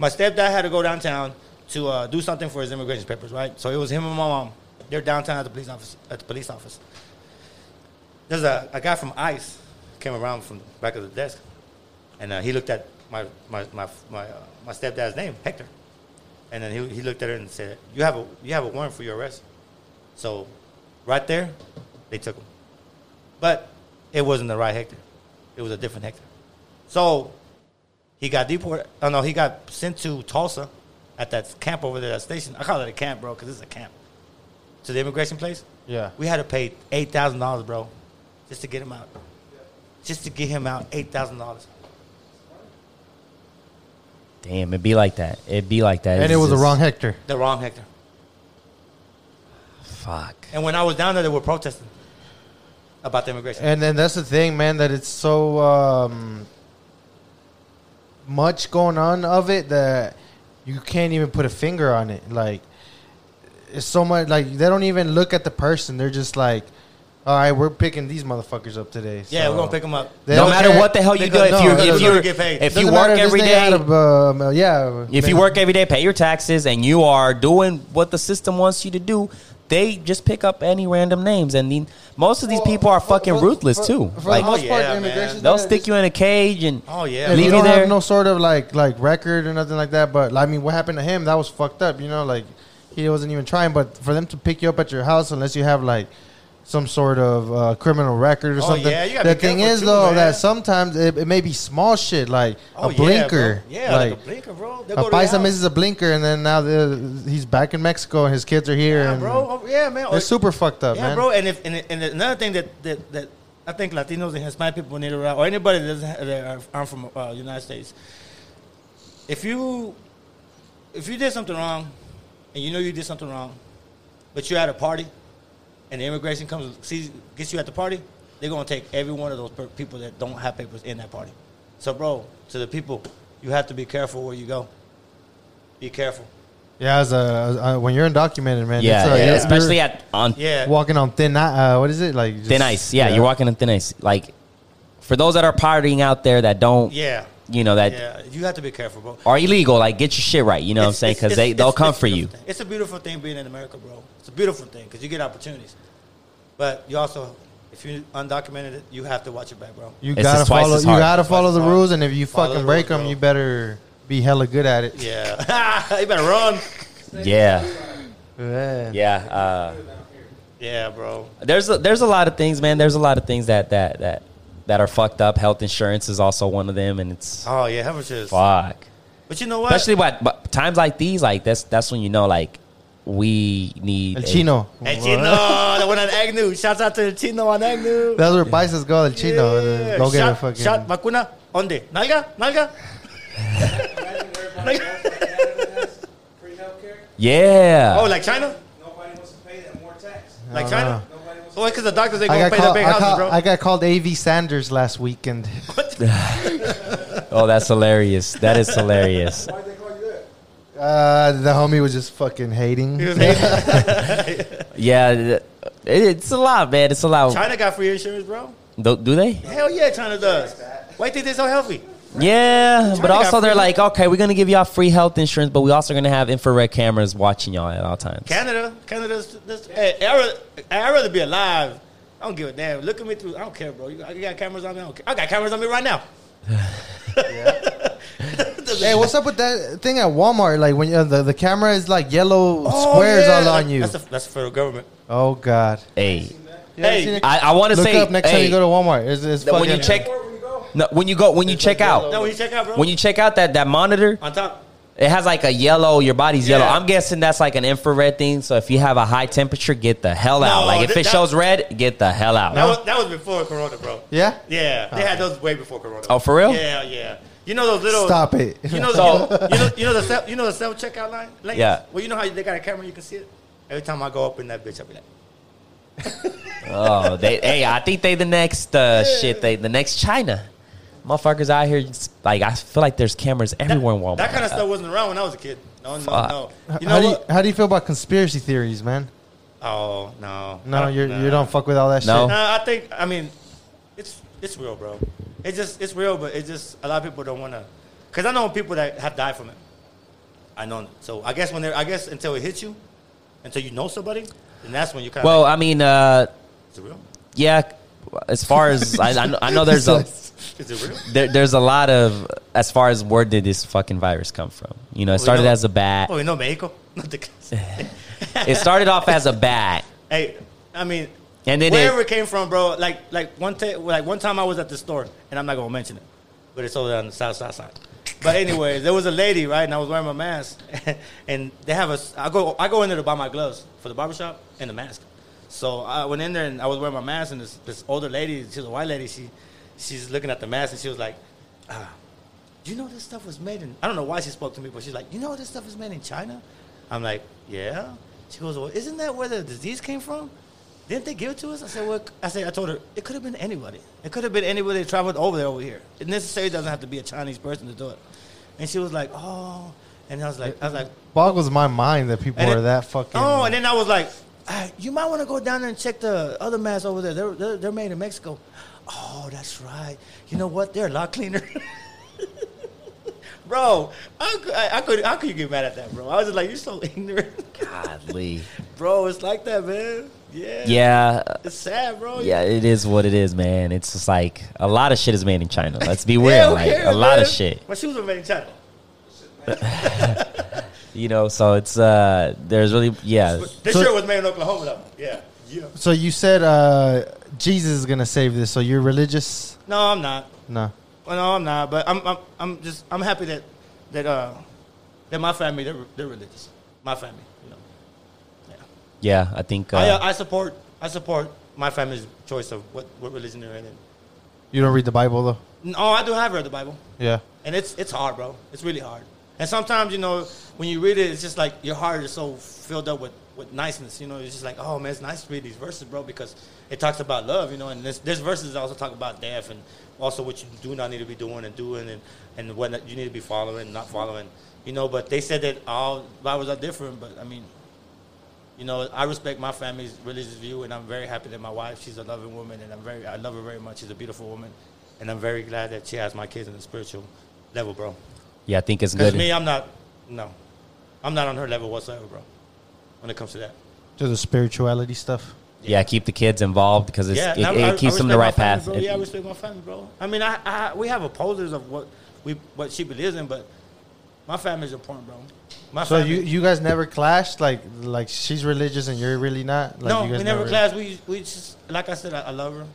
Speaker 3: my stepdad had to go downtown to uh, do something for his immigration papers, right? So it was him and my mom. They're downtown at the police office. At the police office, there's a, a guy from ICE came around from the back of the desk, and uh, he looked at my my my my, uh, my stepdad's name, Hector, and then he, he looked at her and said, "You have a you have a warrant for your arrest." So, right there, they took him. But it wasn't the right Hector. It was a different Hector. So he got deported. Oh no, he got sent to Tulsa at that camp over there, that station. I call it a camp, bro, because it's a camp. To the immigration place.
Speaker 2: Yeah.
Speaker 3: We had to pay eight thousand dollars, bro, just to get him out. Just to get him out, eight thousand dollars.
Speaker 1: Damn, it'd be like that. It'd be like that.
Speaker 2: And
Speaker 1: It's
Speaker 2: it was the
Speaker 1: just-
Speaker 2: wrong Hector.
Speaker 3: The wrong Hector.
Speaker 1: Fuck.
Speaker 3: And when I was down there, they were protesting about the immigration.
Speaker 2: And then that's the thing, man, that it's so um, much going on of it that you can't even put a finger on it. Like it's so much like they don't even look at the person. They're just like, all right, we're picking these motherfuckers up today.
Speaker 3: yeah,
Speaker 2: so-
Speaker 3: we're gonna pick him up.
Speaker 2: They
Speaker 1: no
Speaker 2: don't
Speaker 1: matter
Speaker 2: care.
Speaker 1: what the hell
Speaker 3: They
Speaker 1: you do,
Speaker 3: go-
Speaker 2: no,
Speaker 1: if you
Speaker 2: they
Speaker 1: if
Speaker 2: don't
Speaker 1: you
Speaker 3: get paid.
Speaker 1: if
Speaker 2: Doesn't
Speaker 1: you
Speaker 2: matter
Speaker 1: work
Speaker 2: this
Speaker 1: every
Speaker 2: nigga
Speaker 1: day,
Speaker 2: out of, um, yeah.
Speaker 1: if you
Speaker 2: man.
Speaker 1: work every day, pay your taxes, and you are doing what the system wants you to do, they just pick up any random names, and then most of these people are
Speaker 2: For-
Speaker 1: fucking
Speaker 2: for-
Speaker 1: ruthless
Speaker 2: for-
Speaker 1: too.
Speaker 2: for the
Speaker 1: Like
Speaker 3: Oh,
Speaker 2: most part,
Speaker 3: yeah, man.
Speaker 2: immigration's
Speaker 1: they'll
Speaker 2: not-
Speaker 1: stick you in a cage and
Speaker 3: Oh yeah,
Speaker 2: And
Speaker 1: Leave
Speaker 2: you
Speaker 1: you
Speaker 2: don't
Speaker 1: there.
Speaker 2: have no sort of like like record or nothing like that. But I mean, what happened to him? That was fucked up. You know, like he wasn't even trying. But for them to pick you up at your house, unless you have like some sort of uh, criminal record or
Speaker 3: Oh,
Speaker 2: something.
Speaker 3: yeah, you gotta
Speaker 2: the
Speaker 3: be
Speaker 2: thing
Speaker 3: careful
Speaker 2: is
Speaker 3: too,
Speaker 2: though
Speaker 3: man.
Speaker 2: that sometimes it, it may be small shit like
Speaker 3: Oh,
Speaker 2: a
Speaker 3: yeah,
Speaker 2: blinker.
Speaker 3: bro. Yeah, like, a blinker, bro. They go to your
Speaker 2: a paisa
Speaker 3: house.
Speaker 2: misses a blinker, and then now the, he's back in Mexico, and his kids are here.
Speaker 3: Yeah,
Speaker 2: and
Speaker 3: bro. Oh, yeah, man. Or-
Speaker 2: They're super fucked up,
Speaker 3: yeah,
Speaker 2: man.
Speaker 3: bro. And if and, and another thing that, that that I think Latinos and Hispanic people need to realize, or anybody that doesn't have, that are, aren't from uh, United States, if you if you did something wrong, and you know you did something wrong, but you're at a party, and the immigration comes and sees gets you at the party, they're gonna take every one of those per- people that don't have papers in that party. So, bro, to the people, you have to be careful where you go. Be careful.
Speaker 2: Yeah, as a, as a- when you're undocumented, man.
Speaker 1: yeah,
Speaker 2: it's a,
Speaker 1: yeah,
Speaker 2: you're-
Speaker 1: especially
Speaker 2: you're
Speaker 1: at on
Speaker 3: Yeah.
Speaker 2: walking on thin. i- Uh, what is it like? just-
Speaker 1: thin ice. Yeah, you're walking on thin ice. Like for those that are partying out there that don't,
Speaker 3: Yeah.
Speaker 1: you know that
Speaker 3: Yeah. You have to be careful, bro.
Speaker 1: are illegal, like get your shit right. You know what I'm
Speaker 3: It's-
Speaker 1: saying?
Speaker 3: it's-
Speaker 1: Because they
Speaker 3: it's-
Speaker 1: they'll
Speaker 3: it's-
Speaker 1: come
Speaker 3: it's a
Speaker 1: for you.
Speaker 3: beautiful thing. It's a beautiful thing being in America, bro. It's a beautiful thing because you get opportunities, but you also, if you're undocumented, you have to watch your back, bro.
Speaker 2: You
Speaker 1: It's
Speaker 2: gotta
Speaker 1: just twice
Speaker 2: follow.
Speaker 1: as
Speaker 2: You
Speaker 1: hard.
Speaker 2: gotta follow
Speaker 3: Twice
Speaker 2: the
Speaker 3: as hard.
Speaker 2: rules, and if you
Speaker 3: Follow
Speaker 2: fucking
Speaker 3: the
Speaker 2: break
Speaker 3: rules,
Speaker 2: them,
Speaker 3: bro.
Speaker 2: you better be hella good at it.
Speaker 3: Yeah, you better run.
Speaker 1: Yeah,
Speaker 2: Yeah.
Speaker 1: yeah. Uh,
Speaker 3: Yeah, bro.
Speaker 1: there's a, there's a lot of things, man. There's a lot of things that that that that are fucked up. Health insurance is also one of them, and it's
Speaker 3: Oh yeah, have a shit.
Speaker 1: fuck.
Speaker 3: But you know what?
Speaker 1: Especially what but times like these, like that's that's when you know, like we need
Speaker 2: El
Speaker 1: a-
Speaker 2: Chino.
Speaker 3: Hey, Chino, the one on Agnew. Shouts out to Chino on Agnew.
Speaker 2: That's where Bices go. El Chino. uh,
Speaker 3: Yeah.
Speaker 2: Go get
Speaker 3: shot,
Speaker 2: a fucking.
Speaker 3: shot, vacuna, onde? Nalga, nalga.
Speaker 4: Imagine everybody else in Canada has free healthcare.
Speaker 1: Yeah.
Speaker 3: Oh, like China,
Speaker 4: Nobody wants to pay that more tax.
Speaker 3: like
Speaker 2: don't
Speaker 3: China.
Speaker 4: Nobody wants
Speaker 3: Oh, because the doctors they
Speaker 2: I
Speaker 3: go
Speaker 2: got
Speaker 3: pay the
Speaker 2: called.
Speaker 3: big
Speaker 2: I,
Speaker 3: houses,
Speaker 2: call,
Speaker 3: bro.
Speaker 2: I got called Av Sanders last weekend.
Speaker 1: oh, that's hilarious. That is hilarious.
Speaker 4: Why'd they call you that?
Speaker 2: Uh, the homie was just fucking hating.
Speaker 3: You know what I'm saying?
Speaker 1: Yeah, th- it's a lot, man. It's a lot.
Speaker 3: China got free insurance, bro.
Speaker 1: Do, do they?
Speaker 3: Hell yeah, China does. Why you think they're so healthy?
Speaker 1: Yeah, but
Speaker 3: got
Speaker 1: also they're
Speaker 3: free-
Speaker 1: like, okay, we're gonna give y'all free health insurance, but we also gonna have infrared cameras watching y'all at all times.
Speaker 3: Canada, Canada's. This, hey, I'd rather, I'd rather be alive. I don't give a damn. Look at me through. I don't care, bro. You, got- you got cameras on me. I don't care. I got cameras on me right now.
Speaker 2: Hey, what's up with that thing at Walmart? Like when you, the the camera is like yellow
Speaker 3: Oh,
Speaker 2: squares
Speaker 3: yeah.
Speaker 2: all on you.
Speaker 3: That's the, that's the federal government.
Speaker 2: oh God.
Speaker 1: Hey,
Speaker 2: You ever
Speaker 3: Hey,
Speaker 2: seen it?
Speaker 1: I, I want to
Speaker 2: look
Speaker 1: say,
Speaker 2: up next time
Speaker 1: hey,
Speaker 2: you go to Walmart. It's, it's
Speaker 1: that when
Speaker 2: fucking-
Speaker 1: you check,
Speaker 4: Where when you go?
Speaker 1: no, when you go, when you
Speaker 2: It's
Speaker 1: check
Speaker 2: like
Speaker 1: out,
Speaker 2: yellow.
Speaker 3: No, when you check out, bro.
Speaker 1: when you check out that that monitor,
Speaker 3: on top.
Speaker 1: it has like a yellow. Your body's yellow.
Speaker 3: Yeah.
Speaker 1: I'm guessing that's like an infrared thing. So if you have a high temperature, get the hell out.
Speaker 3: No,
Speaker 1: Like if
Speaker 3: that-
Speaker 1: it shows red, get the hell out.
Speaker 3: That was that was before Corona, bro.
Speaker 2: Yeah.
Speaker 3: Yeah, they had those way before Corona.
Speaker 1: Oh, for real?
Speaker 3: Yeah, yeah. You know those little.
Speaker 2: Stop it.
Speaker 3: You know,
Speaker 1: So-
Speaker 3: the, you know, you know the self, you know the self checkout line. Lanes?
Speaker 1: Yeah.
Speaker 3: Well, you know how they got a camera, you can see it. Every time I go up in that bitch, I be like,
Speaker 1: Oh, they hey, I think they the next uh, shit. They the next China. Motherfuckers out here, just, like I feel like there's cameras everywhere in Walmart.
Speaker 3: That kind of stuff wasn't around when I was a kid. No, no,
Speaker 1: Fuck.
Speaker 3: no. You
Speaker 2: how
Speaker 3: know
Speaker 2: do you,
Speaker 3: what?
Speaker 2: how do you feel about conspiracy theories, man?
Speaker 3: oh no, I
Speaker 2: No, you
Speaker 3: nah.
Speaker 2: you don't fuck with all that
Speaker 1: No.
Speaker 2: shit.
Speaker 3: Nah, I think I mean, it's it's real, bro. It's just it's real, but it's just a lot of people don't want to. Cause I know people that have died from it. I know. it. So I guess when they are I guess until it hits you, until you know somebody, then that's when you kind of
Speaker 1: Well, I mean, uh,
Speaker 3: is it real?
Speaker 1: yeah. As far as I, I, know, I know, there's a
Speaker 3: Is it real?
Speaker 1: there, there's a lot of as far as where did this fucking virus come from? You know, it
Speaker 3: we
Speaker 1: started
Speaker 3: know-
Speaker 1: as a bat.
Speaker 3: Oh, you know Mexico. Not the
Speaker 1: It started off as a bat.
Speaker 3: Hey, I mean,
Speaker 1: And then
Speaker 3: wherever
Speaker 1: it-
Speaker 3: it, came from, bro. Like, like one t- like one time I was at the store, and I'm not gonna mention it. but it's over there on the south south side. But anyways, there was a lady right, and I was wearing my mask, and they have a. s- I go I go in there to buy my gloves for the barbershop and the mask. So I went in there and I was wearing my mask, and this, this older lady, she's a white lady, she she's looking at the mask and she was like, ah, you know this stuff was made in I don't know why she spoke to me, but she's like, you know this stuff is made in China? I'm like, yeah. She goes, well, isn't that where the disease came from? Didn't they give it to us? I said, well, I said, I told her it could have been anybody. It could have been anybody that traveled over there over here. It necessarily doesn't have to be a Chinese person to do it. And she was like, oh, and I was like, I was like,
Speaker 2: Boggles my mind that people
Speaker 3: and
Speaker 2: are
Speaker 3: then-
Speaker 2: that fucking.
Speaker 3: Oh, and then I was like, "Ah, you might want to go down there and check the other masks over there. They're, they're, they're made in Mexico. Oh, that's right. You know what? They're a lot cleaner. bro, I, cou- I, I could I could get mad at that, bro. I was just like, you're so ignorant.
Speaker 1: Godly.
Speaker 3: bro, it's like that, man. Yeah.
Speaker 1: Yeah.
Speaker 3: It's sad, bro.
Speaker 1: Yeah, it is what it is, man. It's just like a lot of shit is made in China. Let's be
Speaker 3: Yeah,
Speaker 1: real.
Speaker 3: who
Speaker 1: like
Speaker 3: cares,
Speaker 1: a lot of
Speaker 3: man?
Speaker 1: shit.
Speaker 3: My shoes were made in China.
Speaker 1: You know, so it's uh there's really yeah.
Speaker 3: But This
Speaker 2: So-
Speaker 3: shirt was made in Oklahoma, though. Yeah. Yeah.
Speaker 2: so you said uh, Jesus is gonna save this. So you're religious?
Speaker 3: No, I'm not.
Speaker 2: No.
Speaker 3: Well, no, I'm not. But I'm, I'm, I'm just, I'm happy that, that, uh, that my family, they're, they're religious. My family, you know. Yeah.
Speaker 1: Yeah, I think uh,
Speaker 3: I, uh, I support, I support my family's choice of what, what religion they're in.
Speaker 2: You don't read the Bible though.
Speaker 3: No, I do have read the Bible,
Speaker 2: Yeah.
Speaker 3: and it's, it's hard, bro. It's really hard. And sometimes, you know, when you read it, it's just like your heart is so filled up with, with niceness. You know, it's just like, oh man, it's nice to read these verses, bro, because it talks about love. You know, and this, this verses also talk about death and also what you do not need to be doing and doing and and what not- you need to be following and not following. You know, but they said that all Bibles are different. But I mean, you know, I respect my family's religious view, and I'm very happy that my wife, she's a loving woman, and I'm very, I love her very much. She's a beautiful woman, and I'm very glad that she has my kids on the spiritual level, bro.
Speaker 1: yeah, I think it's
Speaker 3: Because
Speaker 1: good.
Speaker 3: me, I'm not. No, I'm not on her level whatsoever, bro. When it comes to that.
Speaker 2: To the spirituality stuff.
Speaker 1: yeah, keep the kids involved because it's,
Speaker 3: yeah,
Speaker 1: it,
Speaker 3: and I'm-
Speaker 1: it
Speaker 3: I- I
Speaker 1: keeps them the right
Speaker 3: respect my
Speaker 1: path.
Speaker 3: family, Bro.
Speaker 1: If-
Speaker 3: yeah, I respect my family, bro. I mean, I, I we have opposers of what we what she believes in, but my family's important, bro. My
Speaker 2: So
Speaker 3: family,
Speaker 2: you you guys never clashed? Like like she's religious and you're really not. Like,
Speaker 3: no,
Speaker 2: you
Speaker 3: we
Speaker 2: guys
Speaker 3: never clashed. We we just like I said, I, I love her.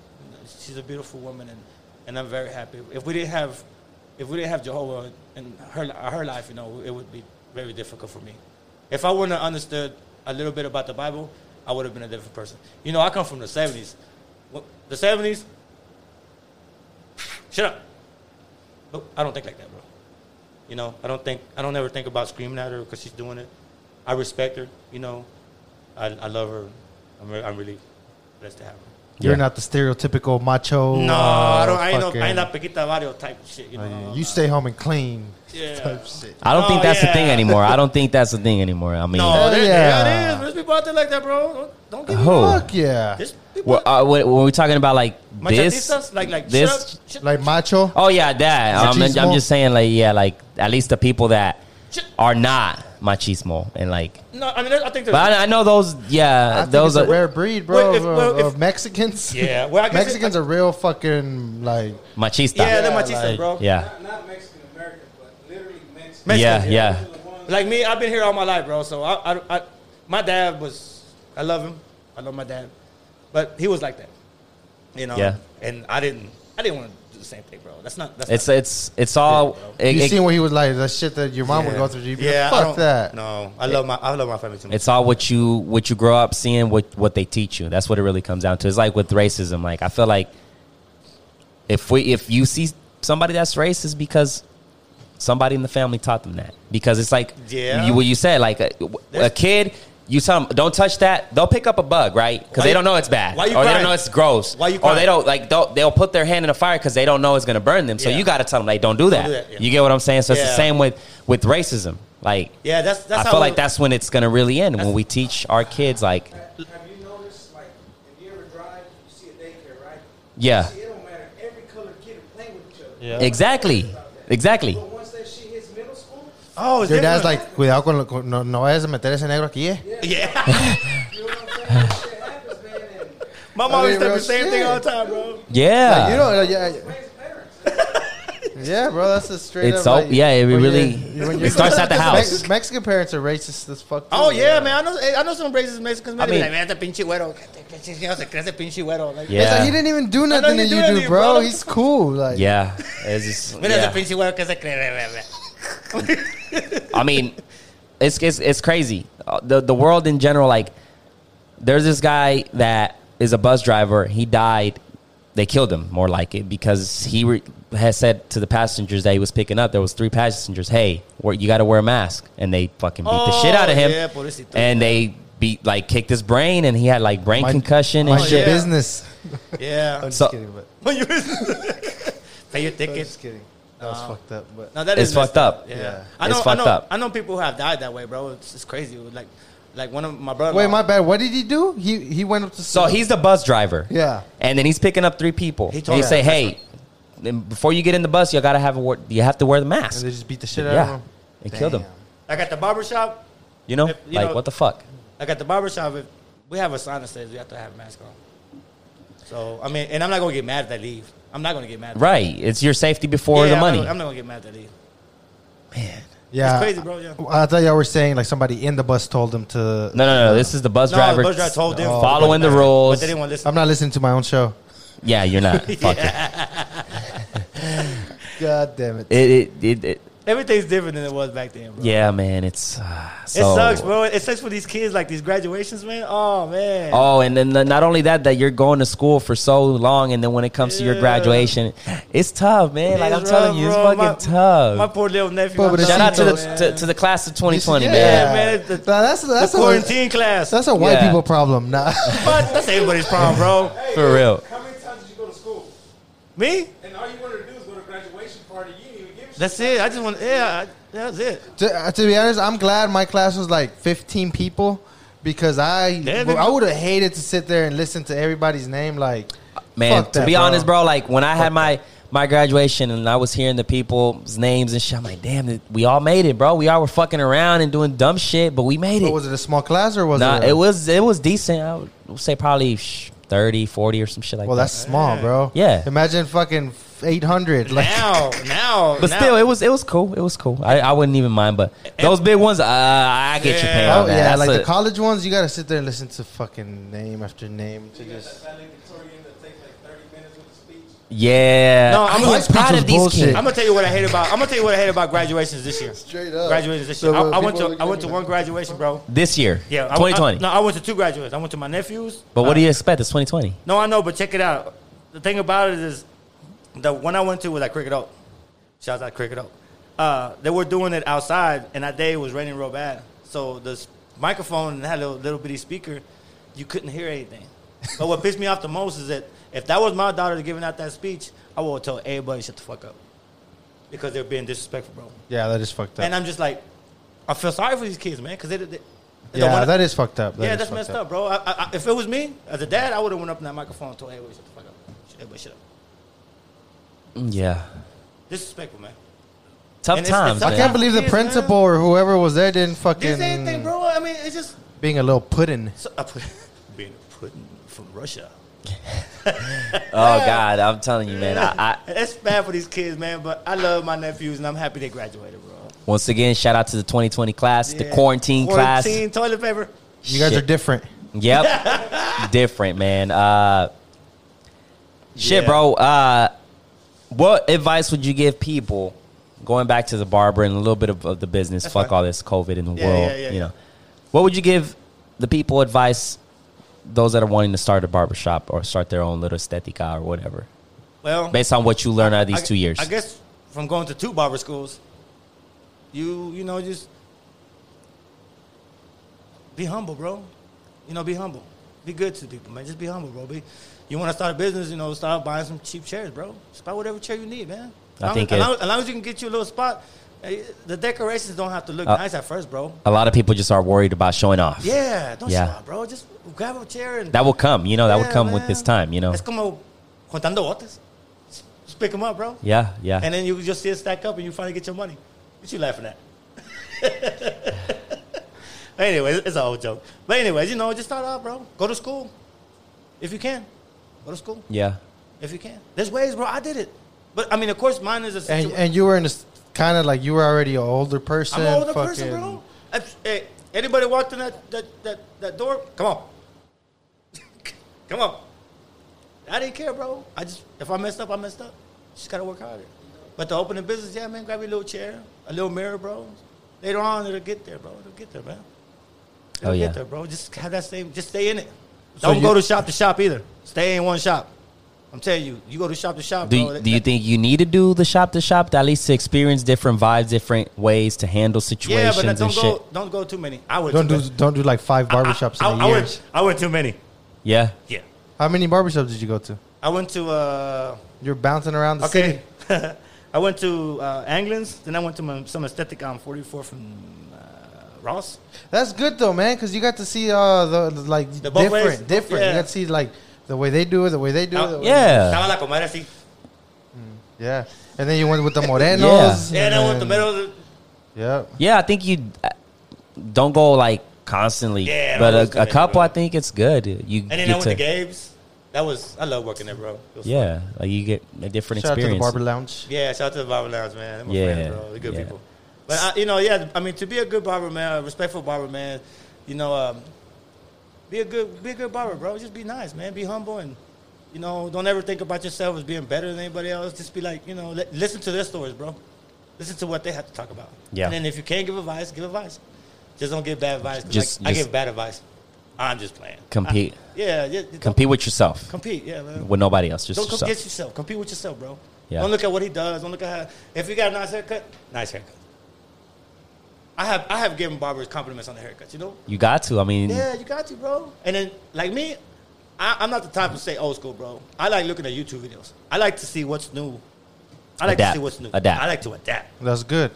Speaker 3: She's a beautiful woman, and, and I'm very happy. If we didn't have, if we didn't have Jehovah and her her life, you know, it would be very difficult for me. If I wouldn't have understood a little bit about the Bible, I would have been a different person. You know, I come from the '70s. What- The '70s. Shut up. But I don't think like that, bro. You know, I don't think I don't ever think about screaming at her because she's doing it. I respect her. You know, I, I love her. I'm, re- I'm really blessed to have her.
Speaker 2: You're
Speaker 1: Yeah.
Speaker 2: not the stereotypical macho.
Speaker 3: no,
Speaker 2: uh,
Speaker 3: I don't. I ain't,
Speaker 2: fucking-
Speaker 3: no, I ain't that Paquita Barrio type of shit. You
Speaker 2: Oh,
Speaker 3: know,
Speaker 2: yeah. You stay home and clean.
Speaker 3: Uh, Yeah.
Speaker 2: Type shit.
Speaker 1: I don't think
Speaker 3: Oh,
Speaker 1: that's the thing
Speaker 3: yeah.
Speaker 1: anymore. I don't think that's the thing anymore. I mean,
Speaker 3: No, there,
Speaker 2: yeah.
Speaker 3: there it is. There's people out there like that, bro. Don't, don't give
Speaker 1: Who?
Speaker 3: me
Speaker 2: Fuck yeah.
Speaker 3: There's people.
Speaker 1: well, uh, when when we're talking about like this,
Speaker 3: Machatistas, like like
Speaker 1: this-
Speaker 3: shut up, shut-
Speaker 2: Like macho.
Speaker 1: oh yeah, that. I'm, I'm
Speaker 2: Machismo?
Speaker 1: just saying, like yeah, like at least the people that
Speaker 3: shut-
Speaker 1: are not machismo and like.
Speaker 3: No, I mean I think there's.
Speaker 1: But I, I know those.
Speaker 2: I
Speaker 1: Yeah,
Speaker 2: think
Speaker 1: those
Speaker 2: it's
Speaker 1: are
Speaker 2: a rare breed, bro.
Speaker 3: Well, if-
Speaker 2: of-
Speaker 3: well,
Speaker 2: of
Speaker 3: if-
Speaker 2: Mexicans.
Speaker 3: yeah, well, I guess it-
Speaker 2: Mexicans are real fucking like.
Speaker 1: machista.
Speaker 3: yeah, they're
Speaker 2: Yeah,
Speaker 3: machistas,
Speaker 2: like-
Speaker 3: bro.
Speaker 1: yeah.
Speaker 4: Not, not Mexican American, but literally Mexican.
Speaker 1: yeah,
Speaker 3: Mexicans, yeah.
Speaker 1: yeah.
Speaker 4: Those are the ones-
Speaker 3: Like me, I've been here all my life, bro. So I, I, I my dad was, I love him. I love my dad, but he was like that, you know.
Speaker 1: Yeah.
Speaker 3: And I didn't, I didn't want to do the same thing, bro. That's not. That's
Speaker 1: It's
Speaker 3: not,
Speaker 1: it's it's all. it-
Speaker 2: you
Speaker 1: it-
Speaker 2: seen what he was like? That shit that your mom would go through. You'd be
Speaker 3: Yeah, I
Speaker 2: like, fuck
Speaker 3: don't-
Speaker 2: that.
Speaker 3: No, I love my, I love my family too much.
Speaker 1: it's all what you what you grow up seeing, what what they teach you. That's what it really comes down to. It's like with racism. Like I feel like if we if you see somebody that's racist because somebody in the family taught them that because it's like
Speaker 3: Yeah.
Speaker 1: you, what you said like a, a
Speaker 3: That's-
Speaker 1: kid. You tell them don't touch that. They'll pick up a bug, right? Because
Speaker 3: Why
Speaker 1: they
Speaker 3: you-
Speaker 1: don't know it's bad,
Speaker 3: why you
Speaker 1: or they don't
Speaker 3: crying?
Speaker 1: know it's gross,
Speaker 3: Why you
Speaker 1: or they
Speaker 3: crying?
Speaker 1: don't like. They'll, they'll put their hand in the fire because they don't know it's going to burn them. So
Speaker 3: Yeah.
Speaker 1: you got to tell them like, don't do that.
Speaker 3: do that, yeah.
Speaker 1: You get what I'm saying? So it's the
Speaker 3: Yeah.
Speaker 1: same with with racism. Like
Speaker 3: yeah, that's that's.
Speaker 1: I
Speaker 3: how
Speaker 1: feel
Speaker 3: it-
Speaker 1: like that's when it's gonna really end when we teach our kids like
Speaker 4: Have have you noticed, like, if you ever drive, you see a daycare, right?
Speaker 1: yeah
Speaker 4: See, it don't matter. Every colored kid are playing with each other.
Speaker 2: Yeah.
Speaker 1: exactly exactly
Speaker 4: But once that shit hits middle school,
Speaker 3: Oh, it's
Speaker 2: Your dad's
Speaker 3: different.
Speaker 2: like, cuidado con, lo- con no, no vayas a meter ese negro aquí, eh?
Speaker 3: yeah.
Speaker 4: you know what I'm saying? that shit happens, man. And
Speaker 3: my
Speaker 2: I
Speaker 3: mom used to
Speaker 2: mean,
Speaker 3: do
Speaker 2: real
Speaker 3: the same
Speaker 2: shit.
Speaker 3: thing all the time, bro.
Speaker 1: yeah
Speaker 2: Like, you know, like, yeah,
Speaker 4: where's parents?
Speaker 2: yeah. Yeah, bro, that's a straight
Speaker 1: It's
Speaker 2: up.
Speaker 1: all- yeah, it
Speaker 2: when
Speaker 1: really-
Speaker 2: you're-
Speaker 1: it
Speaker 2: you're-
Speaker 1: starts at the
Speaker 2: Mex-
Speaker 1: house.
Speaker 2: Mexican parents are racist as fuck. too.
Speaker 3: Oh yeah, man. I know. I know some racist Mexicans. Man,
Speaker 1: I
Speaker 3: I mean,
Speaker 1: mean-
Speaker 3: like, man, that's a pinche güero. Pinche señor Se cree ese pinche güero. Like,
Speaker 1: Yeah.
Speaker 2: It's like he didn't even do
Speaker 3: know
Speaker 2: nothing to
Speaker 3: you
Speaker 2: you,
Speaker 3: do
Speaker 2: dude,
Speaker 3: anything,
Speaker 2: bro.
Speaker 3: bro.
Speaker 2: He's cool. Like,
Speaker 1: Yeah. It's just-
Speaker 3: Mira ese
Speaker 1: yeah.
Speaker 3: pinche güero que se cree. ve, ve, ve.
Speaker 1: I mean, it's it's it's crazy. Uh, The the world in general, like, there's this guy that is a bus driver. He died. They killed him, more like it, because he re- has said to the passengers that he was picking up. There was three passengers. Hey, where, you got to wear a mask, and they fucking beat the shit out of
Speaker 3: Oh,
Speaker 1: him.
Speaker 3: yeah, pobrecito.
Speaker 1: and they beat like kicked his brain, and he had like brain
Speaker 2: mind-
Speaker 1: concussion and
Speaker 2: mind
Speaker 3: Oh,
Speaker 1: shit.
Speaker 2: your business.
Speaker 3: Yeah.
Speaker 2: I'm just
Speaker 1: So-
Speaker 2: kidding, but
Speaker 3: When you pay your
Speaker 2: I'm
Speaker 3: ticket.
Speaker 2: just kidding. That was fucked up, but
Speaker 3: No, that
Speaker 1: It's
Speaker 3: is messed
Speaker 1: fucked up.
Speaker 3: Yeah.
Speaker 2: Yeah.
Speaker 3: I
Speaker 1: It's
Speaker 3: know.
Speaker 1: fucked
Speaker 3: I know.
Speaker 1: up.
Speaker 3: I know people who have died that way, bro. It's, it's crazy. Like, like one of my brother.
Speaker 2: wait, my bad. What did he do? He he went up to
Speaker 1: So he's the bus driver.
Speaker 2: Yeah.
Speaker 1: And then he's picking up three people.
Speaker 3: He
Speaker 1: He
Speaker 3: told
Speaker 1: and he
Speaker 3: her
Speaker 1: say,
Speaker 3: that.
Speaker 1: "Hey, then before you get in the bus, you gotta have a wor- you have to wear the
Speaker 2: and
Speaker 1: mask."
Speaker 2: they just beat the shit out
Speaker 1: yeah,
Speaker 2: of him.
Speaker 1: they killed him.
Speaker 2: Damn.
Speaker 3: Like at the barber shop.
Speaker 1: You know,
Speaker 3: If- you
Speaker 1: like
Speaker 3: know-
Speaker 1: what the fuck?
Speaker 3: Like at the barber shop, if we have a sign that says we have to have a mask on. So I mean, and I'm not gonna get mad if they leave. I'm not gonna get mad.
Speaker 1: Right? It's your safety
Speaker 3: Yeah,
Speaker 1: before the
Speaker 3: I'm
Speaker 1: money.
Speaker 3: Not, I'm not gonna get mad if they leave.
Speaker 2: Yeah,
Speaker 3: It's crazy, bro, yeah.
Speaker 2: I thought y'all were saying like somebody in the bus told him to.
Speaker 1: no, no, no. This is the bus
Speaker 3: No, the
Speaker 1: driver.
Speaker 3: bus driver told them. Oh.
Speaker 1: following the
Speaker 3: But
Speaker 1: rules.
Speaker 3: they didn't want to listen.
Speaker 2: I'm not listening to my own show.
Speaker 1: Yeah, you're not. Fuck
Speaker 2: God damn it.
Speaker 1: it. It, it, it, it.
Speaker 3: Everything's different than it was back then, bro.
Speaker 1: Yeah, man. It's uh,
Speaker 3: It
Speaker 1: so-
Speaker 3: sucks, bro. It sucks for these kids, like these graduations, man. Oh man.
Speaker 1: Oh, and then the, not only that, that you're going to school for so long, and then when it comes to your
Speaker 3: Yeah.
Speaker 1: graduation, it's tough, man. Like
Speaker 3: It's
Speaker 1: I'm telling
Speaker 3: rough,
Speaker 1: you, it's
Speaker 3: bro.
Speaker 1: fucking
Speaker 3: My-
Speaker 1: tough.
Speaker 3: My poor little nephew.
Speaker 2: Bro,
Speaker 3: I'm
Speaker 2: but it's
Speaker 1: Shout out to
Speaker 3: sorry,
Speaker 1: the
Speaker 2: Tito's-
Speaker 1: to,
Speaker 3: man.
Speaker 1: to the class of 2020,
Speaker 2: Yeah,
Speaker 1: man.
Speaker 3: Yeah, man, it's the-
Speaker 2: Nah, that's that's
Speaker 3: the
Speaker 2: a,
Speaker 3: quarantine class.
Speaker 2: That's a white
Speaker 1: Yeah.
Speaker 2: people problem. Nah.
Speaker 3: but that's everybody's problem, bro.
Speaker 4: Hey,
Speaker 1: For real.
Speaker 4: How many times did you go to school?
Speaker 3: Me?
Speaker 4: And all you wanted to do is go to graduation party. You didn't even give a shit.
Speaker 3: That's it. I just want. Yeah, I, that's it.
Speaker 2: to, uh, to be honest, I'm glad my class was like 15 people because I
Speaker 3: Yeah, they-
Speaker 2: I would have hated to sit there and listen to everybody's name. Like,
Speaker 1: man
Speaker 2: fuck
Speaker 1: to
Speaker 2: that,
Speaker 1: be honest bro like when i had my my graduation and i was hearing the people's names and shit i'm like damn it- we all made it bro we all were fucking around and doing dumb shit but we made
Speaker 2: But
Speaker 1: it
Speaker 2: was it a small class or was
Speaker 1: nah,
Speaker 2: it?
Speaker 1: it was it was decent i would say probably sh- 30 40 or some shit like
Speaker 2: Well,
Speaker 1: that
Speaker 2: that's small, bro.
Speaker 1: Yeah.
Speaker 2: Imagine fucking 800. Like,
Speaker 3: now, now,
Speaker 1: but
Speaker 3: now.
Speaker 1: still, it was it was cool. It was cool. I, I wouldn't even mind. But those big ones, uh, I get you
Speaker 3: Yeah.
Speaker 1: paying.
Speaker 2: oh
Speaker 1: on
Speaker 2: yeah,
Speaker 1: that. That's
Speaker 2: like
Speaker 1: a-
Speaker 2: the college ones, you gotta sit there and listen to fucking name after name to
Speaker 4: You got that
Speaker 2: just.
Speaker 4: valedictorian that takes like 30 minutes with a speech.
Speaker 1: yeah.
Speaker 3: No, I'm
Speaker 1: I'm,
Speaker 3: like,
Speaker 1: like proud
Speaker 2: this
Speaker 1: of
Speaker 2: was
Speaker 1: these
Speaker 2: bullshit.
Speaker 1: kids.
Speaker 3: I'm gonna tell you what I hate about. I'm gonna tell you what I hate about graduations this year.
Speaker 2: Straight up.
Speaker 3: Graduations this
Speaker 2: So,
Speaker 3: year.
Speaker 2: uh,
Speaker 3: I, I went
Speaker 2: people
Speaker 3: to.
Speaker 2: are
Speaker 3: I went to
Speaker 2: looking
Speaker 3: one
Speaker 2: at-
Speaker 3: graduation, bro.
Speaker 1: This year,
Speaker 3: Yeah, I- I-
Speaker 1: 2020.
Speaker 3: no, I went to two graduations. I went to my nephew's.
Speaker 1: but what
Speaker 3: Uh,
Speaker 1: do you expect? It's 2020.
Speaker 3: No, I know, but check it out. The thing about it is, the one I went to was at Cricket Oak. Shout out Cricket Oak. Uh, they were doing it outside, and that day it was raining real bad. So this microphone and that little, little bitty speaker, you couldn't hear anything. But what pissed me off the most is that if that was my daughter giving out that speech, I would tell everybody shut the fuck up because they're being disrespectful, bro.
Speaker 2: Yeah, that is fucked up.
Speaker 3: And uh, I'm just like, I feel sorry for these kids, man, because they, they, they don't
Speaker 2: yeah,
Speaker 3: wanna-
Speaker 2: that is fucked up. That
Speaker 3: yeah,
Speaker 2: is
Speaker 3: that's
Speaker 2: fucked
Speaker 3: messed up, bro. I, I, I- if it was me as a dad, I would have went up in that microphone and told everybody, "Shut the fuck up, Shut- everybody, shut up."
Speaker 1: Yeah,
Speaker 3: Disrespectful, man.
Speaker 1: tough
Speaker 3: And it's-
Speaker 1: times.
Speaker 3: it's
Speaker 2: I
Speaker 1: man.
Speaker 2: can't believe the
Speaker 3: Kids, man.
Speaker 2: principal or whoever was there didn't
Speaker 3: This ain't thing,
Speaker 2: fucking
Speaker 3: bro. I mean, it's just
Speaker 2: being a little pudding.
Speaker 3: so, I put, being a pudding from Russia.
Speaker 1: Oh God, I'm telling you, man. I, I,
Speaker 3: that's bad for these kids, man. But I love my nephews, and I'm happy they graduated, bro.
Speaker 1: once again, shout out to the 2020 class, the
Speaker 3: Yeah.
Speaker 1: quarantine,
Speaker 3: quarantine toilet paper.
Speaker 1: class.
Speaker 2: You guys
Speaker 1: Shit.
Speaker 2: are different.
Speaker 1: Yep, different, man. Uh, shit,
Speaker 3: Yeah.
Speaker 1: bro. Uh, what advice would you give people going back to the barber and a little bit of, of the business?
Speaker 3: That's
Speaker 1: fuck
Speaker 3: fine.
Speaker 1: all this COVID in the
Speaker 3: Yeah,
Speaker 1: world.
Speaker 3: yeah, yeah,
Speaker 1: you
Speaker 3: yeah.
Speaker 1: know, what would you give the people advice? Those that are wanting to start a barbershop or start their own little estetica or whatever,
Speaker 3: Well,
Speaker 1: based on what you learned out of these
Speaker 3: I-
Speaker 1: two years.
Speaker 3: I guess from going to two barber schools, you you know just be humble, bro. You know, be humble. Be good to people, man. Just be humble, bro. Be, you want to start a business, you know, start buying some cheap chairs, bro. Just buy whatever chair you need, man. As
Speaker 1: I
Speaker 3: long
Speaker 1: think
Speaker 3: as,
Speaker 1: it-
Speaker 3: as, long, as long as you can get you a little spot, eh, the decorations don't have to look
Speaker 1: Uh,
Speaker 3: nice at first, bro.
Speaker 1: a lot of people just are worried about showing off.
Speaker 3: Yeah, don't
Speaker 1: Yeah.
Speaker 3: show up, bro. Just grab a chair and
Speaker 1: That will come, you know, that would
Speaker 3: Yeah,
Speaker 1: come with this
Speaker 3: man.
Speaker 1: time, you know.
Speaker 3: Es como contando botes. Just pick them up, bro.
Speaker 1: Yeah, yeah.
Speaker 3: And then you just see it stack up and you finally get your money. What you laughing at? anyways, it's a old joke. But anyways, you know, just start out, bro. Go to school. If you can. Go to school.
Speaker 1: yeah.
Speaker 3: If you can. There's ways, bro. I did it. But I mean, of course, mine is a
Speaker 2: And,
Speaker 3: situation.
Speaker 2: and you were in this kind of like you were already an older person.
Speaker 3: I'm an older
Speaker 2: fucking,
Speaker 3: person, bro. If- Hey, anybody walked in that that that, that door? Come on, come on. I didn't care, bro. I just if I messed up, I messed up. Just gotta work harder. But to open a business, yeah, man, grab your little chair, a little mirror, bro. Later on, it'll get there, bro. It'll get there, man. It'll
Speaker 1: Oh, yeah.
Speaker 3: get there, bro. Just have that same. Just stay in it.
Speaker 2: So
Speaker 3: Don't go to
Speaker 2: you-
Speaker 3: shop to shop either. Stay in one shop. I'm telling you, you go to shop to shop,
Speaker 1: Do
Speaker 3: bro.
Speaker 1: you,
Speaker 3: Oh, that-
Speaker 1: do you
Speaker 3: that-
Speaker 1: think you need to do the shop to shop to at least to experience different vibes, different ways to handle
Speaker 3: Yeah,
Speaker 1: situations
Speaker 3: but
Speaker 1: and
Speaker 3: don't
Speaker 1: shit?
Speaker 3: go. Don't go too many. I would
Speaker 2: Don't do don't do like five barbershops
Speaker 3: I,
Speaker 2: in a
Speaker 3: I
Speaker 2: year.
Speaker 3: went, I went too many.
Speaker 1: Yeah,
Speaker 3: Yeah.
Speaker 2: How many barbershops did you go to?
Speaker 3: I went to, uh,
Speaker 2: You're bouncing around the
Speaker 3: okay.
Speaker 2: city.
Speaker 3: I went to uh, Anglin's. Then I went to my, some aesthetic on 44 from uh, Ross.
Speaker 2: That's good though, man, because you got to see uh the, the, like
Speaker 3: The both
Speaker 2: different,
Speaker 3: ways.
Speaker 2: different.
Speaker 3: Yeah.
Speaker 2: You got to see like the way they do it, the way they do it.
Speaker 3: Uh,
Speaker 2: the way-
Speaker 1: yeah.
Speaker 3: Estaba la comadre así.
Speaker 2: yeah. And then you went with the morenos.
Speaker 1: Yeah.
Speaker 3: Yeah, and I went to
Speaker 2: then-
Speaker 3: middle.
Speaker 2: Yeah.
Speaker 1: yeah. I think you uh, don't go like constantly,
Speaker 3: Yeah,
Speaker 1: but
Speaker 3: don't go too
Speaker 1: a, a
Speaker 3: many,
Speaker 1: couple
Speaker 3: bro.
Speaker 1: I think it's good. You
Speaker 3: And then I went to, Gabe's. That was, I love working there, bro. It was
Speaker 1: yeah, like you get a different
Speaker 2: Shout out to the
Speaker 1: experience.
Speaker 2: barber lounge.
Speaker 3: Yeah, shout out to the barber lounge, man. They're my
Speaker 1: Yeah,
Speaker 3: friends, bro. They're good
Speaker 1: yeah.
Speaker 3: people. But I, you know, yeah, I mean, to be a good barber man, a respectful barber man, you know, um, be a good, be a good barber, bro. Just be nice, man. Be humble and. You know, don't ever think about yourself as being better than anybody else. Just be like, you know, li- listen to their stories, bro. Listen to what they have to talk about.
Speaker 1: Yeah.
Speaker 3: And then if you can't give advice, give advice. Just don't give bad advice. 'cause,
Speaker 1: Just-
Speaker 3: like, I
Speaker 1: just-
Speaker 3: give bad advice. I'm just playing.
Speaker 1: Compete.
Speaker 3: I- yeah, yeah. don't-
Speaker 1: Compete with yourself,
Speaker 3: Compete. Yeah, man.
Speaker 1: with nobody else, just
Speaker 3: Don't
Speaker 1: yourself.
Speaker 3: compete with yourself. Compete with yourself, bro.
Speaker 1: Yeah.
Speaker 3: Don't look at what he does. Don't look at how. If you got a nice haircut, nice haircut. I have I have given barbers compliments on the haircuts. You know.
Speaker 1: you got to. I mean,
Speaker 3: Yeah, you got to, bro. And then like me, I, I'm not the type to say old school, bro. I like looking at YouTube videos. I like to see what's new. I like
Speaker 1: Adapt.
Speaker 3: to see what's new.
Speaker 1: Adapt.
Speaker 3: I like to adapt.
Speaker 2: That's good.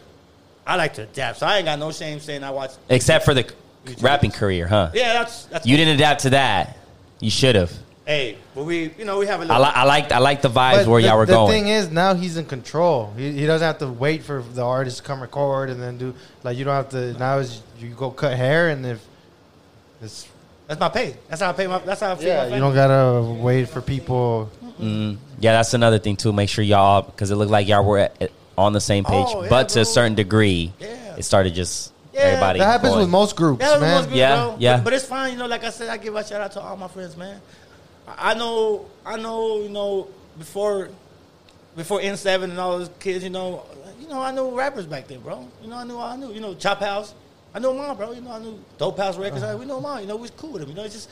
Speaker 3: I like to adapt. So I ain't got no shame saying I watch.
Speaker 1: except for the
Speaker 3: You do.
Speaker 1: rapping career, huh?
Speaker 3: Yeah, that's that's.
Speaker 1: You didn't adapt to that. You should have.
Speaker 3: Hey, but we you know we have a
Speaker 1: I,
Speaker 3: little.
Speaker 1: li- I like I like the vibes where
Speaker 2: the,
Speaker 1: y'all were
Speaker 2: the
Speaker 1: going.
Speaker 2: thing is, now he's in control. He, he doesn't have to wait for the artist to come record and then do like you don't have to. Now is you go cut hair and if it's
Speaker 3: that's my pay. That's how I pay my. That's how I feed my
Speaker 2: yeah,
Speaker 3: family.
Speaker 2: you don't gotta wait for people.
Speaker 1: Yeah, that's another thing too. Make sure y'all because it looked like y'all were at, at- on the same page,
Speaker 3: Oh, yeah,
Speaker 1: but to a
Speaker 3: bro.
Speaker 1: certain degree,
Speaker 3: Yeah.
Speaker 1: it started just
Speaker 3: Yeah,
Speaker 1: everybody.
Speaker 2: That happens
Speaker 1: going.
Speaker 2: with most groups,
Speaker 3: Yeah,
Speaker 2: man.
Speaker 3: Good,
Speaker 1: Yeah,
Speaker 3: bro.
Speaker 1: yeah.
Speaker 3: But, but it's fine, you know. Like I said, I give a shout out to all my friends, man. I I know, I know, you know, before, before N Seven and all those kids, you know, you know, I knew rappers back then, bro. You know, I knew, I knew, you know, Chop House. I knew mom, bro. You know, I knew Dope House Records.
Speaker 2: Uh-huh.
Speaker 3: I, we know mom. You know, we was cool with him. You know, it's just,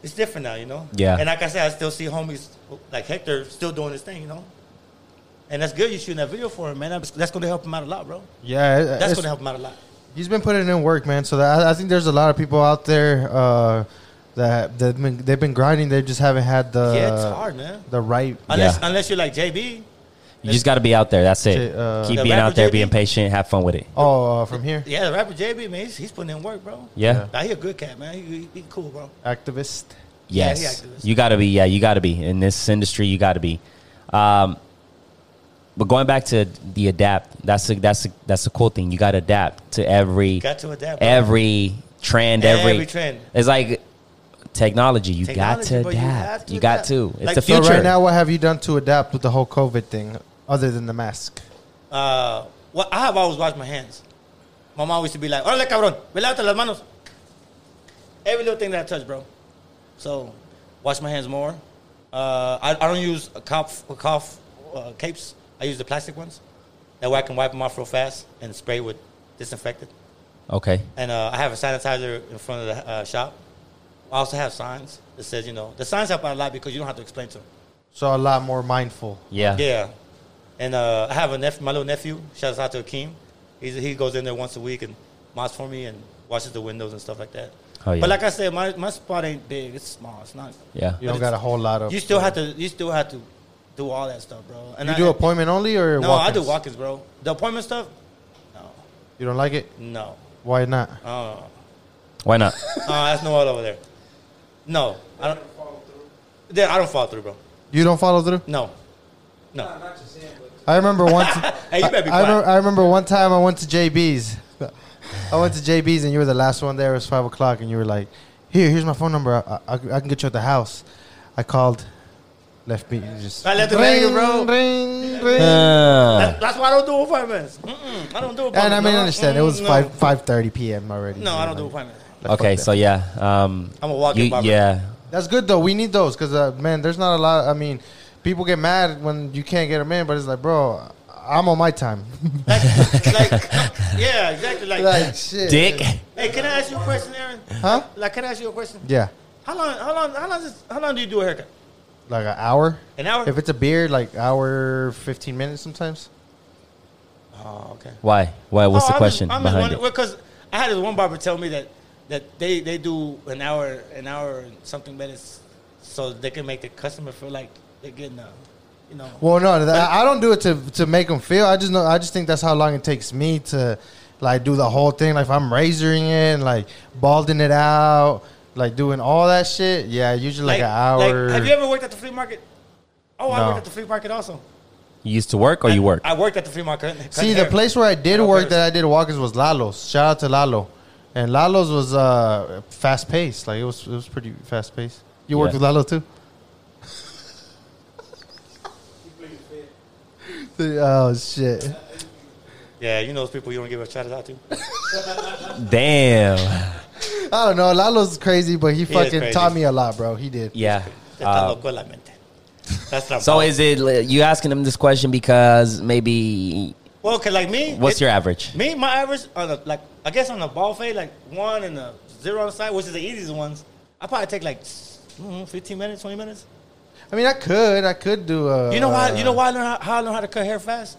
Speaker 3: it's different now, you know.
Speaker 1: Yeah.
Speaker 3: And like I said, I still see homies like Hector still doing his thing, you know. And that's good. You shooting that video for him, man. That's, that's going to help him out a lot, bro.
Speaker 2: Yeah, it-
Speaker 3: That's
Speaker 2: it's-
Speaker 3: going to help him out a lot.
Speaker 2: He's been putting in work, man. So that, I, I think there's a lot of people out there uh, that that been, they've been grinding. They just haven't had the
Speaker 3: yeah, it's hard, man.
Speaker 2: the right.
Speaker 3: Unless
Speaker 1: Yeah.
Speaker 3: unless you're like JB.
Speaker 1: You just got to be out there. That's it.
Speaker 2: J- uh,
Speaker 1: Keep
Speaker 3: The
Speaker 1: being
Speaker 3: rapper
Speaker 1: out there,
Speaker 3: JB?
Speaker 1: being patient, have fun with it.
Speaker 2: Oh, uh, from here,
Speaker 3: Yeah, the rapper JB, man, he's, he's putting in work, bro.
Speaker 1: Yeah.
Speaker 3: Nah, he a good cat, man. He, he, he cool, bro.
Speaker 2: activist.
Speaker 3: Yeah, he
Speaker 1: Yes.
Speaker 3: activist.
Speaker 1: you got to be. Yeah, you got to be in this industry. You got to be. Um, but going back to the adapt, that's a that's a that's a cool thing. You got to adapt to every
Speaker 3: Got to adapt. Bro.
Speaker 1: every trend, every,
Speaker 3: Every trend.
Speaker 1: It's like technology. You
Speaker 3: Technology,
Speaker 1: got to
Speaker 3: bro, you have
Speaker 1: adapt.
Speaker 3: to
Speaker 1: You, got
Speaker 3: adapt.
Speaker 1: to. It's
Speaker 3: Like,
Speaker 1: the
Speaker 2: So
Speaker 1: future.
Speaker 2: right now, what have you done to adapt with the whole COVID thing, other than the mask?
Speaker 3: Uh, well, I have always washed my hands. My mom used to be like, "Órale, cabrón, ve lávate las manos." Every little thing that I touch, bro. So, wash my hands more. Uh, I, I don't use a cough, a cough uh, capes. I use the plastic ones. That way I can wipe them off real fast and spray with disinfectant.
Speaker 1: okay.
Speaker 3: and uh, I have a sanitizer in front of the uh, shop. I also have signs that says, you know, the signs help out a lot because you don't have to explain to them.
Speaker 2: So a lot more mindful.
Speaker 1: Yeah.
Speaker 3: Yeah, and uh, I have a nephew, my little nephew. Shouts out to Akeem. He's, he goes in there once a week and mops for me and washes the windows and stuff like that.
Speaker 1: Oh, yeah.
Speaker 3: But like I said, my, my spot ain't big. It's small. It's not.
Speaker 1: Yeah.
Speaker 2: You don't
Speaker 3: it's-
Speaker 2: got a whole lot of.
Speaker 3: You still have to. You still have to do all that stuff, bro. And
Speaker 2: You
Speaker 3: I,
Speaker 2: do appointment only or
Speaker 3: No, I
Speaker 2: walk-ins?
Speaker 3: do walk-ins, bro. The appointment stuff. No,
Speaker 2: You don't like it?
Speaker 3: no.
Speaker 2: Why not?
Speaker 3: Oh,
Speaker 1: Why not?
Speaker 3: no, that's no all over there. No, I don't.
Speaker 4: follow through.
Speaker 3: There, I don't fall through, bro.
Speaker 2: You don't follow through.
Speaker 3: No,
Speaker 4: Nah,
Speaker 3: no.
Speaker 4: not just him, but
Speaker 2: I remember once.
Speaker 3: Hey, you better be
Speaker 2: I, I,
Speaker 3: quiet.
Speaker 2: remember, I remember one time I went to JB's. I went to JB's and you were the last one there. It was five o'clock, and you were like, "Here, here's my phone number. I, I, I can get you at the house." I called. Left me just.
Speaker 3: I left the
Speaker 2: ring,
Speaker 3: niggas, bro.
Speaker 2: Ring, ring.
Speaker 1: Uh,
Speaker 3: That- that's why I don't do appointments. Mm-mm, I don't do appointments.
Speaker 2: and I mean, I understand. It was
Speaker 3: Mm, no.
Speaker 2: five five thirty p.m. already.
Speaker 3: No, I don't do
Speaker 2: Like,
Speaker 3: appointments.
Speaker 2: like,
Speaker 1: okay,
Speaker 2: fuck that.
Speaker 1: so yeah, um,
Speaker 3: I'm a walking
Speaker 1: you-
Speaker 3: barber.
Speaker 1: yeah,
Speaker 2: That's good though. We need those because uh, man, there's not a lot. I mean, people get mad when you can't get them in, but it's like, bro, I'm on my time.
Speaker 3: Like, like, no, yeah, exactly. Like,
Speaker 2: like shit,
Speaker 1: dick.
Speaker 3: hey, can I ask you a question, Aaron?
Speaker 2: Huh?
Speaker 3: Like, can I ask you a question?
Speaker 2: Yeah,
Speaker 3: How long? How long? How long? Is, how long do you do a haircut?
Speaker 2: like an hour.
Speaker 3: An hour?
Speaker 2: If it's a beard, like hour fifteen minutes sometimes.
Speaker 3: oh, okay.
Speaker 1: Why? Why? What's
Speaker 3: Oh,
Speaker 1: the question
Speaker 3: I'm just, I'm
Speaker 1: behind
Speaker 3: just
Speaker 1: it?
Speaker 3: Because I had this one barber tell me that that they they do an hour an hour and something minutes so they can make the customer feel like they're getting a, you know.
Speaker 2: Well, no, th- I don't do it to to make them feel. I just know. I just think that's how long it takes me to like do the whole thing. Like if I'm razoring it, and, like balding it out, like doing all that shit. Yeah, usually like, an hour.
Speaker 3: have you ever worked at the flea market? Oh, I
Speaker 2: No.
Speaker 3: worked at the flea market also.
Speaker 1: You used to work or Oh, you work?
Speaker 3: I worked at the flea market. cutting
Speaker 2: See, the
Speaker 3: hair.
Speaker 2: place where I did
Speaker 3: Cut
Speaker 2: work
Speaker 3: hairs.
Speaker 2: that I did walk-ins was Lalo's. Shout out to Lalo. And Lalo's was uh, fast paced. Like it was, it was pretty fast paced. You worked
Speaker 1: Yeah.
Speaker 2: with Lalo too. oh shit!
Speaker 3: Yeah, you know those people you don't give a shout out to.
Speaker 1: Damn.
Speaker 2: I don't know. Lalo's crazy, but he
Speaker 3: is
Speaker 2: fucking
Speaker 3: crazy.
Speaker 2: taught me a lot, bro. He did.
Speaker 1: Yeah.
Speaker 3: Está
Speaker 1: Uh,
Speaker 3: loco en la mente. That's not
Speaker 1: so is it li- you asking him this question because maybe
Speaker 3: well, cause like me.
Speaker 1: what's
Speaker 3: it-
Speaker 1: your average?
Speaker 3: Me, my average on the like I guess on the ball fade, like one and the zero on the side, which is the easiest ones. I probably take like mm, fifteen minutes, twenty minutes.
Speaker 2: I mean, I could, I could do. Uh,
Speaker 3: You know why? You know why I learned how, how I learned how to cut hair fast?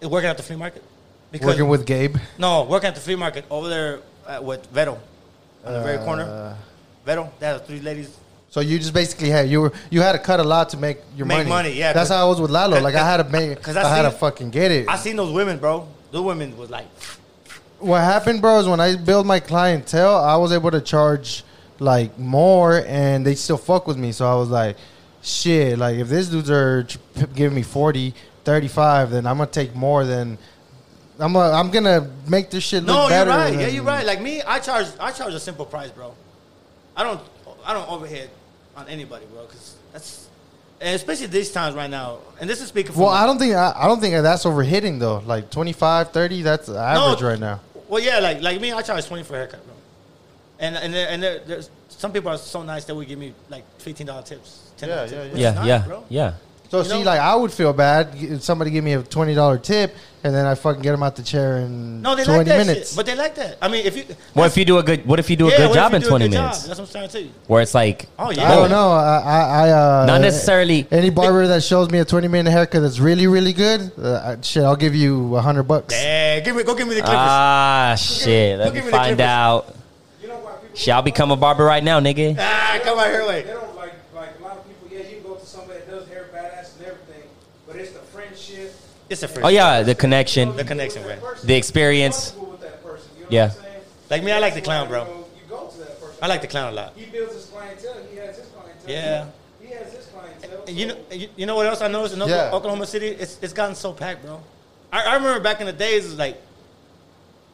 Speaker 3: Is working at the flea market. Because
Speaker 2: uh, Working with Gabe.
Speaker 3: no, working at the flea market over there uh, with Vero on the very corner.
Speaker 2: Uh,
Speaker 3: Vero, that was three ladies.
Speaker 2: So you just basically had you were you had to cut a lot to make your
Speaker 3: Make
Speaker 2: money.
Speaker 3: money, yeah,
Speaker 2: That's
Speaker 3: 'cause-
Speaker 2: how I was with Lalo. Like I had to make,
Speaker 3: 'Cause
Speaker 2: I,
Speaker 3: I
Speaker 2: had to
Speaker 3: seen-
Speaker 2: fucking get it.
Speaker 3: I seen those women, bro. The women was like,
Speaker 2: what happened, bro, is when I built my clientele, I was able to charge like more, and they still fuck with me. So I was like, shit, like if these dudes are ch- p- giving me 40, 35, then I'm gonna take more than I'm. Gonna, I'm gonna make this shit look
Speaker 3: no, you're
Speaker 2: better.
Speaker 3: right. Yeah,
Speaker 2: than-
Speaker 3: you're right. Like me, I charge, I charge a simple price, bro. I don't, I don't overhead on anybody, bro, because that's, and especially these times right now. And this is speaking.
Speaker 2: Well, I don't think I, I don't think that's overhitting though. Like 25, 30, that's average right now.
Speaker 3: Well, yeah, like like me, I charge twenty for a haircut, bro. And and there, and there, there's some people are so nice that would give me like fifteen dollar tips. $10
Speaker 2: Yeah,
Speaker 3: tips,
Speaker 2: yeah,
Speaker 3: which is
Speaker 1: Yeah,
Speaker 3: nice,
Speaker 1: yeah,
Speaker 3: bro.
Speaker 1: yeah.
Speaker 2: So
Speaker 3: You
Speaker 2: see,
Speaker 3: know-
Speaker 2: like I would feel bad if somebody give me a twenty dollar tip, and then I fucking get them out the chair in
Speaker 3: No, they like
Speaker 2: twenty
Speaker 3: that
Speaker 2: minutes.
Speaker 3: shit, but they like that. I mean, if you
Speaker 1: What if you do a good? What if you do a
Speaker 3: yeah, what
Speaker 1: good
Speaker 3: if
Speaker 1: job
Speaker 3: you
Speaker 1: in
Speaker 3: do a
Speaker 1: twenty
Speaker 3: good job?
Speaker 1: minutes?
Speaker 3: That's what I'm trying to tell you.
Speaker 1: Where it's like,
Speaker 3: Oh yeah,
Speaker 2: I don't know. I, I, I uh,
Speaker 1: Not necessarily-
Speaker 2: Any barber that shows me a twenty minute haircut that's really, really good, uh, I- shit, I'll give you a hundred bucks.
Speaker 3: Yeah, give me go give me the clippers.
Speaker 1: ah, shit. Let
Speaker 3: look
Speaker 1: me
Speaker 3: at me the
Speaker 1: find
Speaker 3: Clippers.
Speaker 1: out.
Speaker 4: You know why people
Speaker 1: Shall I become a barber right now, nigga?
Speaker 3: ah, come out here,
Speaker 4: They
Speaker 3: wait.
Speaker 4: don't like like a lot of people. Yeah, you go to somebody that does hair badass and everything, but it's the friendship.
Speaker 3: It's a friend.
Speaker 1: Oh yeah, the connection,
Speaker 3: The connection,
Speaker 4: With that
Speaker 3: right.
Speaker 4: person,
Speaker 1: the
Speaker 4: you're
Speaker 1: experience.
Speaker 4: comfortable with that person, you know
Speaker 1: Yeah.
Speaker 4: what I'm saying?
Speaker 3: Like me, I like the
Speaker 4: That's
Speaker 3: clown,
Speaker 4: why,
Speaker 3: bro.
Speaker 4: you know, You go to that person.
Speaker 3: I like the clown a lot.
Speaker 4: He builds his clientele. He has his clientele.
Speaker 3: Yeah.
Speaker 4: He has his clientele.
Speaker 3: And you
Speaker 4: so-
Speaker 3: know, you, you know what else I noticed in Oka-
Speaker 2: Yeah.
Speaker 3: Oklahoma City? It's it's gotten so packed, bro. I, I remember back in the days, it was like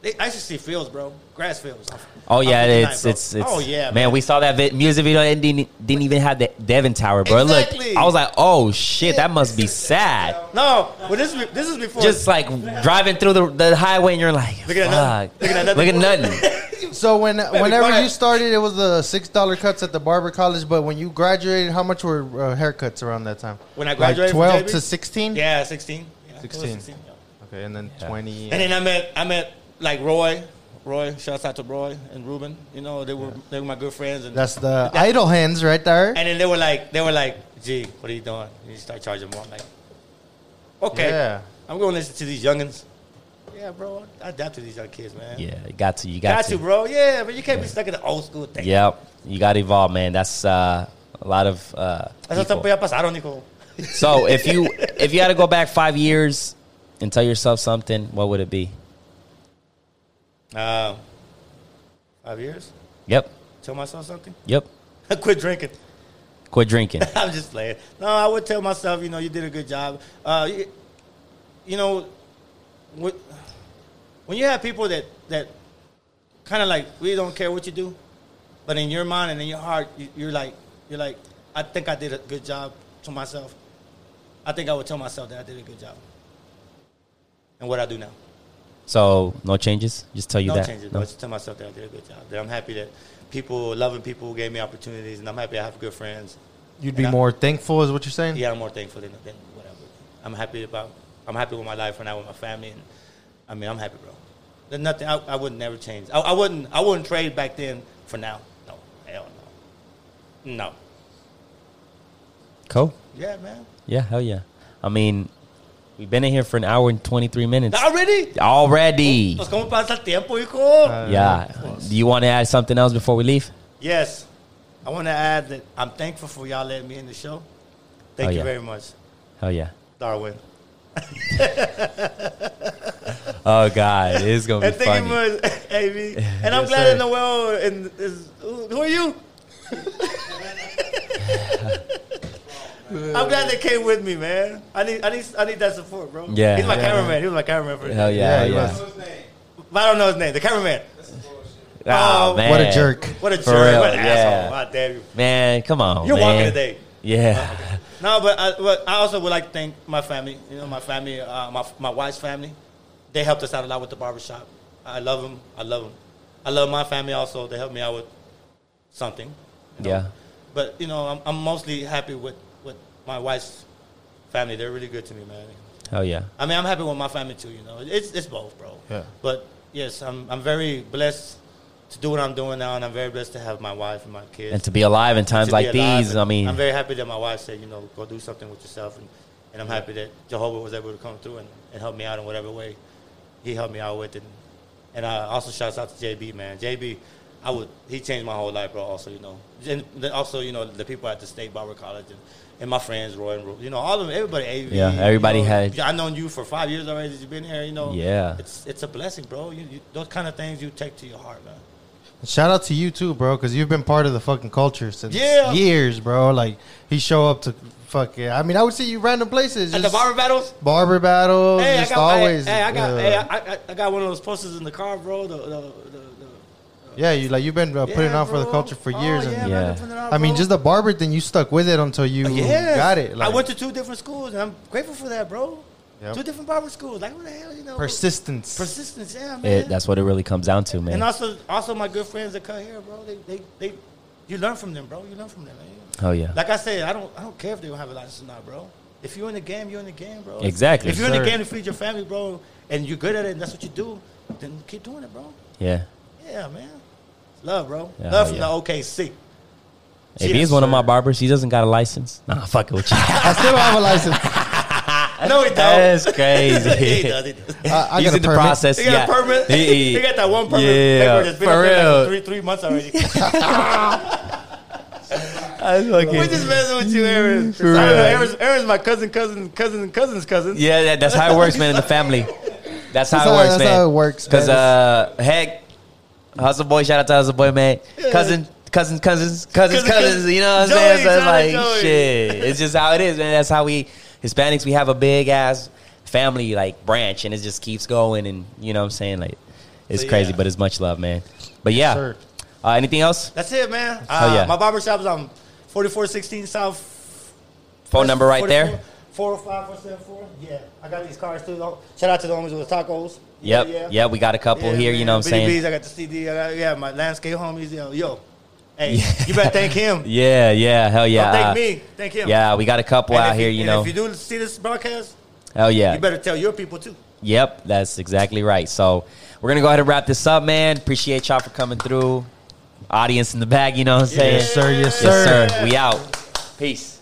Speaker 3: they, I used to see fields, bro, grass fields.
Speaker 1: Oh yeah,
Speaker 3: I'm 59,
Speaker 1: it's
Speaker 3: bro.
Speaker 1: it's it's.
Speaker 3: Oh yeah,
Speaker 1: man. We saw that vi- music video and didn't, didn't even have the Devon Tower, bro.
Speaker 3: Exactly.
Speaker 1: Look, I was like, oh shit, that must be sad.
Speaker 3: No, but this is this is before.
Speaker 1: Just like driving through the, the highway and you're like,
Speaker 3: Look at that
Speaker 1: fuck.
Speaker 3: nothing. Look at that
Speaker 1: Look at
Speaker 3: nothing.
Speaker 1: nothing.
Speaker 2: So when whenever
Speaker 3: quiet.
Speaker 2: you started, it was the six dollar cuts at the barber college. But when you graduated, how much were uh, haircuts around that time?
Speaker 3: When I graduated
Speaker 2: like
Speaker 3: from
Speaker 2: twelve
Speaker 3: JB?
Speaker 2: to sixteen.
Speaker 3: yeah, sixteen. Yeah, it was
Speaker 2: 16.
Speaker 3: yeah.
Speaker 2: Okay, and then twenty.
Speaker 3: And then I met I met like Roy, Roy. Shouts out to Roy and Ruben. You know they were they were my good friends and
Speaker 2: uh, That's the idle hands right there.
Speaker 3: And then they were like, they were like, "Gee, what are you doing?" And you start charging more. I'm like, okay,
Speaker 2: Yeah.
Speaker 3: I'm going to listen to these youngins. Yeah, bro, I adapt to these young kids, man.
Speaker 1: Yeah, you got to. You got,
Speaker 3: got, you, bro. Yeah, but you can't be stuck in the old school thing.
Speaker 1: Yep, you got to evolve, man. That's uh, a lot of. Uh,
Speaker 3: Eso
Speaker 1: people.
Speaker 3: tampoco ya pasaron, Nico.
Speaker 1: So if you if you had to go back five years and tell yourself something, what would it be?
Speaker 3: Um, five years.
Speaker 1: Yep,
Speaker 3: Tell myself something.
Speaker 1: yep.
Speaker 3: Quit drinking.
Speaker 1: Quit drinking.
Speaker 3: I'm just playing. No, I would tell myself, you know, you did a good job. Uh, you, you know, what, when you have people that that kind of like we don't care what you do, but in your mind and in your heart, you, you're like, you're like, I think I did a good job. to myself, I think I would tell myself that I did a good job. And what I do now.
Speaker 1: So no changes. Just tell you
Speaker 3: no
Speaker 1: that.
Speaker 3: changes.
Speaker 1: No.
Speaker 3: No. I just tell myself that I did a good job. That I'm happy that people, loving people, gave me opportunities, and I'm happy I have good friends.
Speaker 2: You'd be
Speaker 3: Yeah.
Speaker 2: more thankful, is what you're saying?
Speaker 3: Yeah, I'm more thankful than, than whatever. I'm happy about. I'm happy with my life right now with my family, and I mean, I'm happy, bro. There's nothing. I, I would never change. I, I wouldn't. I wouldn't trade back then for now. No, hell no, no.
Speaker 1: Cool.
Speaker 3: Yeah, man.
Speaker 1: Yeah. Hell yeah. I mean, we've been in here for an hour and twenty three minutes
Speaker 3: Already?
Speaker 1: already.
Speaker 3: Pues, ¿Cómo pasa el tiempo, hijo?
Speaker 2: Uh,
Speaker 1: Yeah. Do you want to add something else before we leave?
Speaker 3: yes, I want to add that I'm thankful for y'all letting me in the show. Thank
Speaker 1: Oh,
Speaker 3: you
Speaker 1: yeah.
Speaker 3: very much,
Speaker 1: Hell yeah.
Speaker 3: Darwin.
Speaker 1: Oh God, it's gonna
Speaker 3: And
Speaker 1: be
Speaker 3: thank
Speaker 1: funny.
Speaker 3: you much, AB. And I'm
Speaker 2: Yes,
Speaker 3: glad
Speaker 2: sir.
Speaker 3: in the world. And is, who who are you? I'm glad they came with me, man. I need, I need, I need that support, bro.
Speaker 1: Yeah.
Speaker 3: he's my
Speaker 1: Yeah.
Speaker 3: cameraman. He was my cameraman for
Speaker 1: Hell yeah.
Speaker 2: Yeah,
Speaker 1: hell
Speaker 2: you
Speaker 1: yeah.
Speaker 2: must-
Speaker 4: What's his name?
Speaker 3: But I don't know his name. The cameraman.
Speaker 4: That's some bullshit.
Speaker 1: Oh,
Speaker 3: Oh,
Speaker 1: man.
Speaker 2: What a jerk.
Speaker 3: What a
Speaker 1: For
Speaker 3: jerk.
Speaker 1: real,
Speaker 3: what an
Speaker 1: yeah.
Speaker 3: asshole. God damn you.
Speaker 1: Man, come on.
Speaker 3: You're
Speaker 1: man.
Speaker 3: walking today.
Speaker 1: Yeah.
Speaker 3: No, but I, but I also would like to thank my family. You know, my family, uh, my my wife's family. They helped us out a lot with the barbershop. I love them. I love them. I love my family also. They helped me out with something.
Speaker 1: Yeah.
Speaker 3: But you know, I'm, I'm mostly happy with with my wife's family. They're really good to me, man.
Speaker 1: Hell yeah.
Speaker 3: I mean, I'm happy with my family too. You know, it's it's both, bro.
Speaker 2: Yeah.
Speaker 3: But yes, I'm I'm very blessed to do what I'm doing now, and I'm very blessed to have my wife and my kids
Speaker 1: And to be alive in times
Speaker 3: to
Speaker 1: like
Speaker 3: be alive.
Speaker 1: these, I mean,
Speaker 3: I'm very happy that my wife said, you know, go do something with yourself, and, and I'm happy that Jehovah was able to come through and, and help me out in whatever way he helped me out with, and and I also shouts out to JB, man. JB, I would he changed my whole life, bro. Also, you know, and the- also you know the people at the State Barber College and. And my friends, Roy and Ru- you know, all of them, everybody. AV,
Speaker 1: Yeah,
Speaker 3: you
Speaker 1: everybody
Speaker 3: know,
Speaker 1: had-
Speaker 3: I've known you for five years already. You've been here, you know.
Speaker 1: Yeah.
Speaker 3: it's it's a blessing, bro. You, you, those kind of things you take to your heart, man.
Speaker 2: Shout out to you too, bro, because you've been part of the fucking culture since
Speaker 3: Yeah.
Speaker 2: years, bro. Like he show up to fucking. I mean, I would see you random places,
Speaker 3: At
Speaker 2: just
Speaker 3: the barber battles,
Speaker 2: barber battles,
Speaker 3: Hey, I
Speaker 2: just
Speaker 3: got,
Speaker 2: always.
Speaker 3: Hey, hey, I got,
Speaker 2: uh,
Speaker 3: hey, I, I, I got one of those posters in the car, bro. The, the, the, the,
Speaker 2: yeah, you like you've been uh, putting
Speaker 3: Yeah,
Speaker 2: on for the
Speaker 3: bro.
Speaker 2: culture for
Speaker 3: Oh,
Speaker 2: years,
Speaker 3: yeah,
Speaker 2: and
Speaker 3: man,
Speaker 1: Yeah.
Speaker 3: putting it on,
Speaker 2: I mean,
Speaker 3: bro.
Speaker 2: just the barber thing, you stuck with it until you
Speaker 3: Yes.
Speaker 2: got it. Like,
Speaker 3: I went to two different schools, and I'm grateful for that, bro.
Speaker 2: Yep.
Speaker 3: Two different barber schools. Like, what the hell, you know?
Speaker 2: persistence.
Speaker 3: Persistence, yeah, man.
Speaker 1: it, that's what it really comes down to, man.
Speaker 3: and also, also my good friends that cut hair, bro. They, they, they, you learn from them, bro. You learn from them, man.
Speaker 1: Hell yeah.
Speaker 3: Like I said, I don't, I don't care if they don't have a license or not, bro. If you're in the game, you're in the game, bro.
Speaker 1: Exactly.
Speaker 3: If you're in
Speaker 2: Sir.
Speaker 3: the game to feed your family, bro, and you're good at it, and that's what you do, then keep doing it, bro.
Speaker 1: Yeah.
Speaker 3: Yeah, man. Love, bro.
Speaker 1: Yeah, oh,
Speaker 3: Love from
Speaker 1: yeah.
Speaker 3: the OKC.
Speaker 1: If he's
Speaker 3: Yes,
Speaker 1: one of my
Speaker 3: sir.
Speaker 1: barbers, he doesn't got a license. Nah, fuck it with you.
Speaker 2: I still don't have a license.
Speaker 3: No, he don't.
Speaker 1: That's crazy.
Speaker 3: he does. He does.
Speaker 2: I, I
Speaker 1: he's
Speaker 2: got
Speaker 1: in
Speaker 2: a
Speaker 1: the
Speaker 2: permit.
Speaker 1: process.
Speaker 3: He got
Speaker 1: yeah.
Speaker 3: a permit.
Speaker 1: He,
Speaker 3: He, got that one permit.
Speaker 1: Yeah,
Speaker 3: paper that's been
Speaker 1: for
Speaker 3: up there
Speaker 1: real.
Speaker 3: Like three three months already.
Speaker 1: I fucking-
Speaker 3: We're just messing with you, Aaron.
Speaker 1: For
Speaker 3: I don't know,
Speaker 1: real.
Speaker 3: Aaron's, Aaron's my cousin, cousin, cousin, cousin's cousin.
Speaker 1: Yeah, that, that's how it works, man. In the family, that's how
Speaker 2: That's
Speaker 1: it works,
Speaker 2: how- that's
Speaker 1: man.
Speaker 2: how it works, man.
Speaker 1: Because uh, heck, hustle boy, shout out to hustle boy, man. Cousin, cousins, cousins, cousins,
Speaker 3: Cousin,
Speaker 1: cousins. You know what I'm saying?
Speaker 3: Joey,
Speaker 1: So it's
Speaker 3: shout out
Speaker 1: like
Speaker 3: Joey.
Speaker 1: shit. It's just how it is, man. That's how we Hispanics we have a big ass family like branch, and it just keeps going. And you know what I'm saying? Like it's
Speaker 3: So, yeah.
Speaker 1: crazy, but it's much love, man. But yeah,
Speaker 2: sir.
Speaker 1: uh, anything else?
Speaker 3: That's it, man.
Speaker 1: Hell
Speaker 3: Uh,
Speaker 1: Oh, yeah.
Speaker 3: My barber shop is on 4416 South.
Speaker 1: Phone number right there.
Speaker 3: 405474. Yeah. I got these cards too. though. Shout out to the homies with the tacos.
Speaker 1: Yep,
Speaker 3: Yeah.
Speaker 1: yeah, we got a couple
Speaker 3: Yeah,
Speaker 1: here. You
Speaker 3: man.
Speaker 1: know what I'm
Speaker 3: Bitty
Speaker 1: saying?
Speaker 3: Bees, I got the CD. I got, yeah, my landscape homies. Yo, yo. hey, you better thank him.
Speaker 1: Yeah, yeah, hell yeah.
Speaker 3: Don't thank
Speaker 1: Uh,
Speaker 3: me. Thank him.
Speaker 1: Yeah, we got a couple
Speaker 3: And
Speaker 1: out
Speaker 3: if
Speaker 1: here. You
Speaker 3: and
Speaker 1: know,
Speaker 3: If you do see this broadcast,
Speaker 1: hell yeah.
Speaker 3: you better tell your people too.
Speaker 1: Yep, that's exactly right. So we're gonna go ahead and wrap this up, man. Appreciate y'all for coming through. Audience in the back, you know what I'm saying?
Speaker 2: Yes, sir. Yes,
Speaker 1: Yes,
Speaker 2: sir.
Speaker 1: sir. We out. Peace.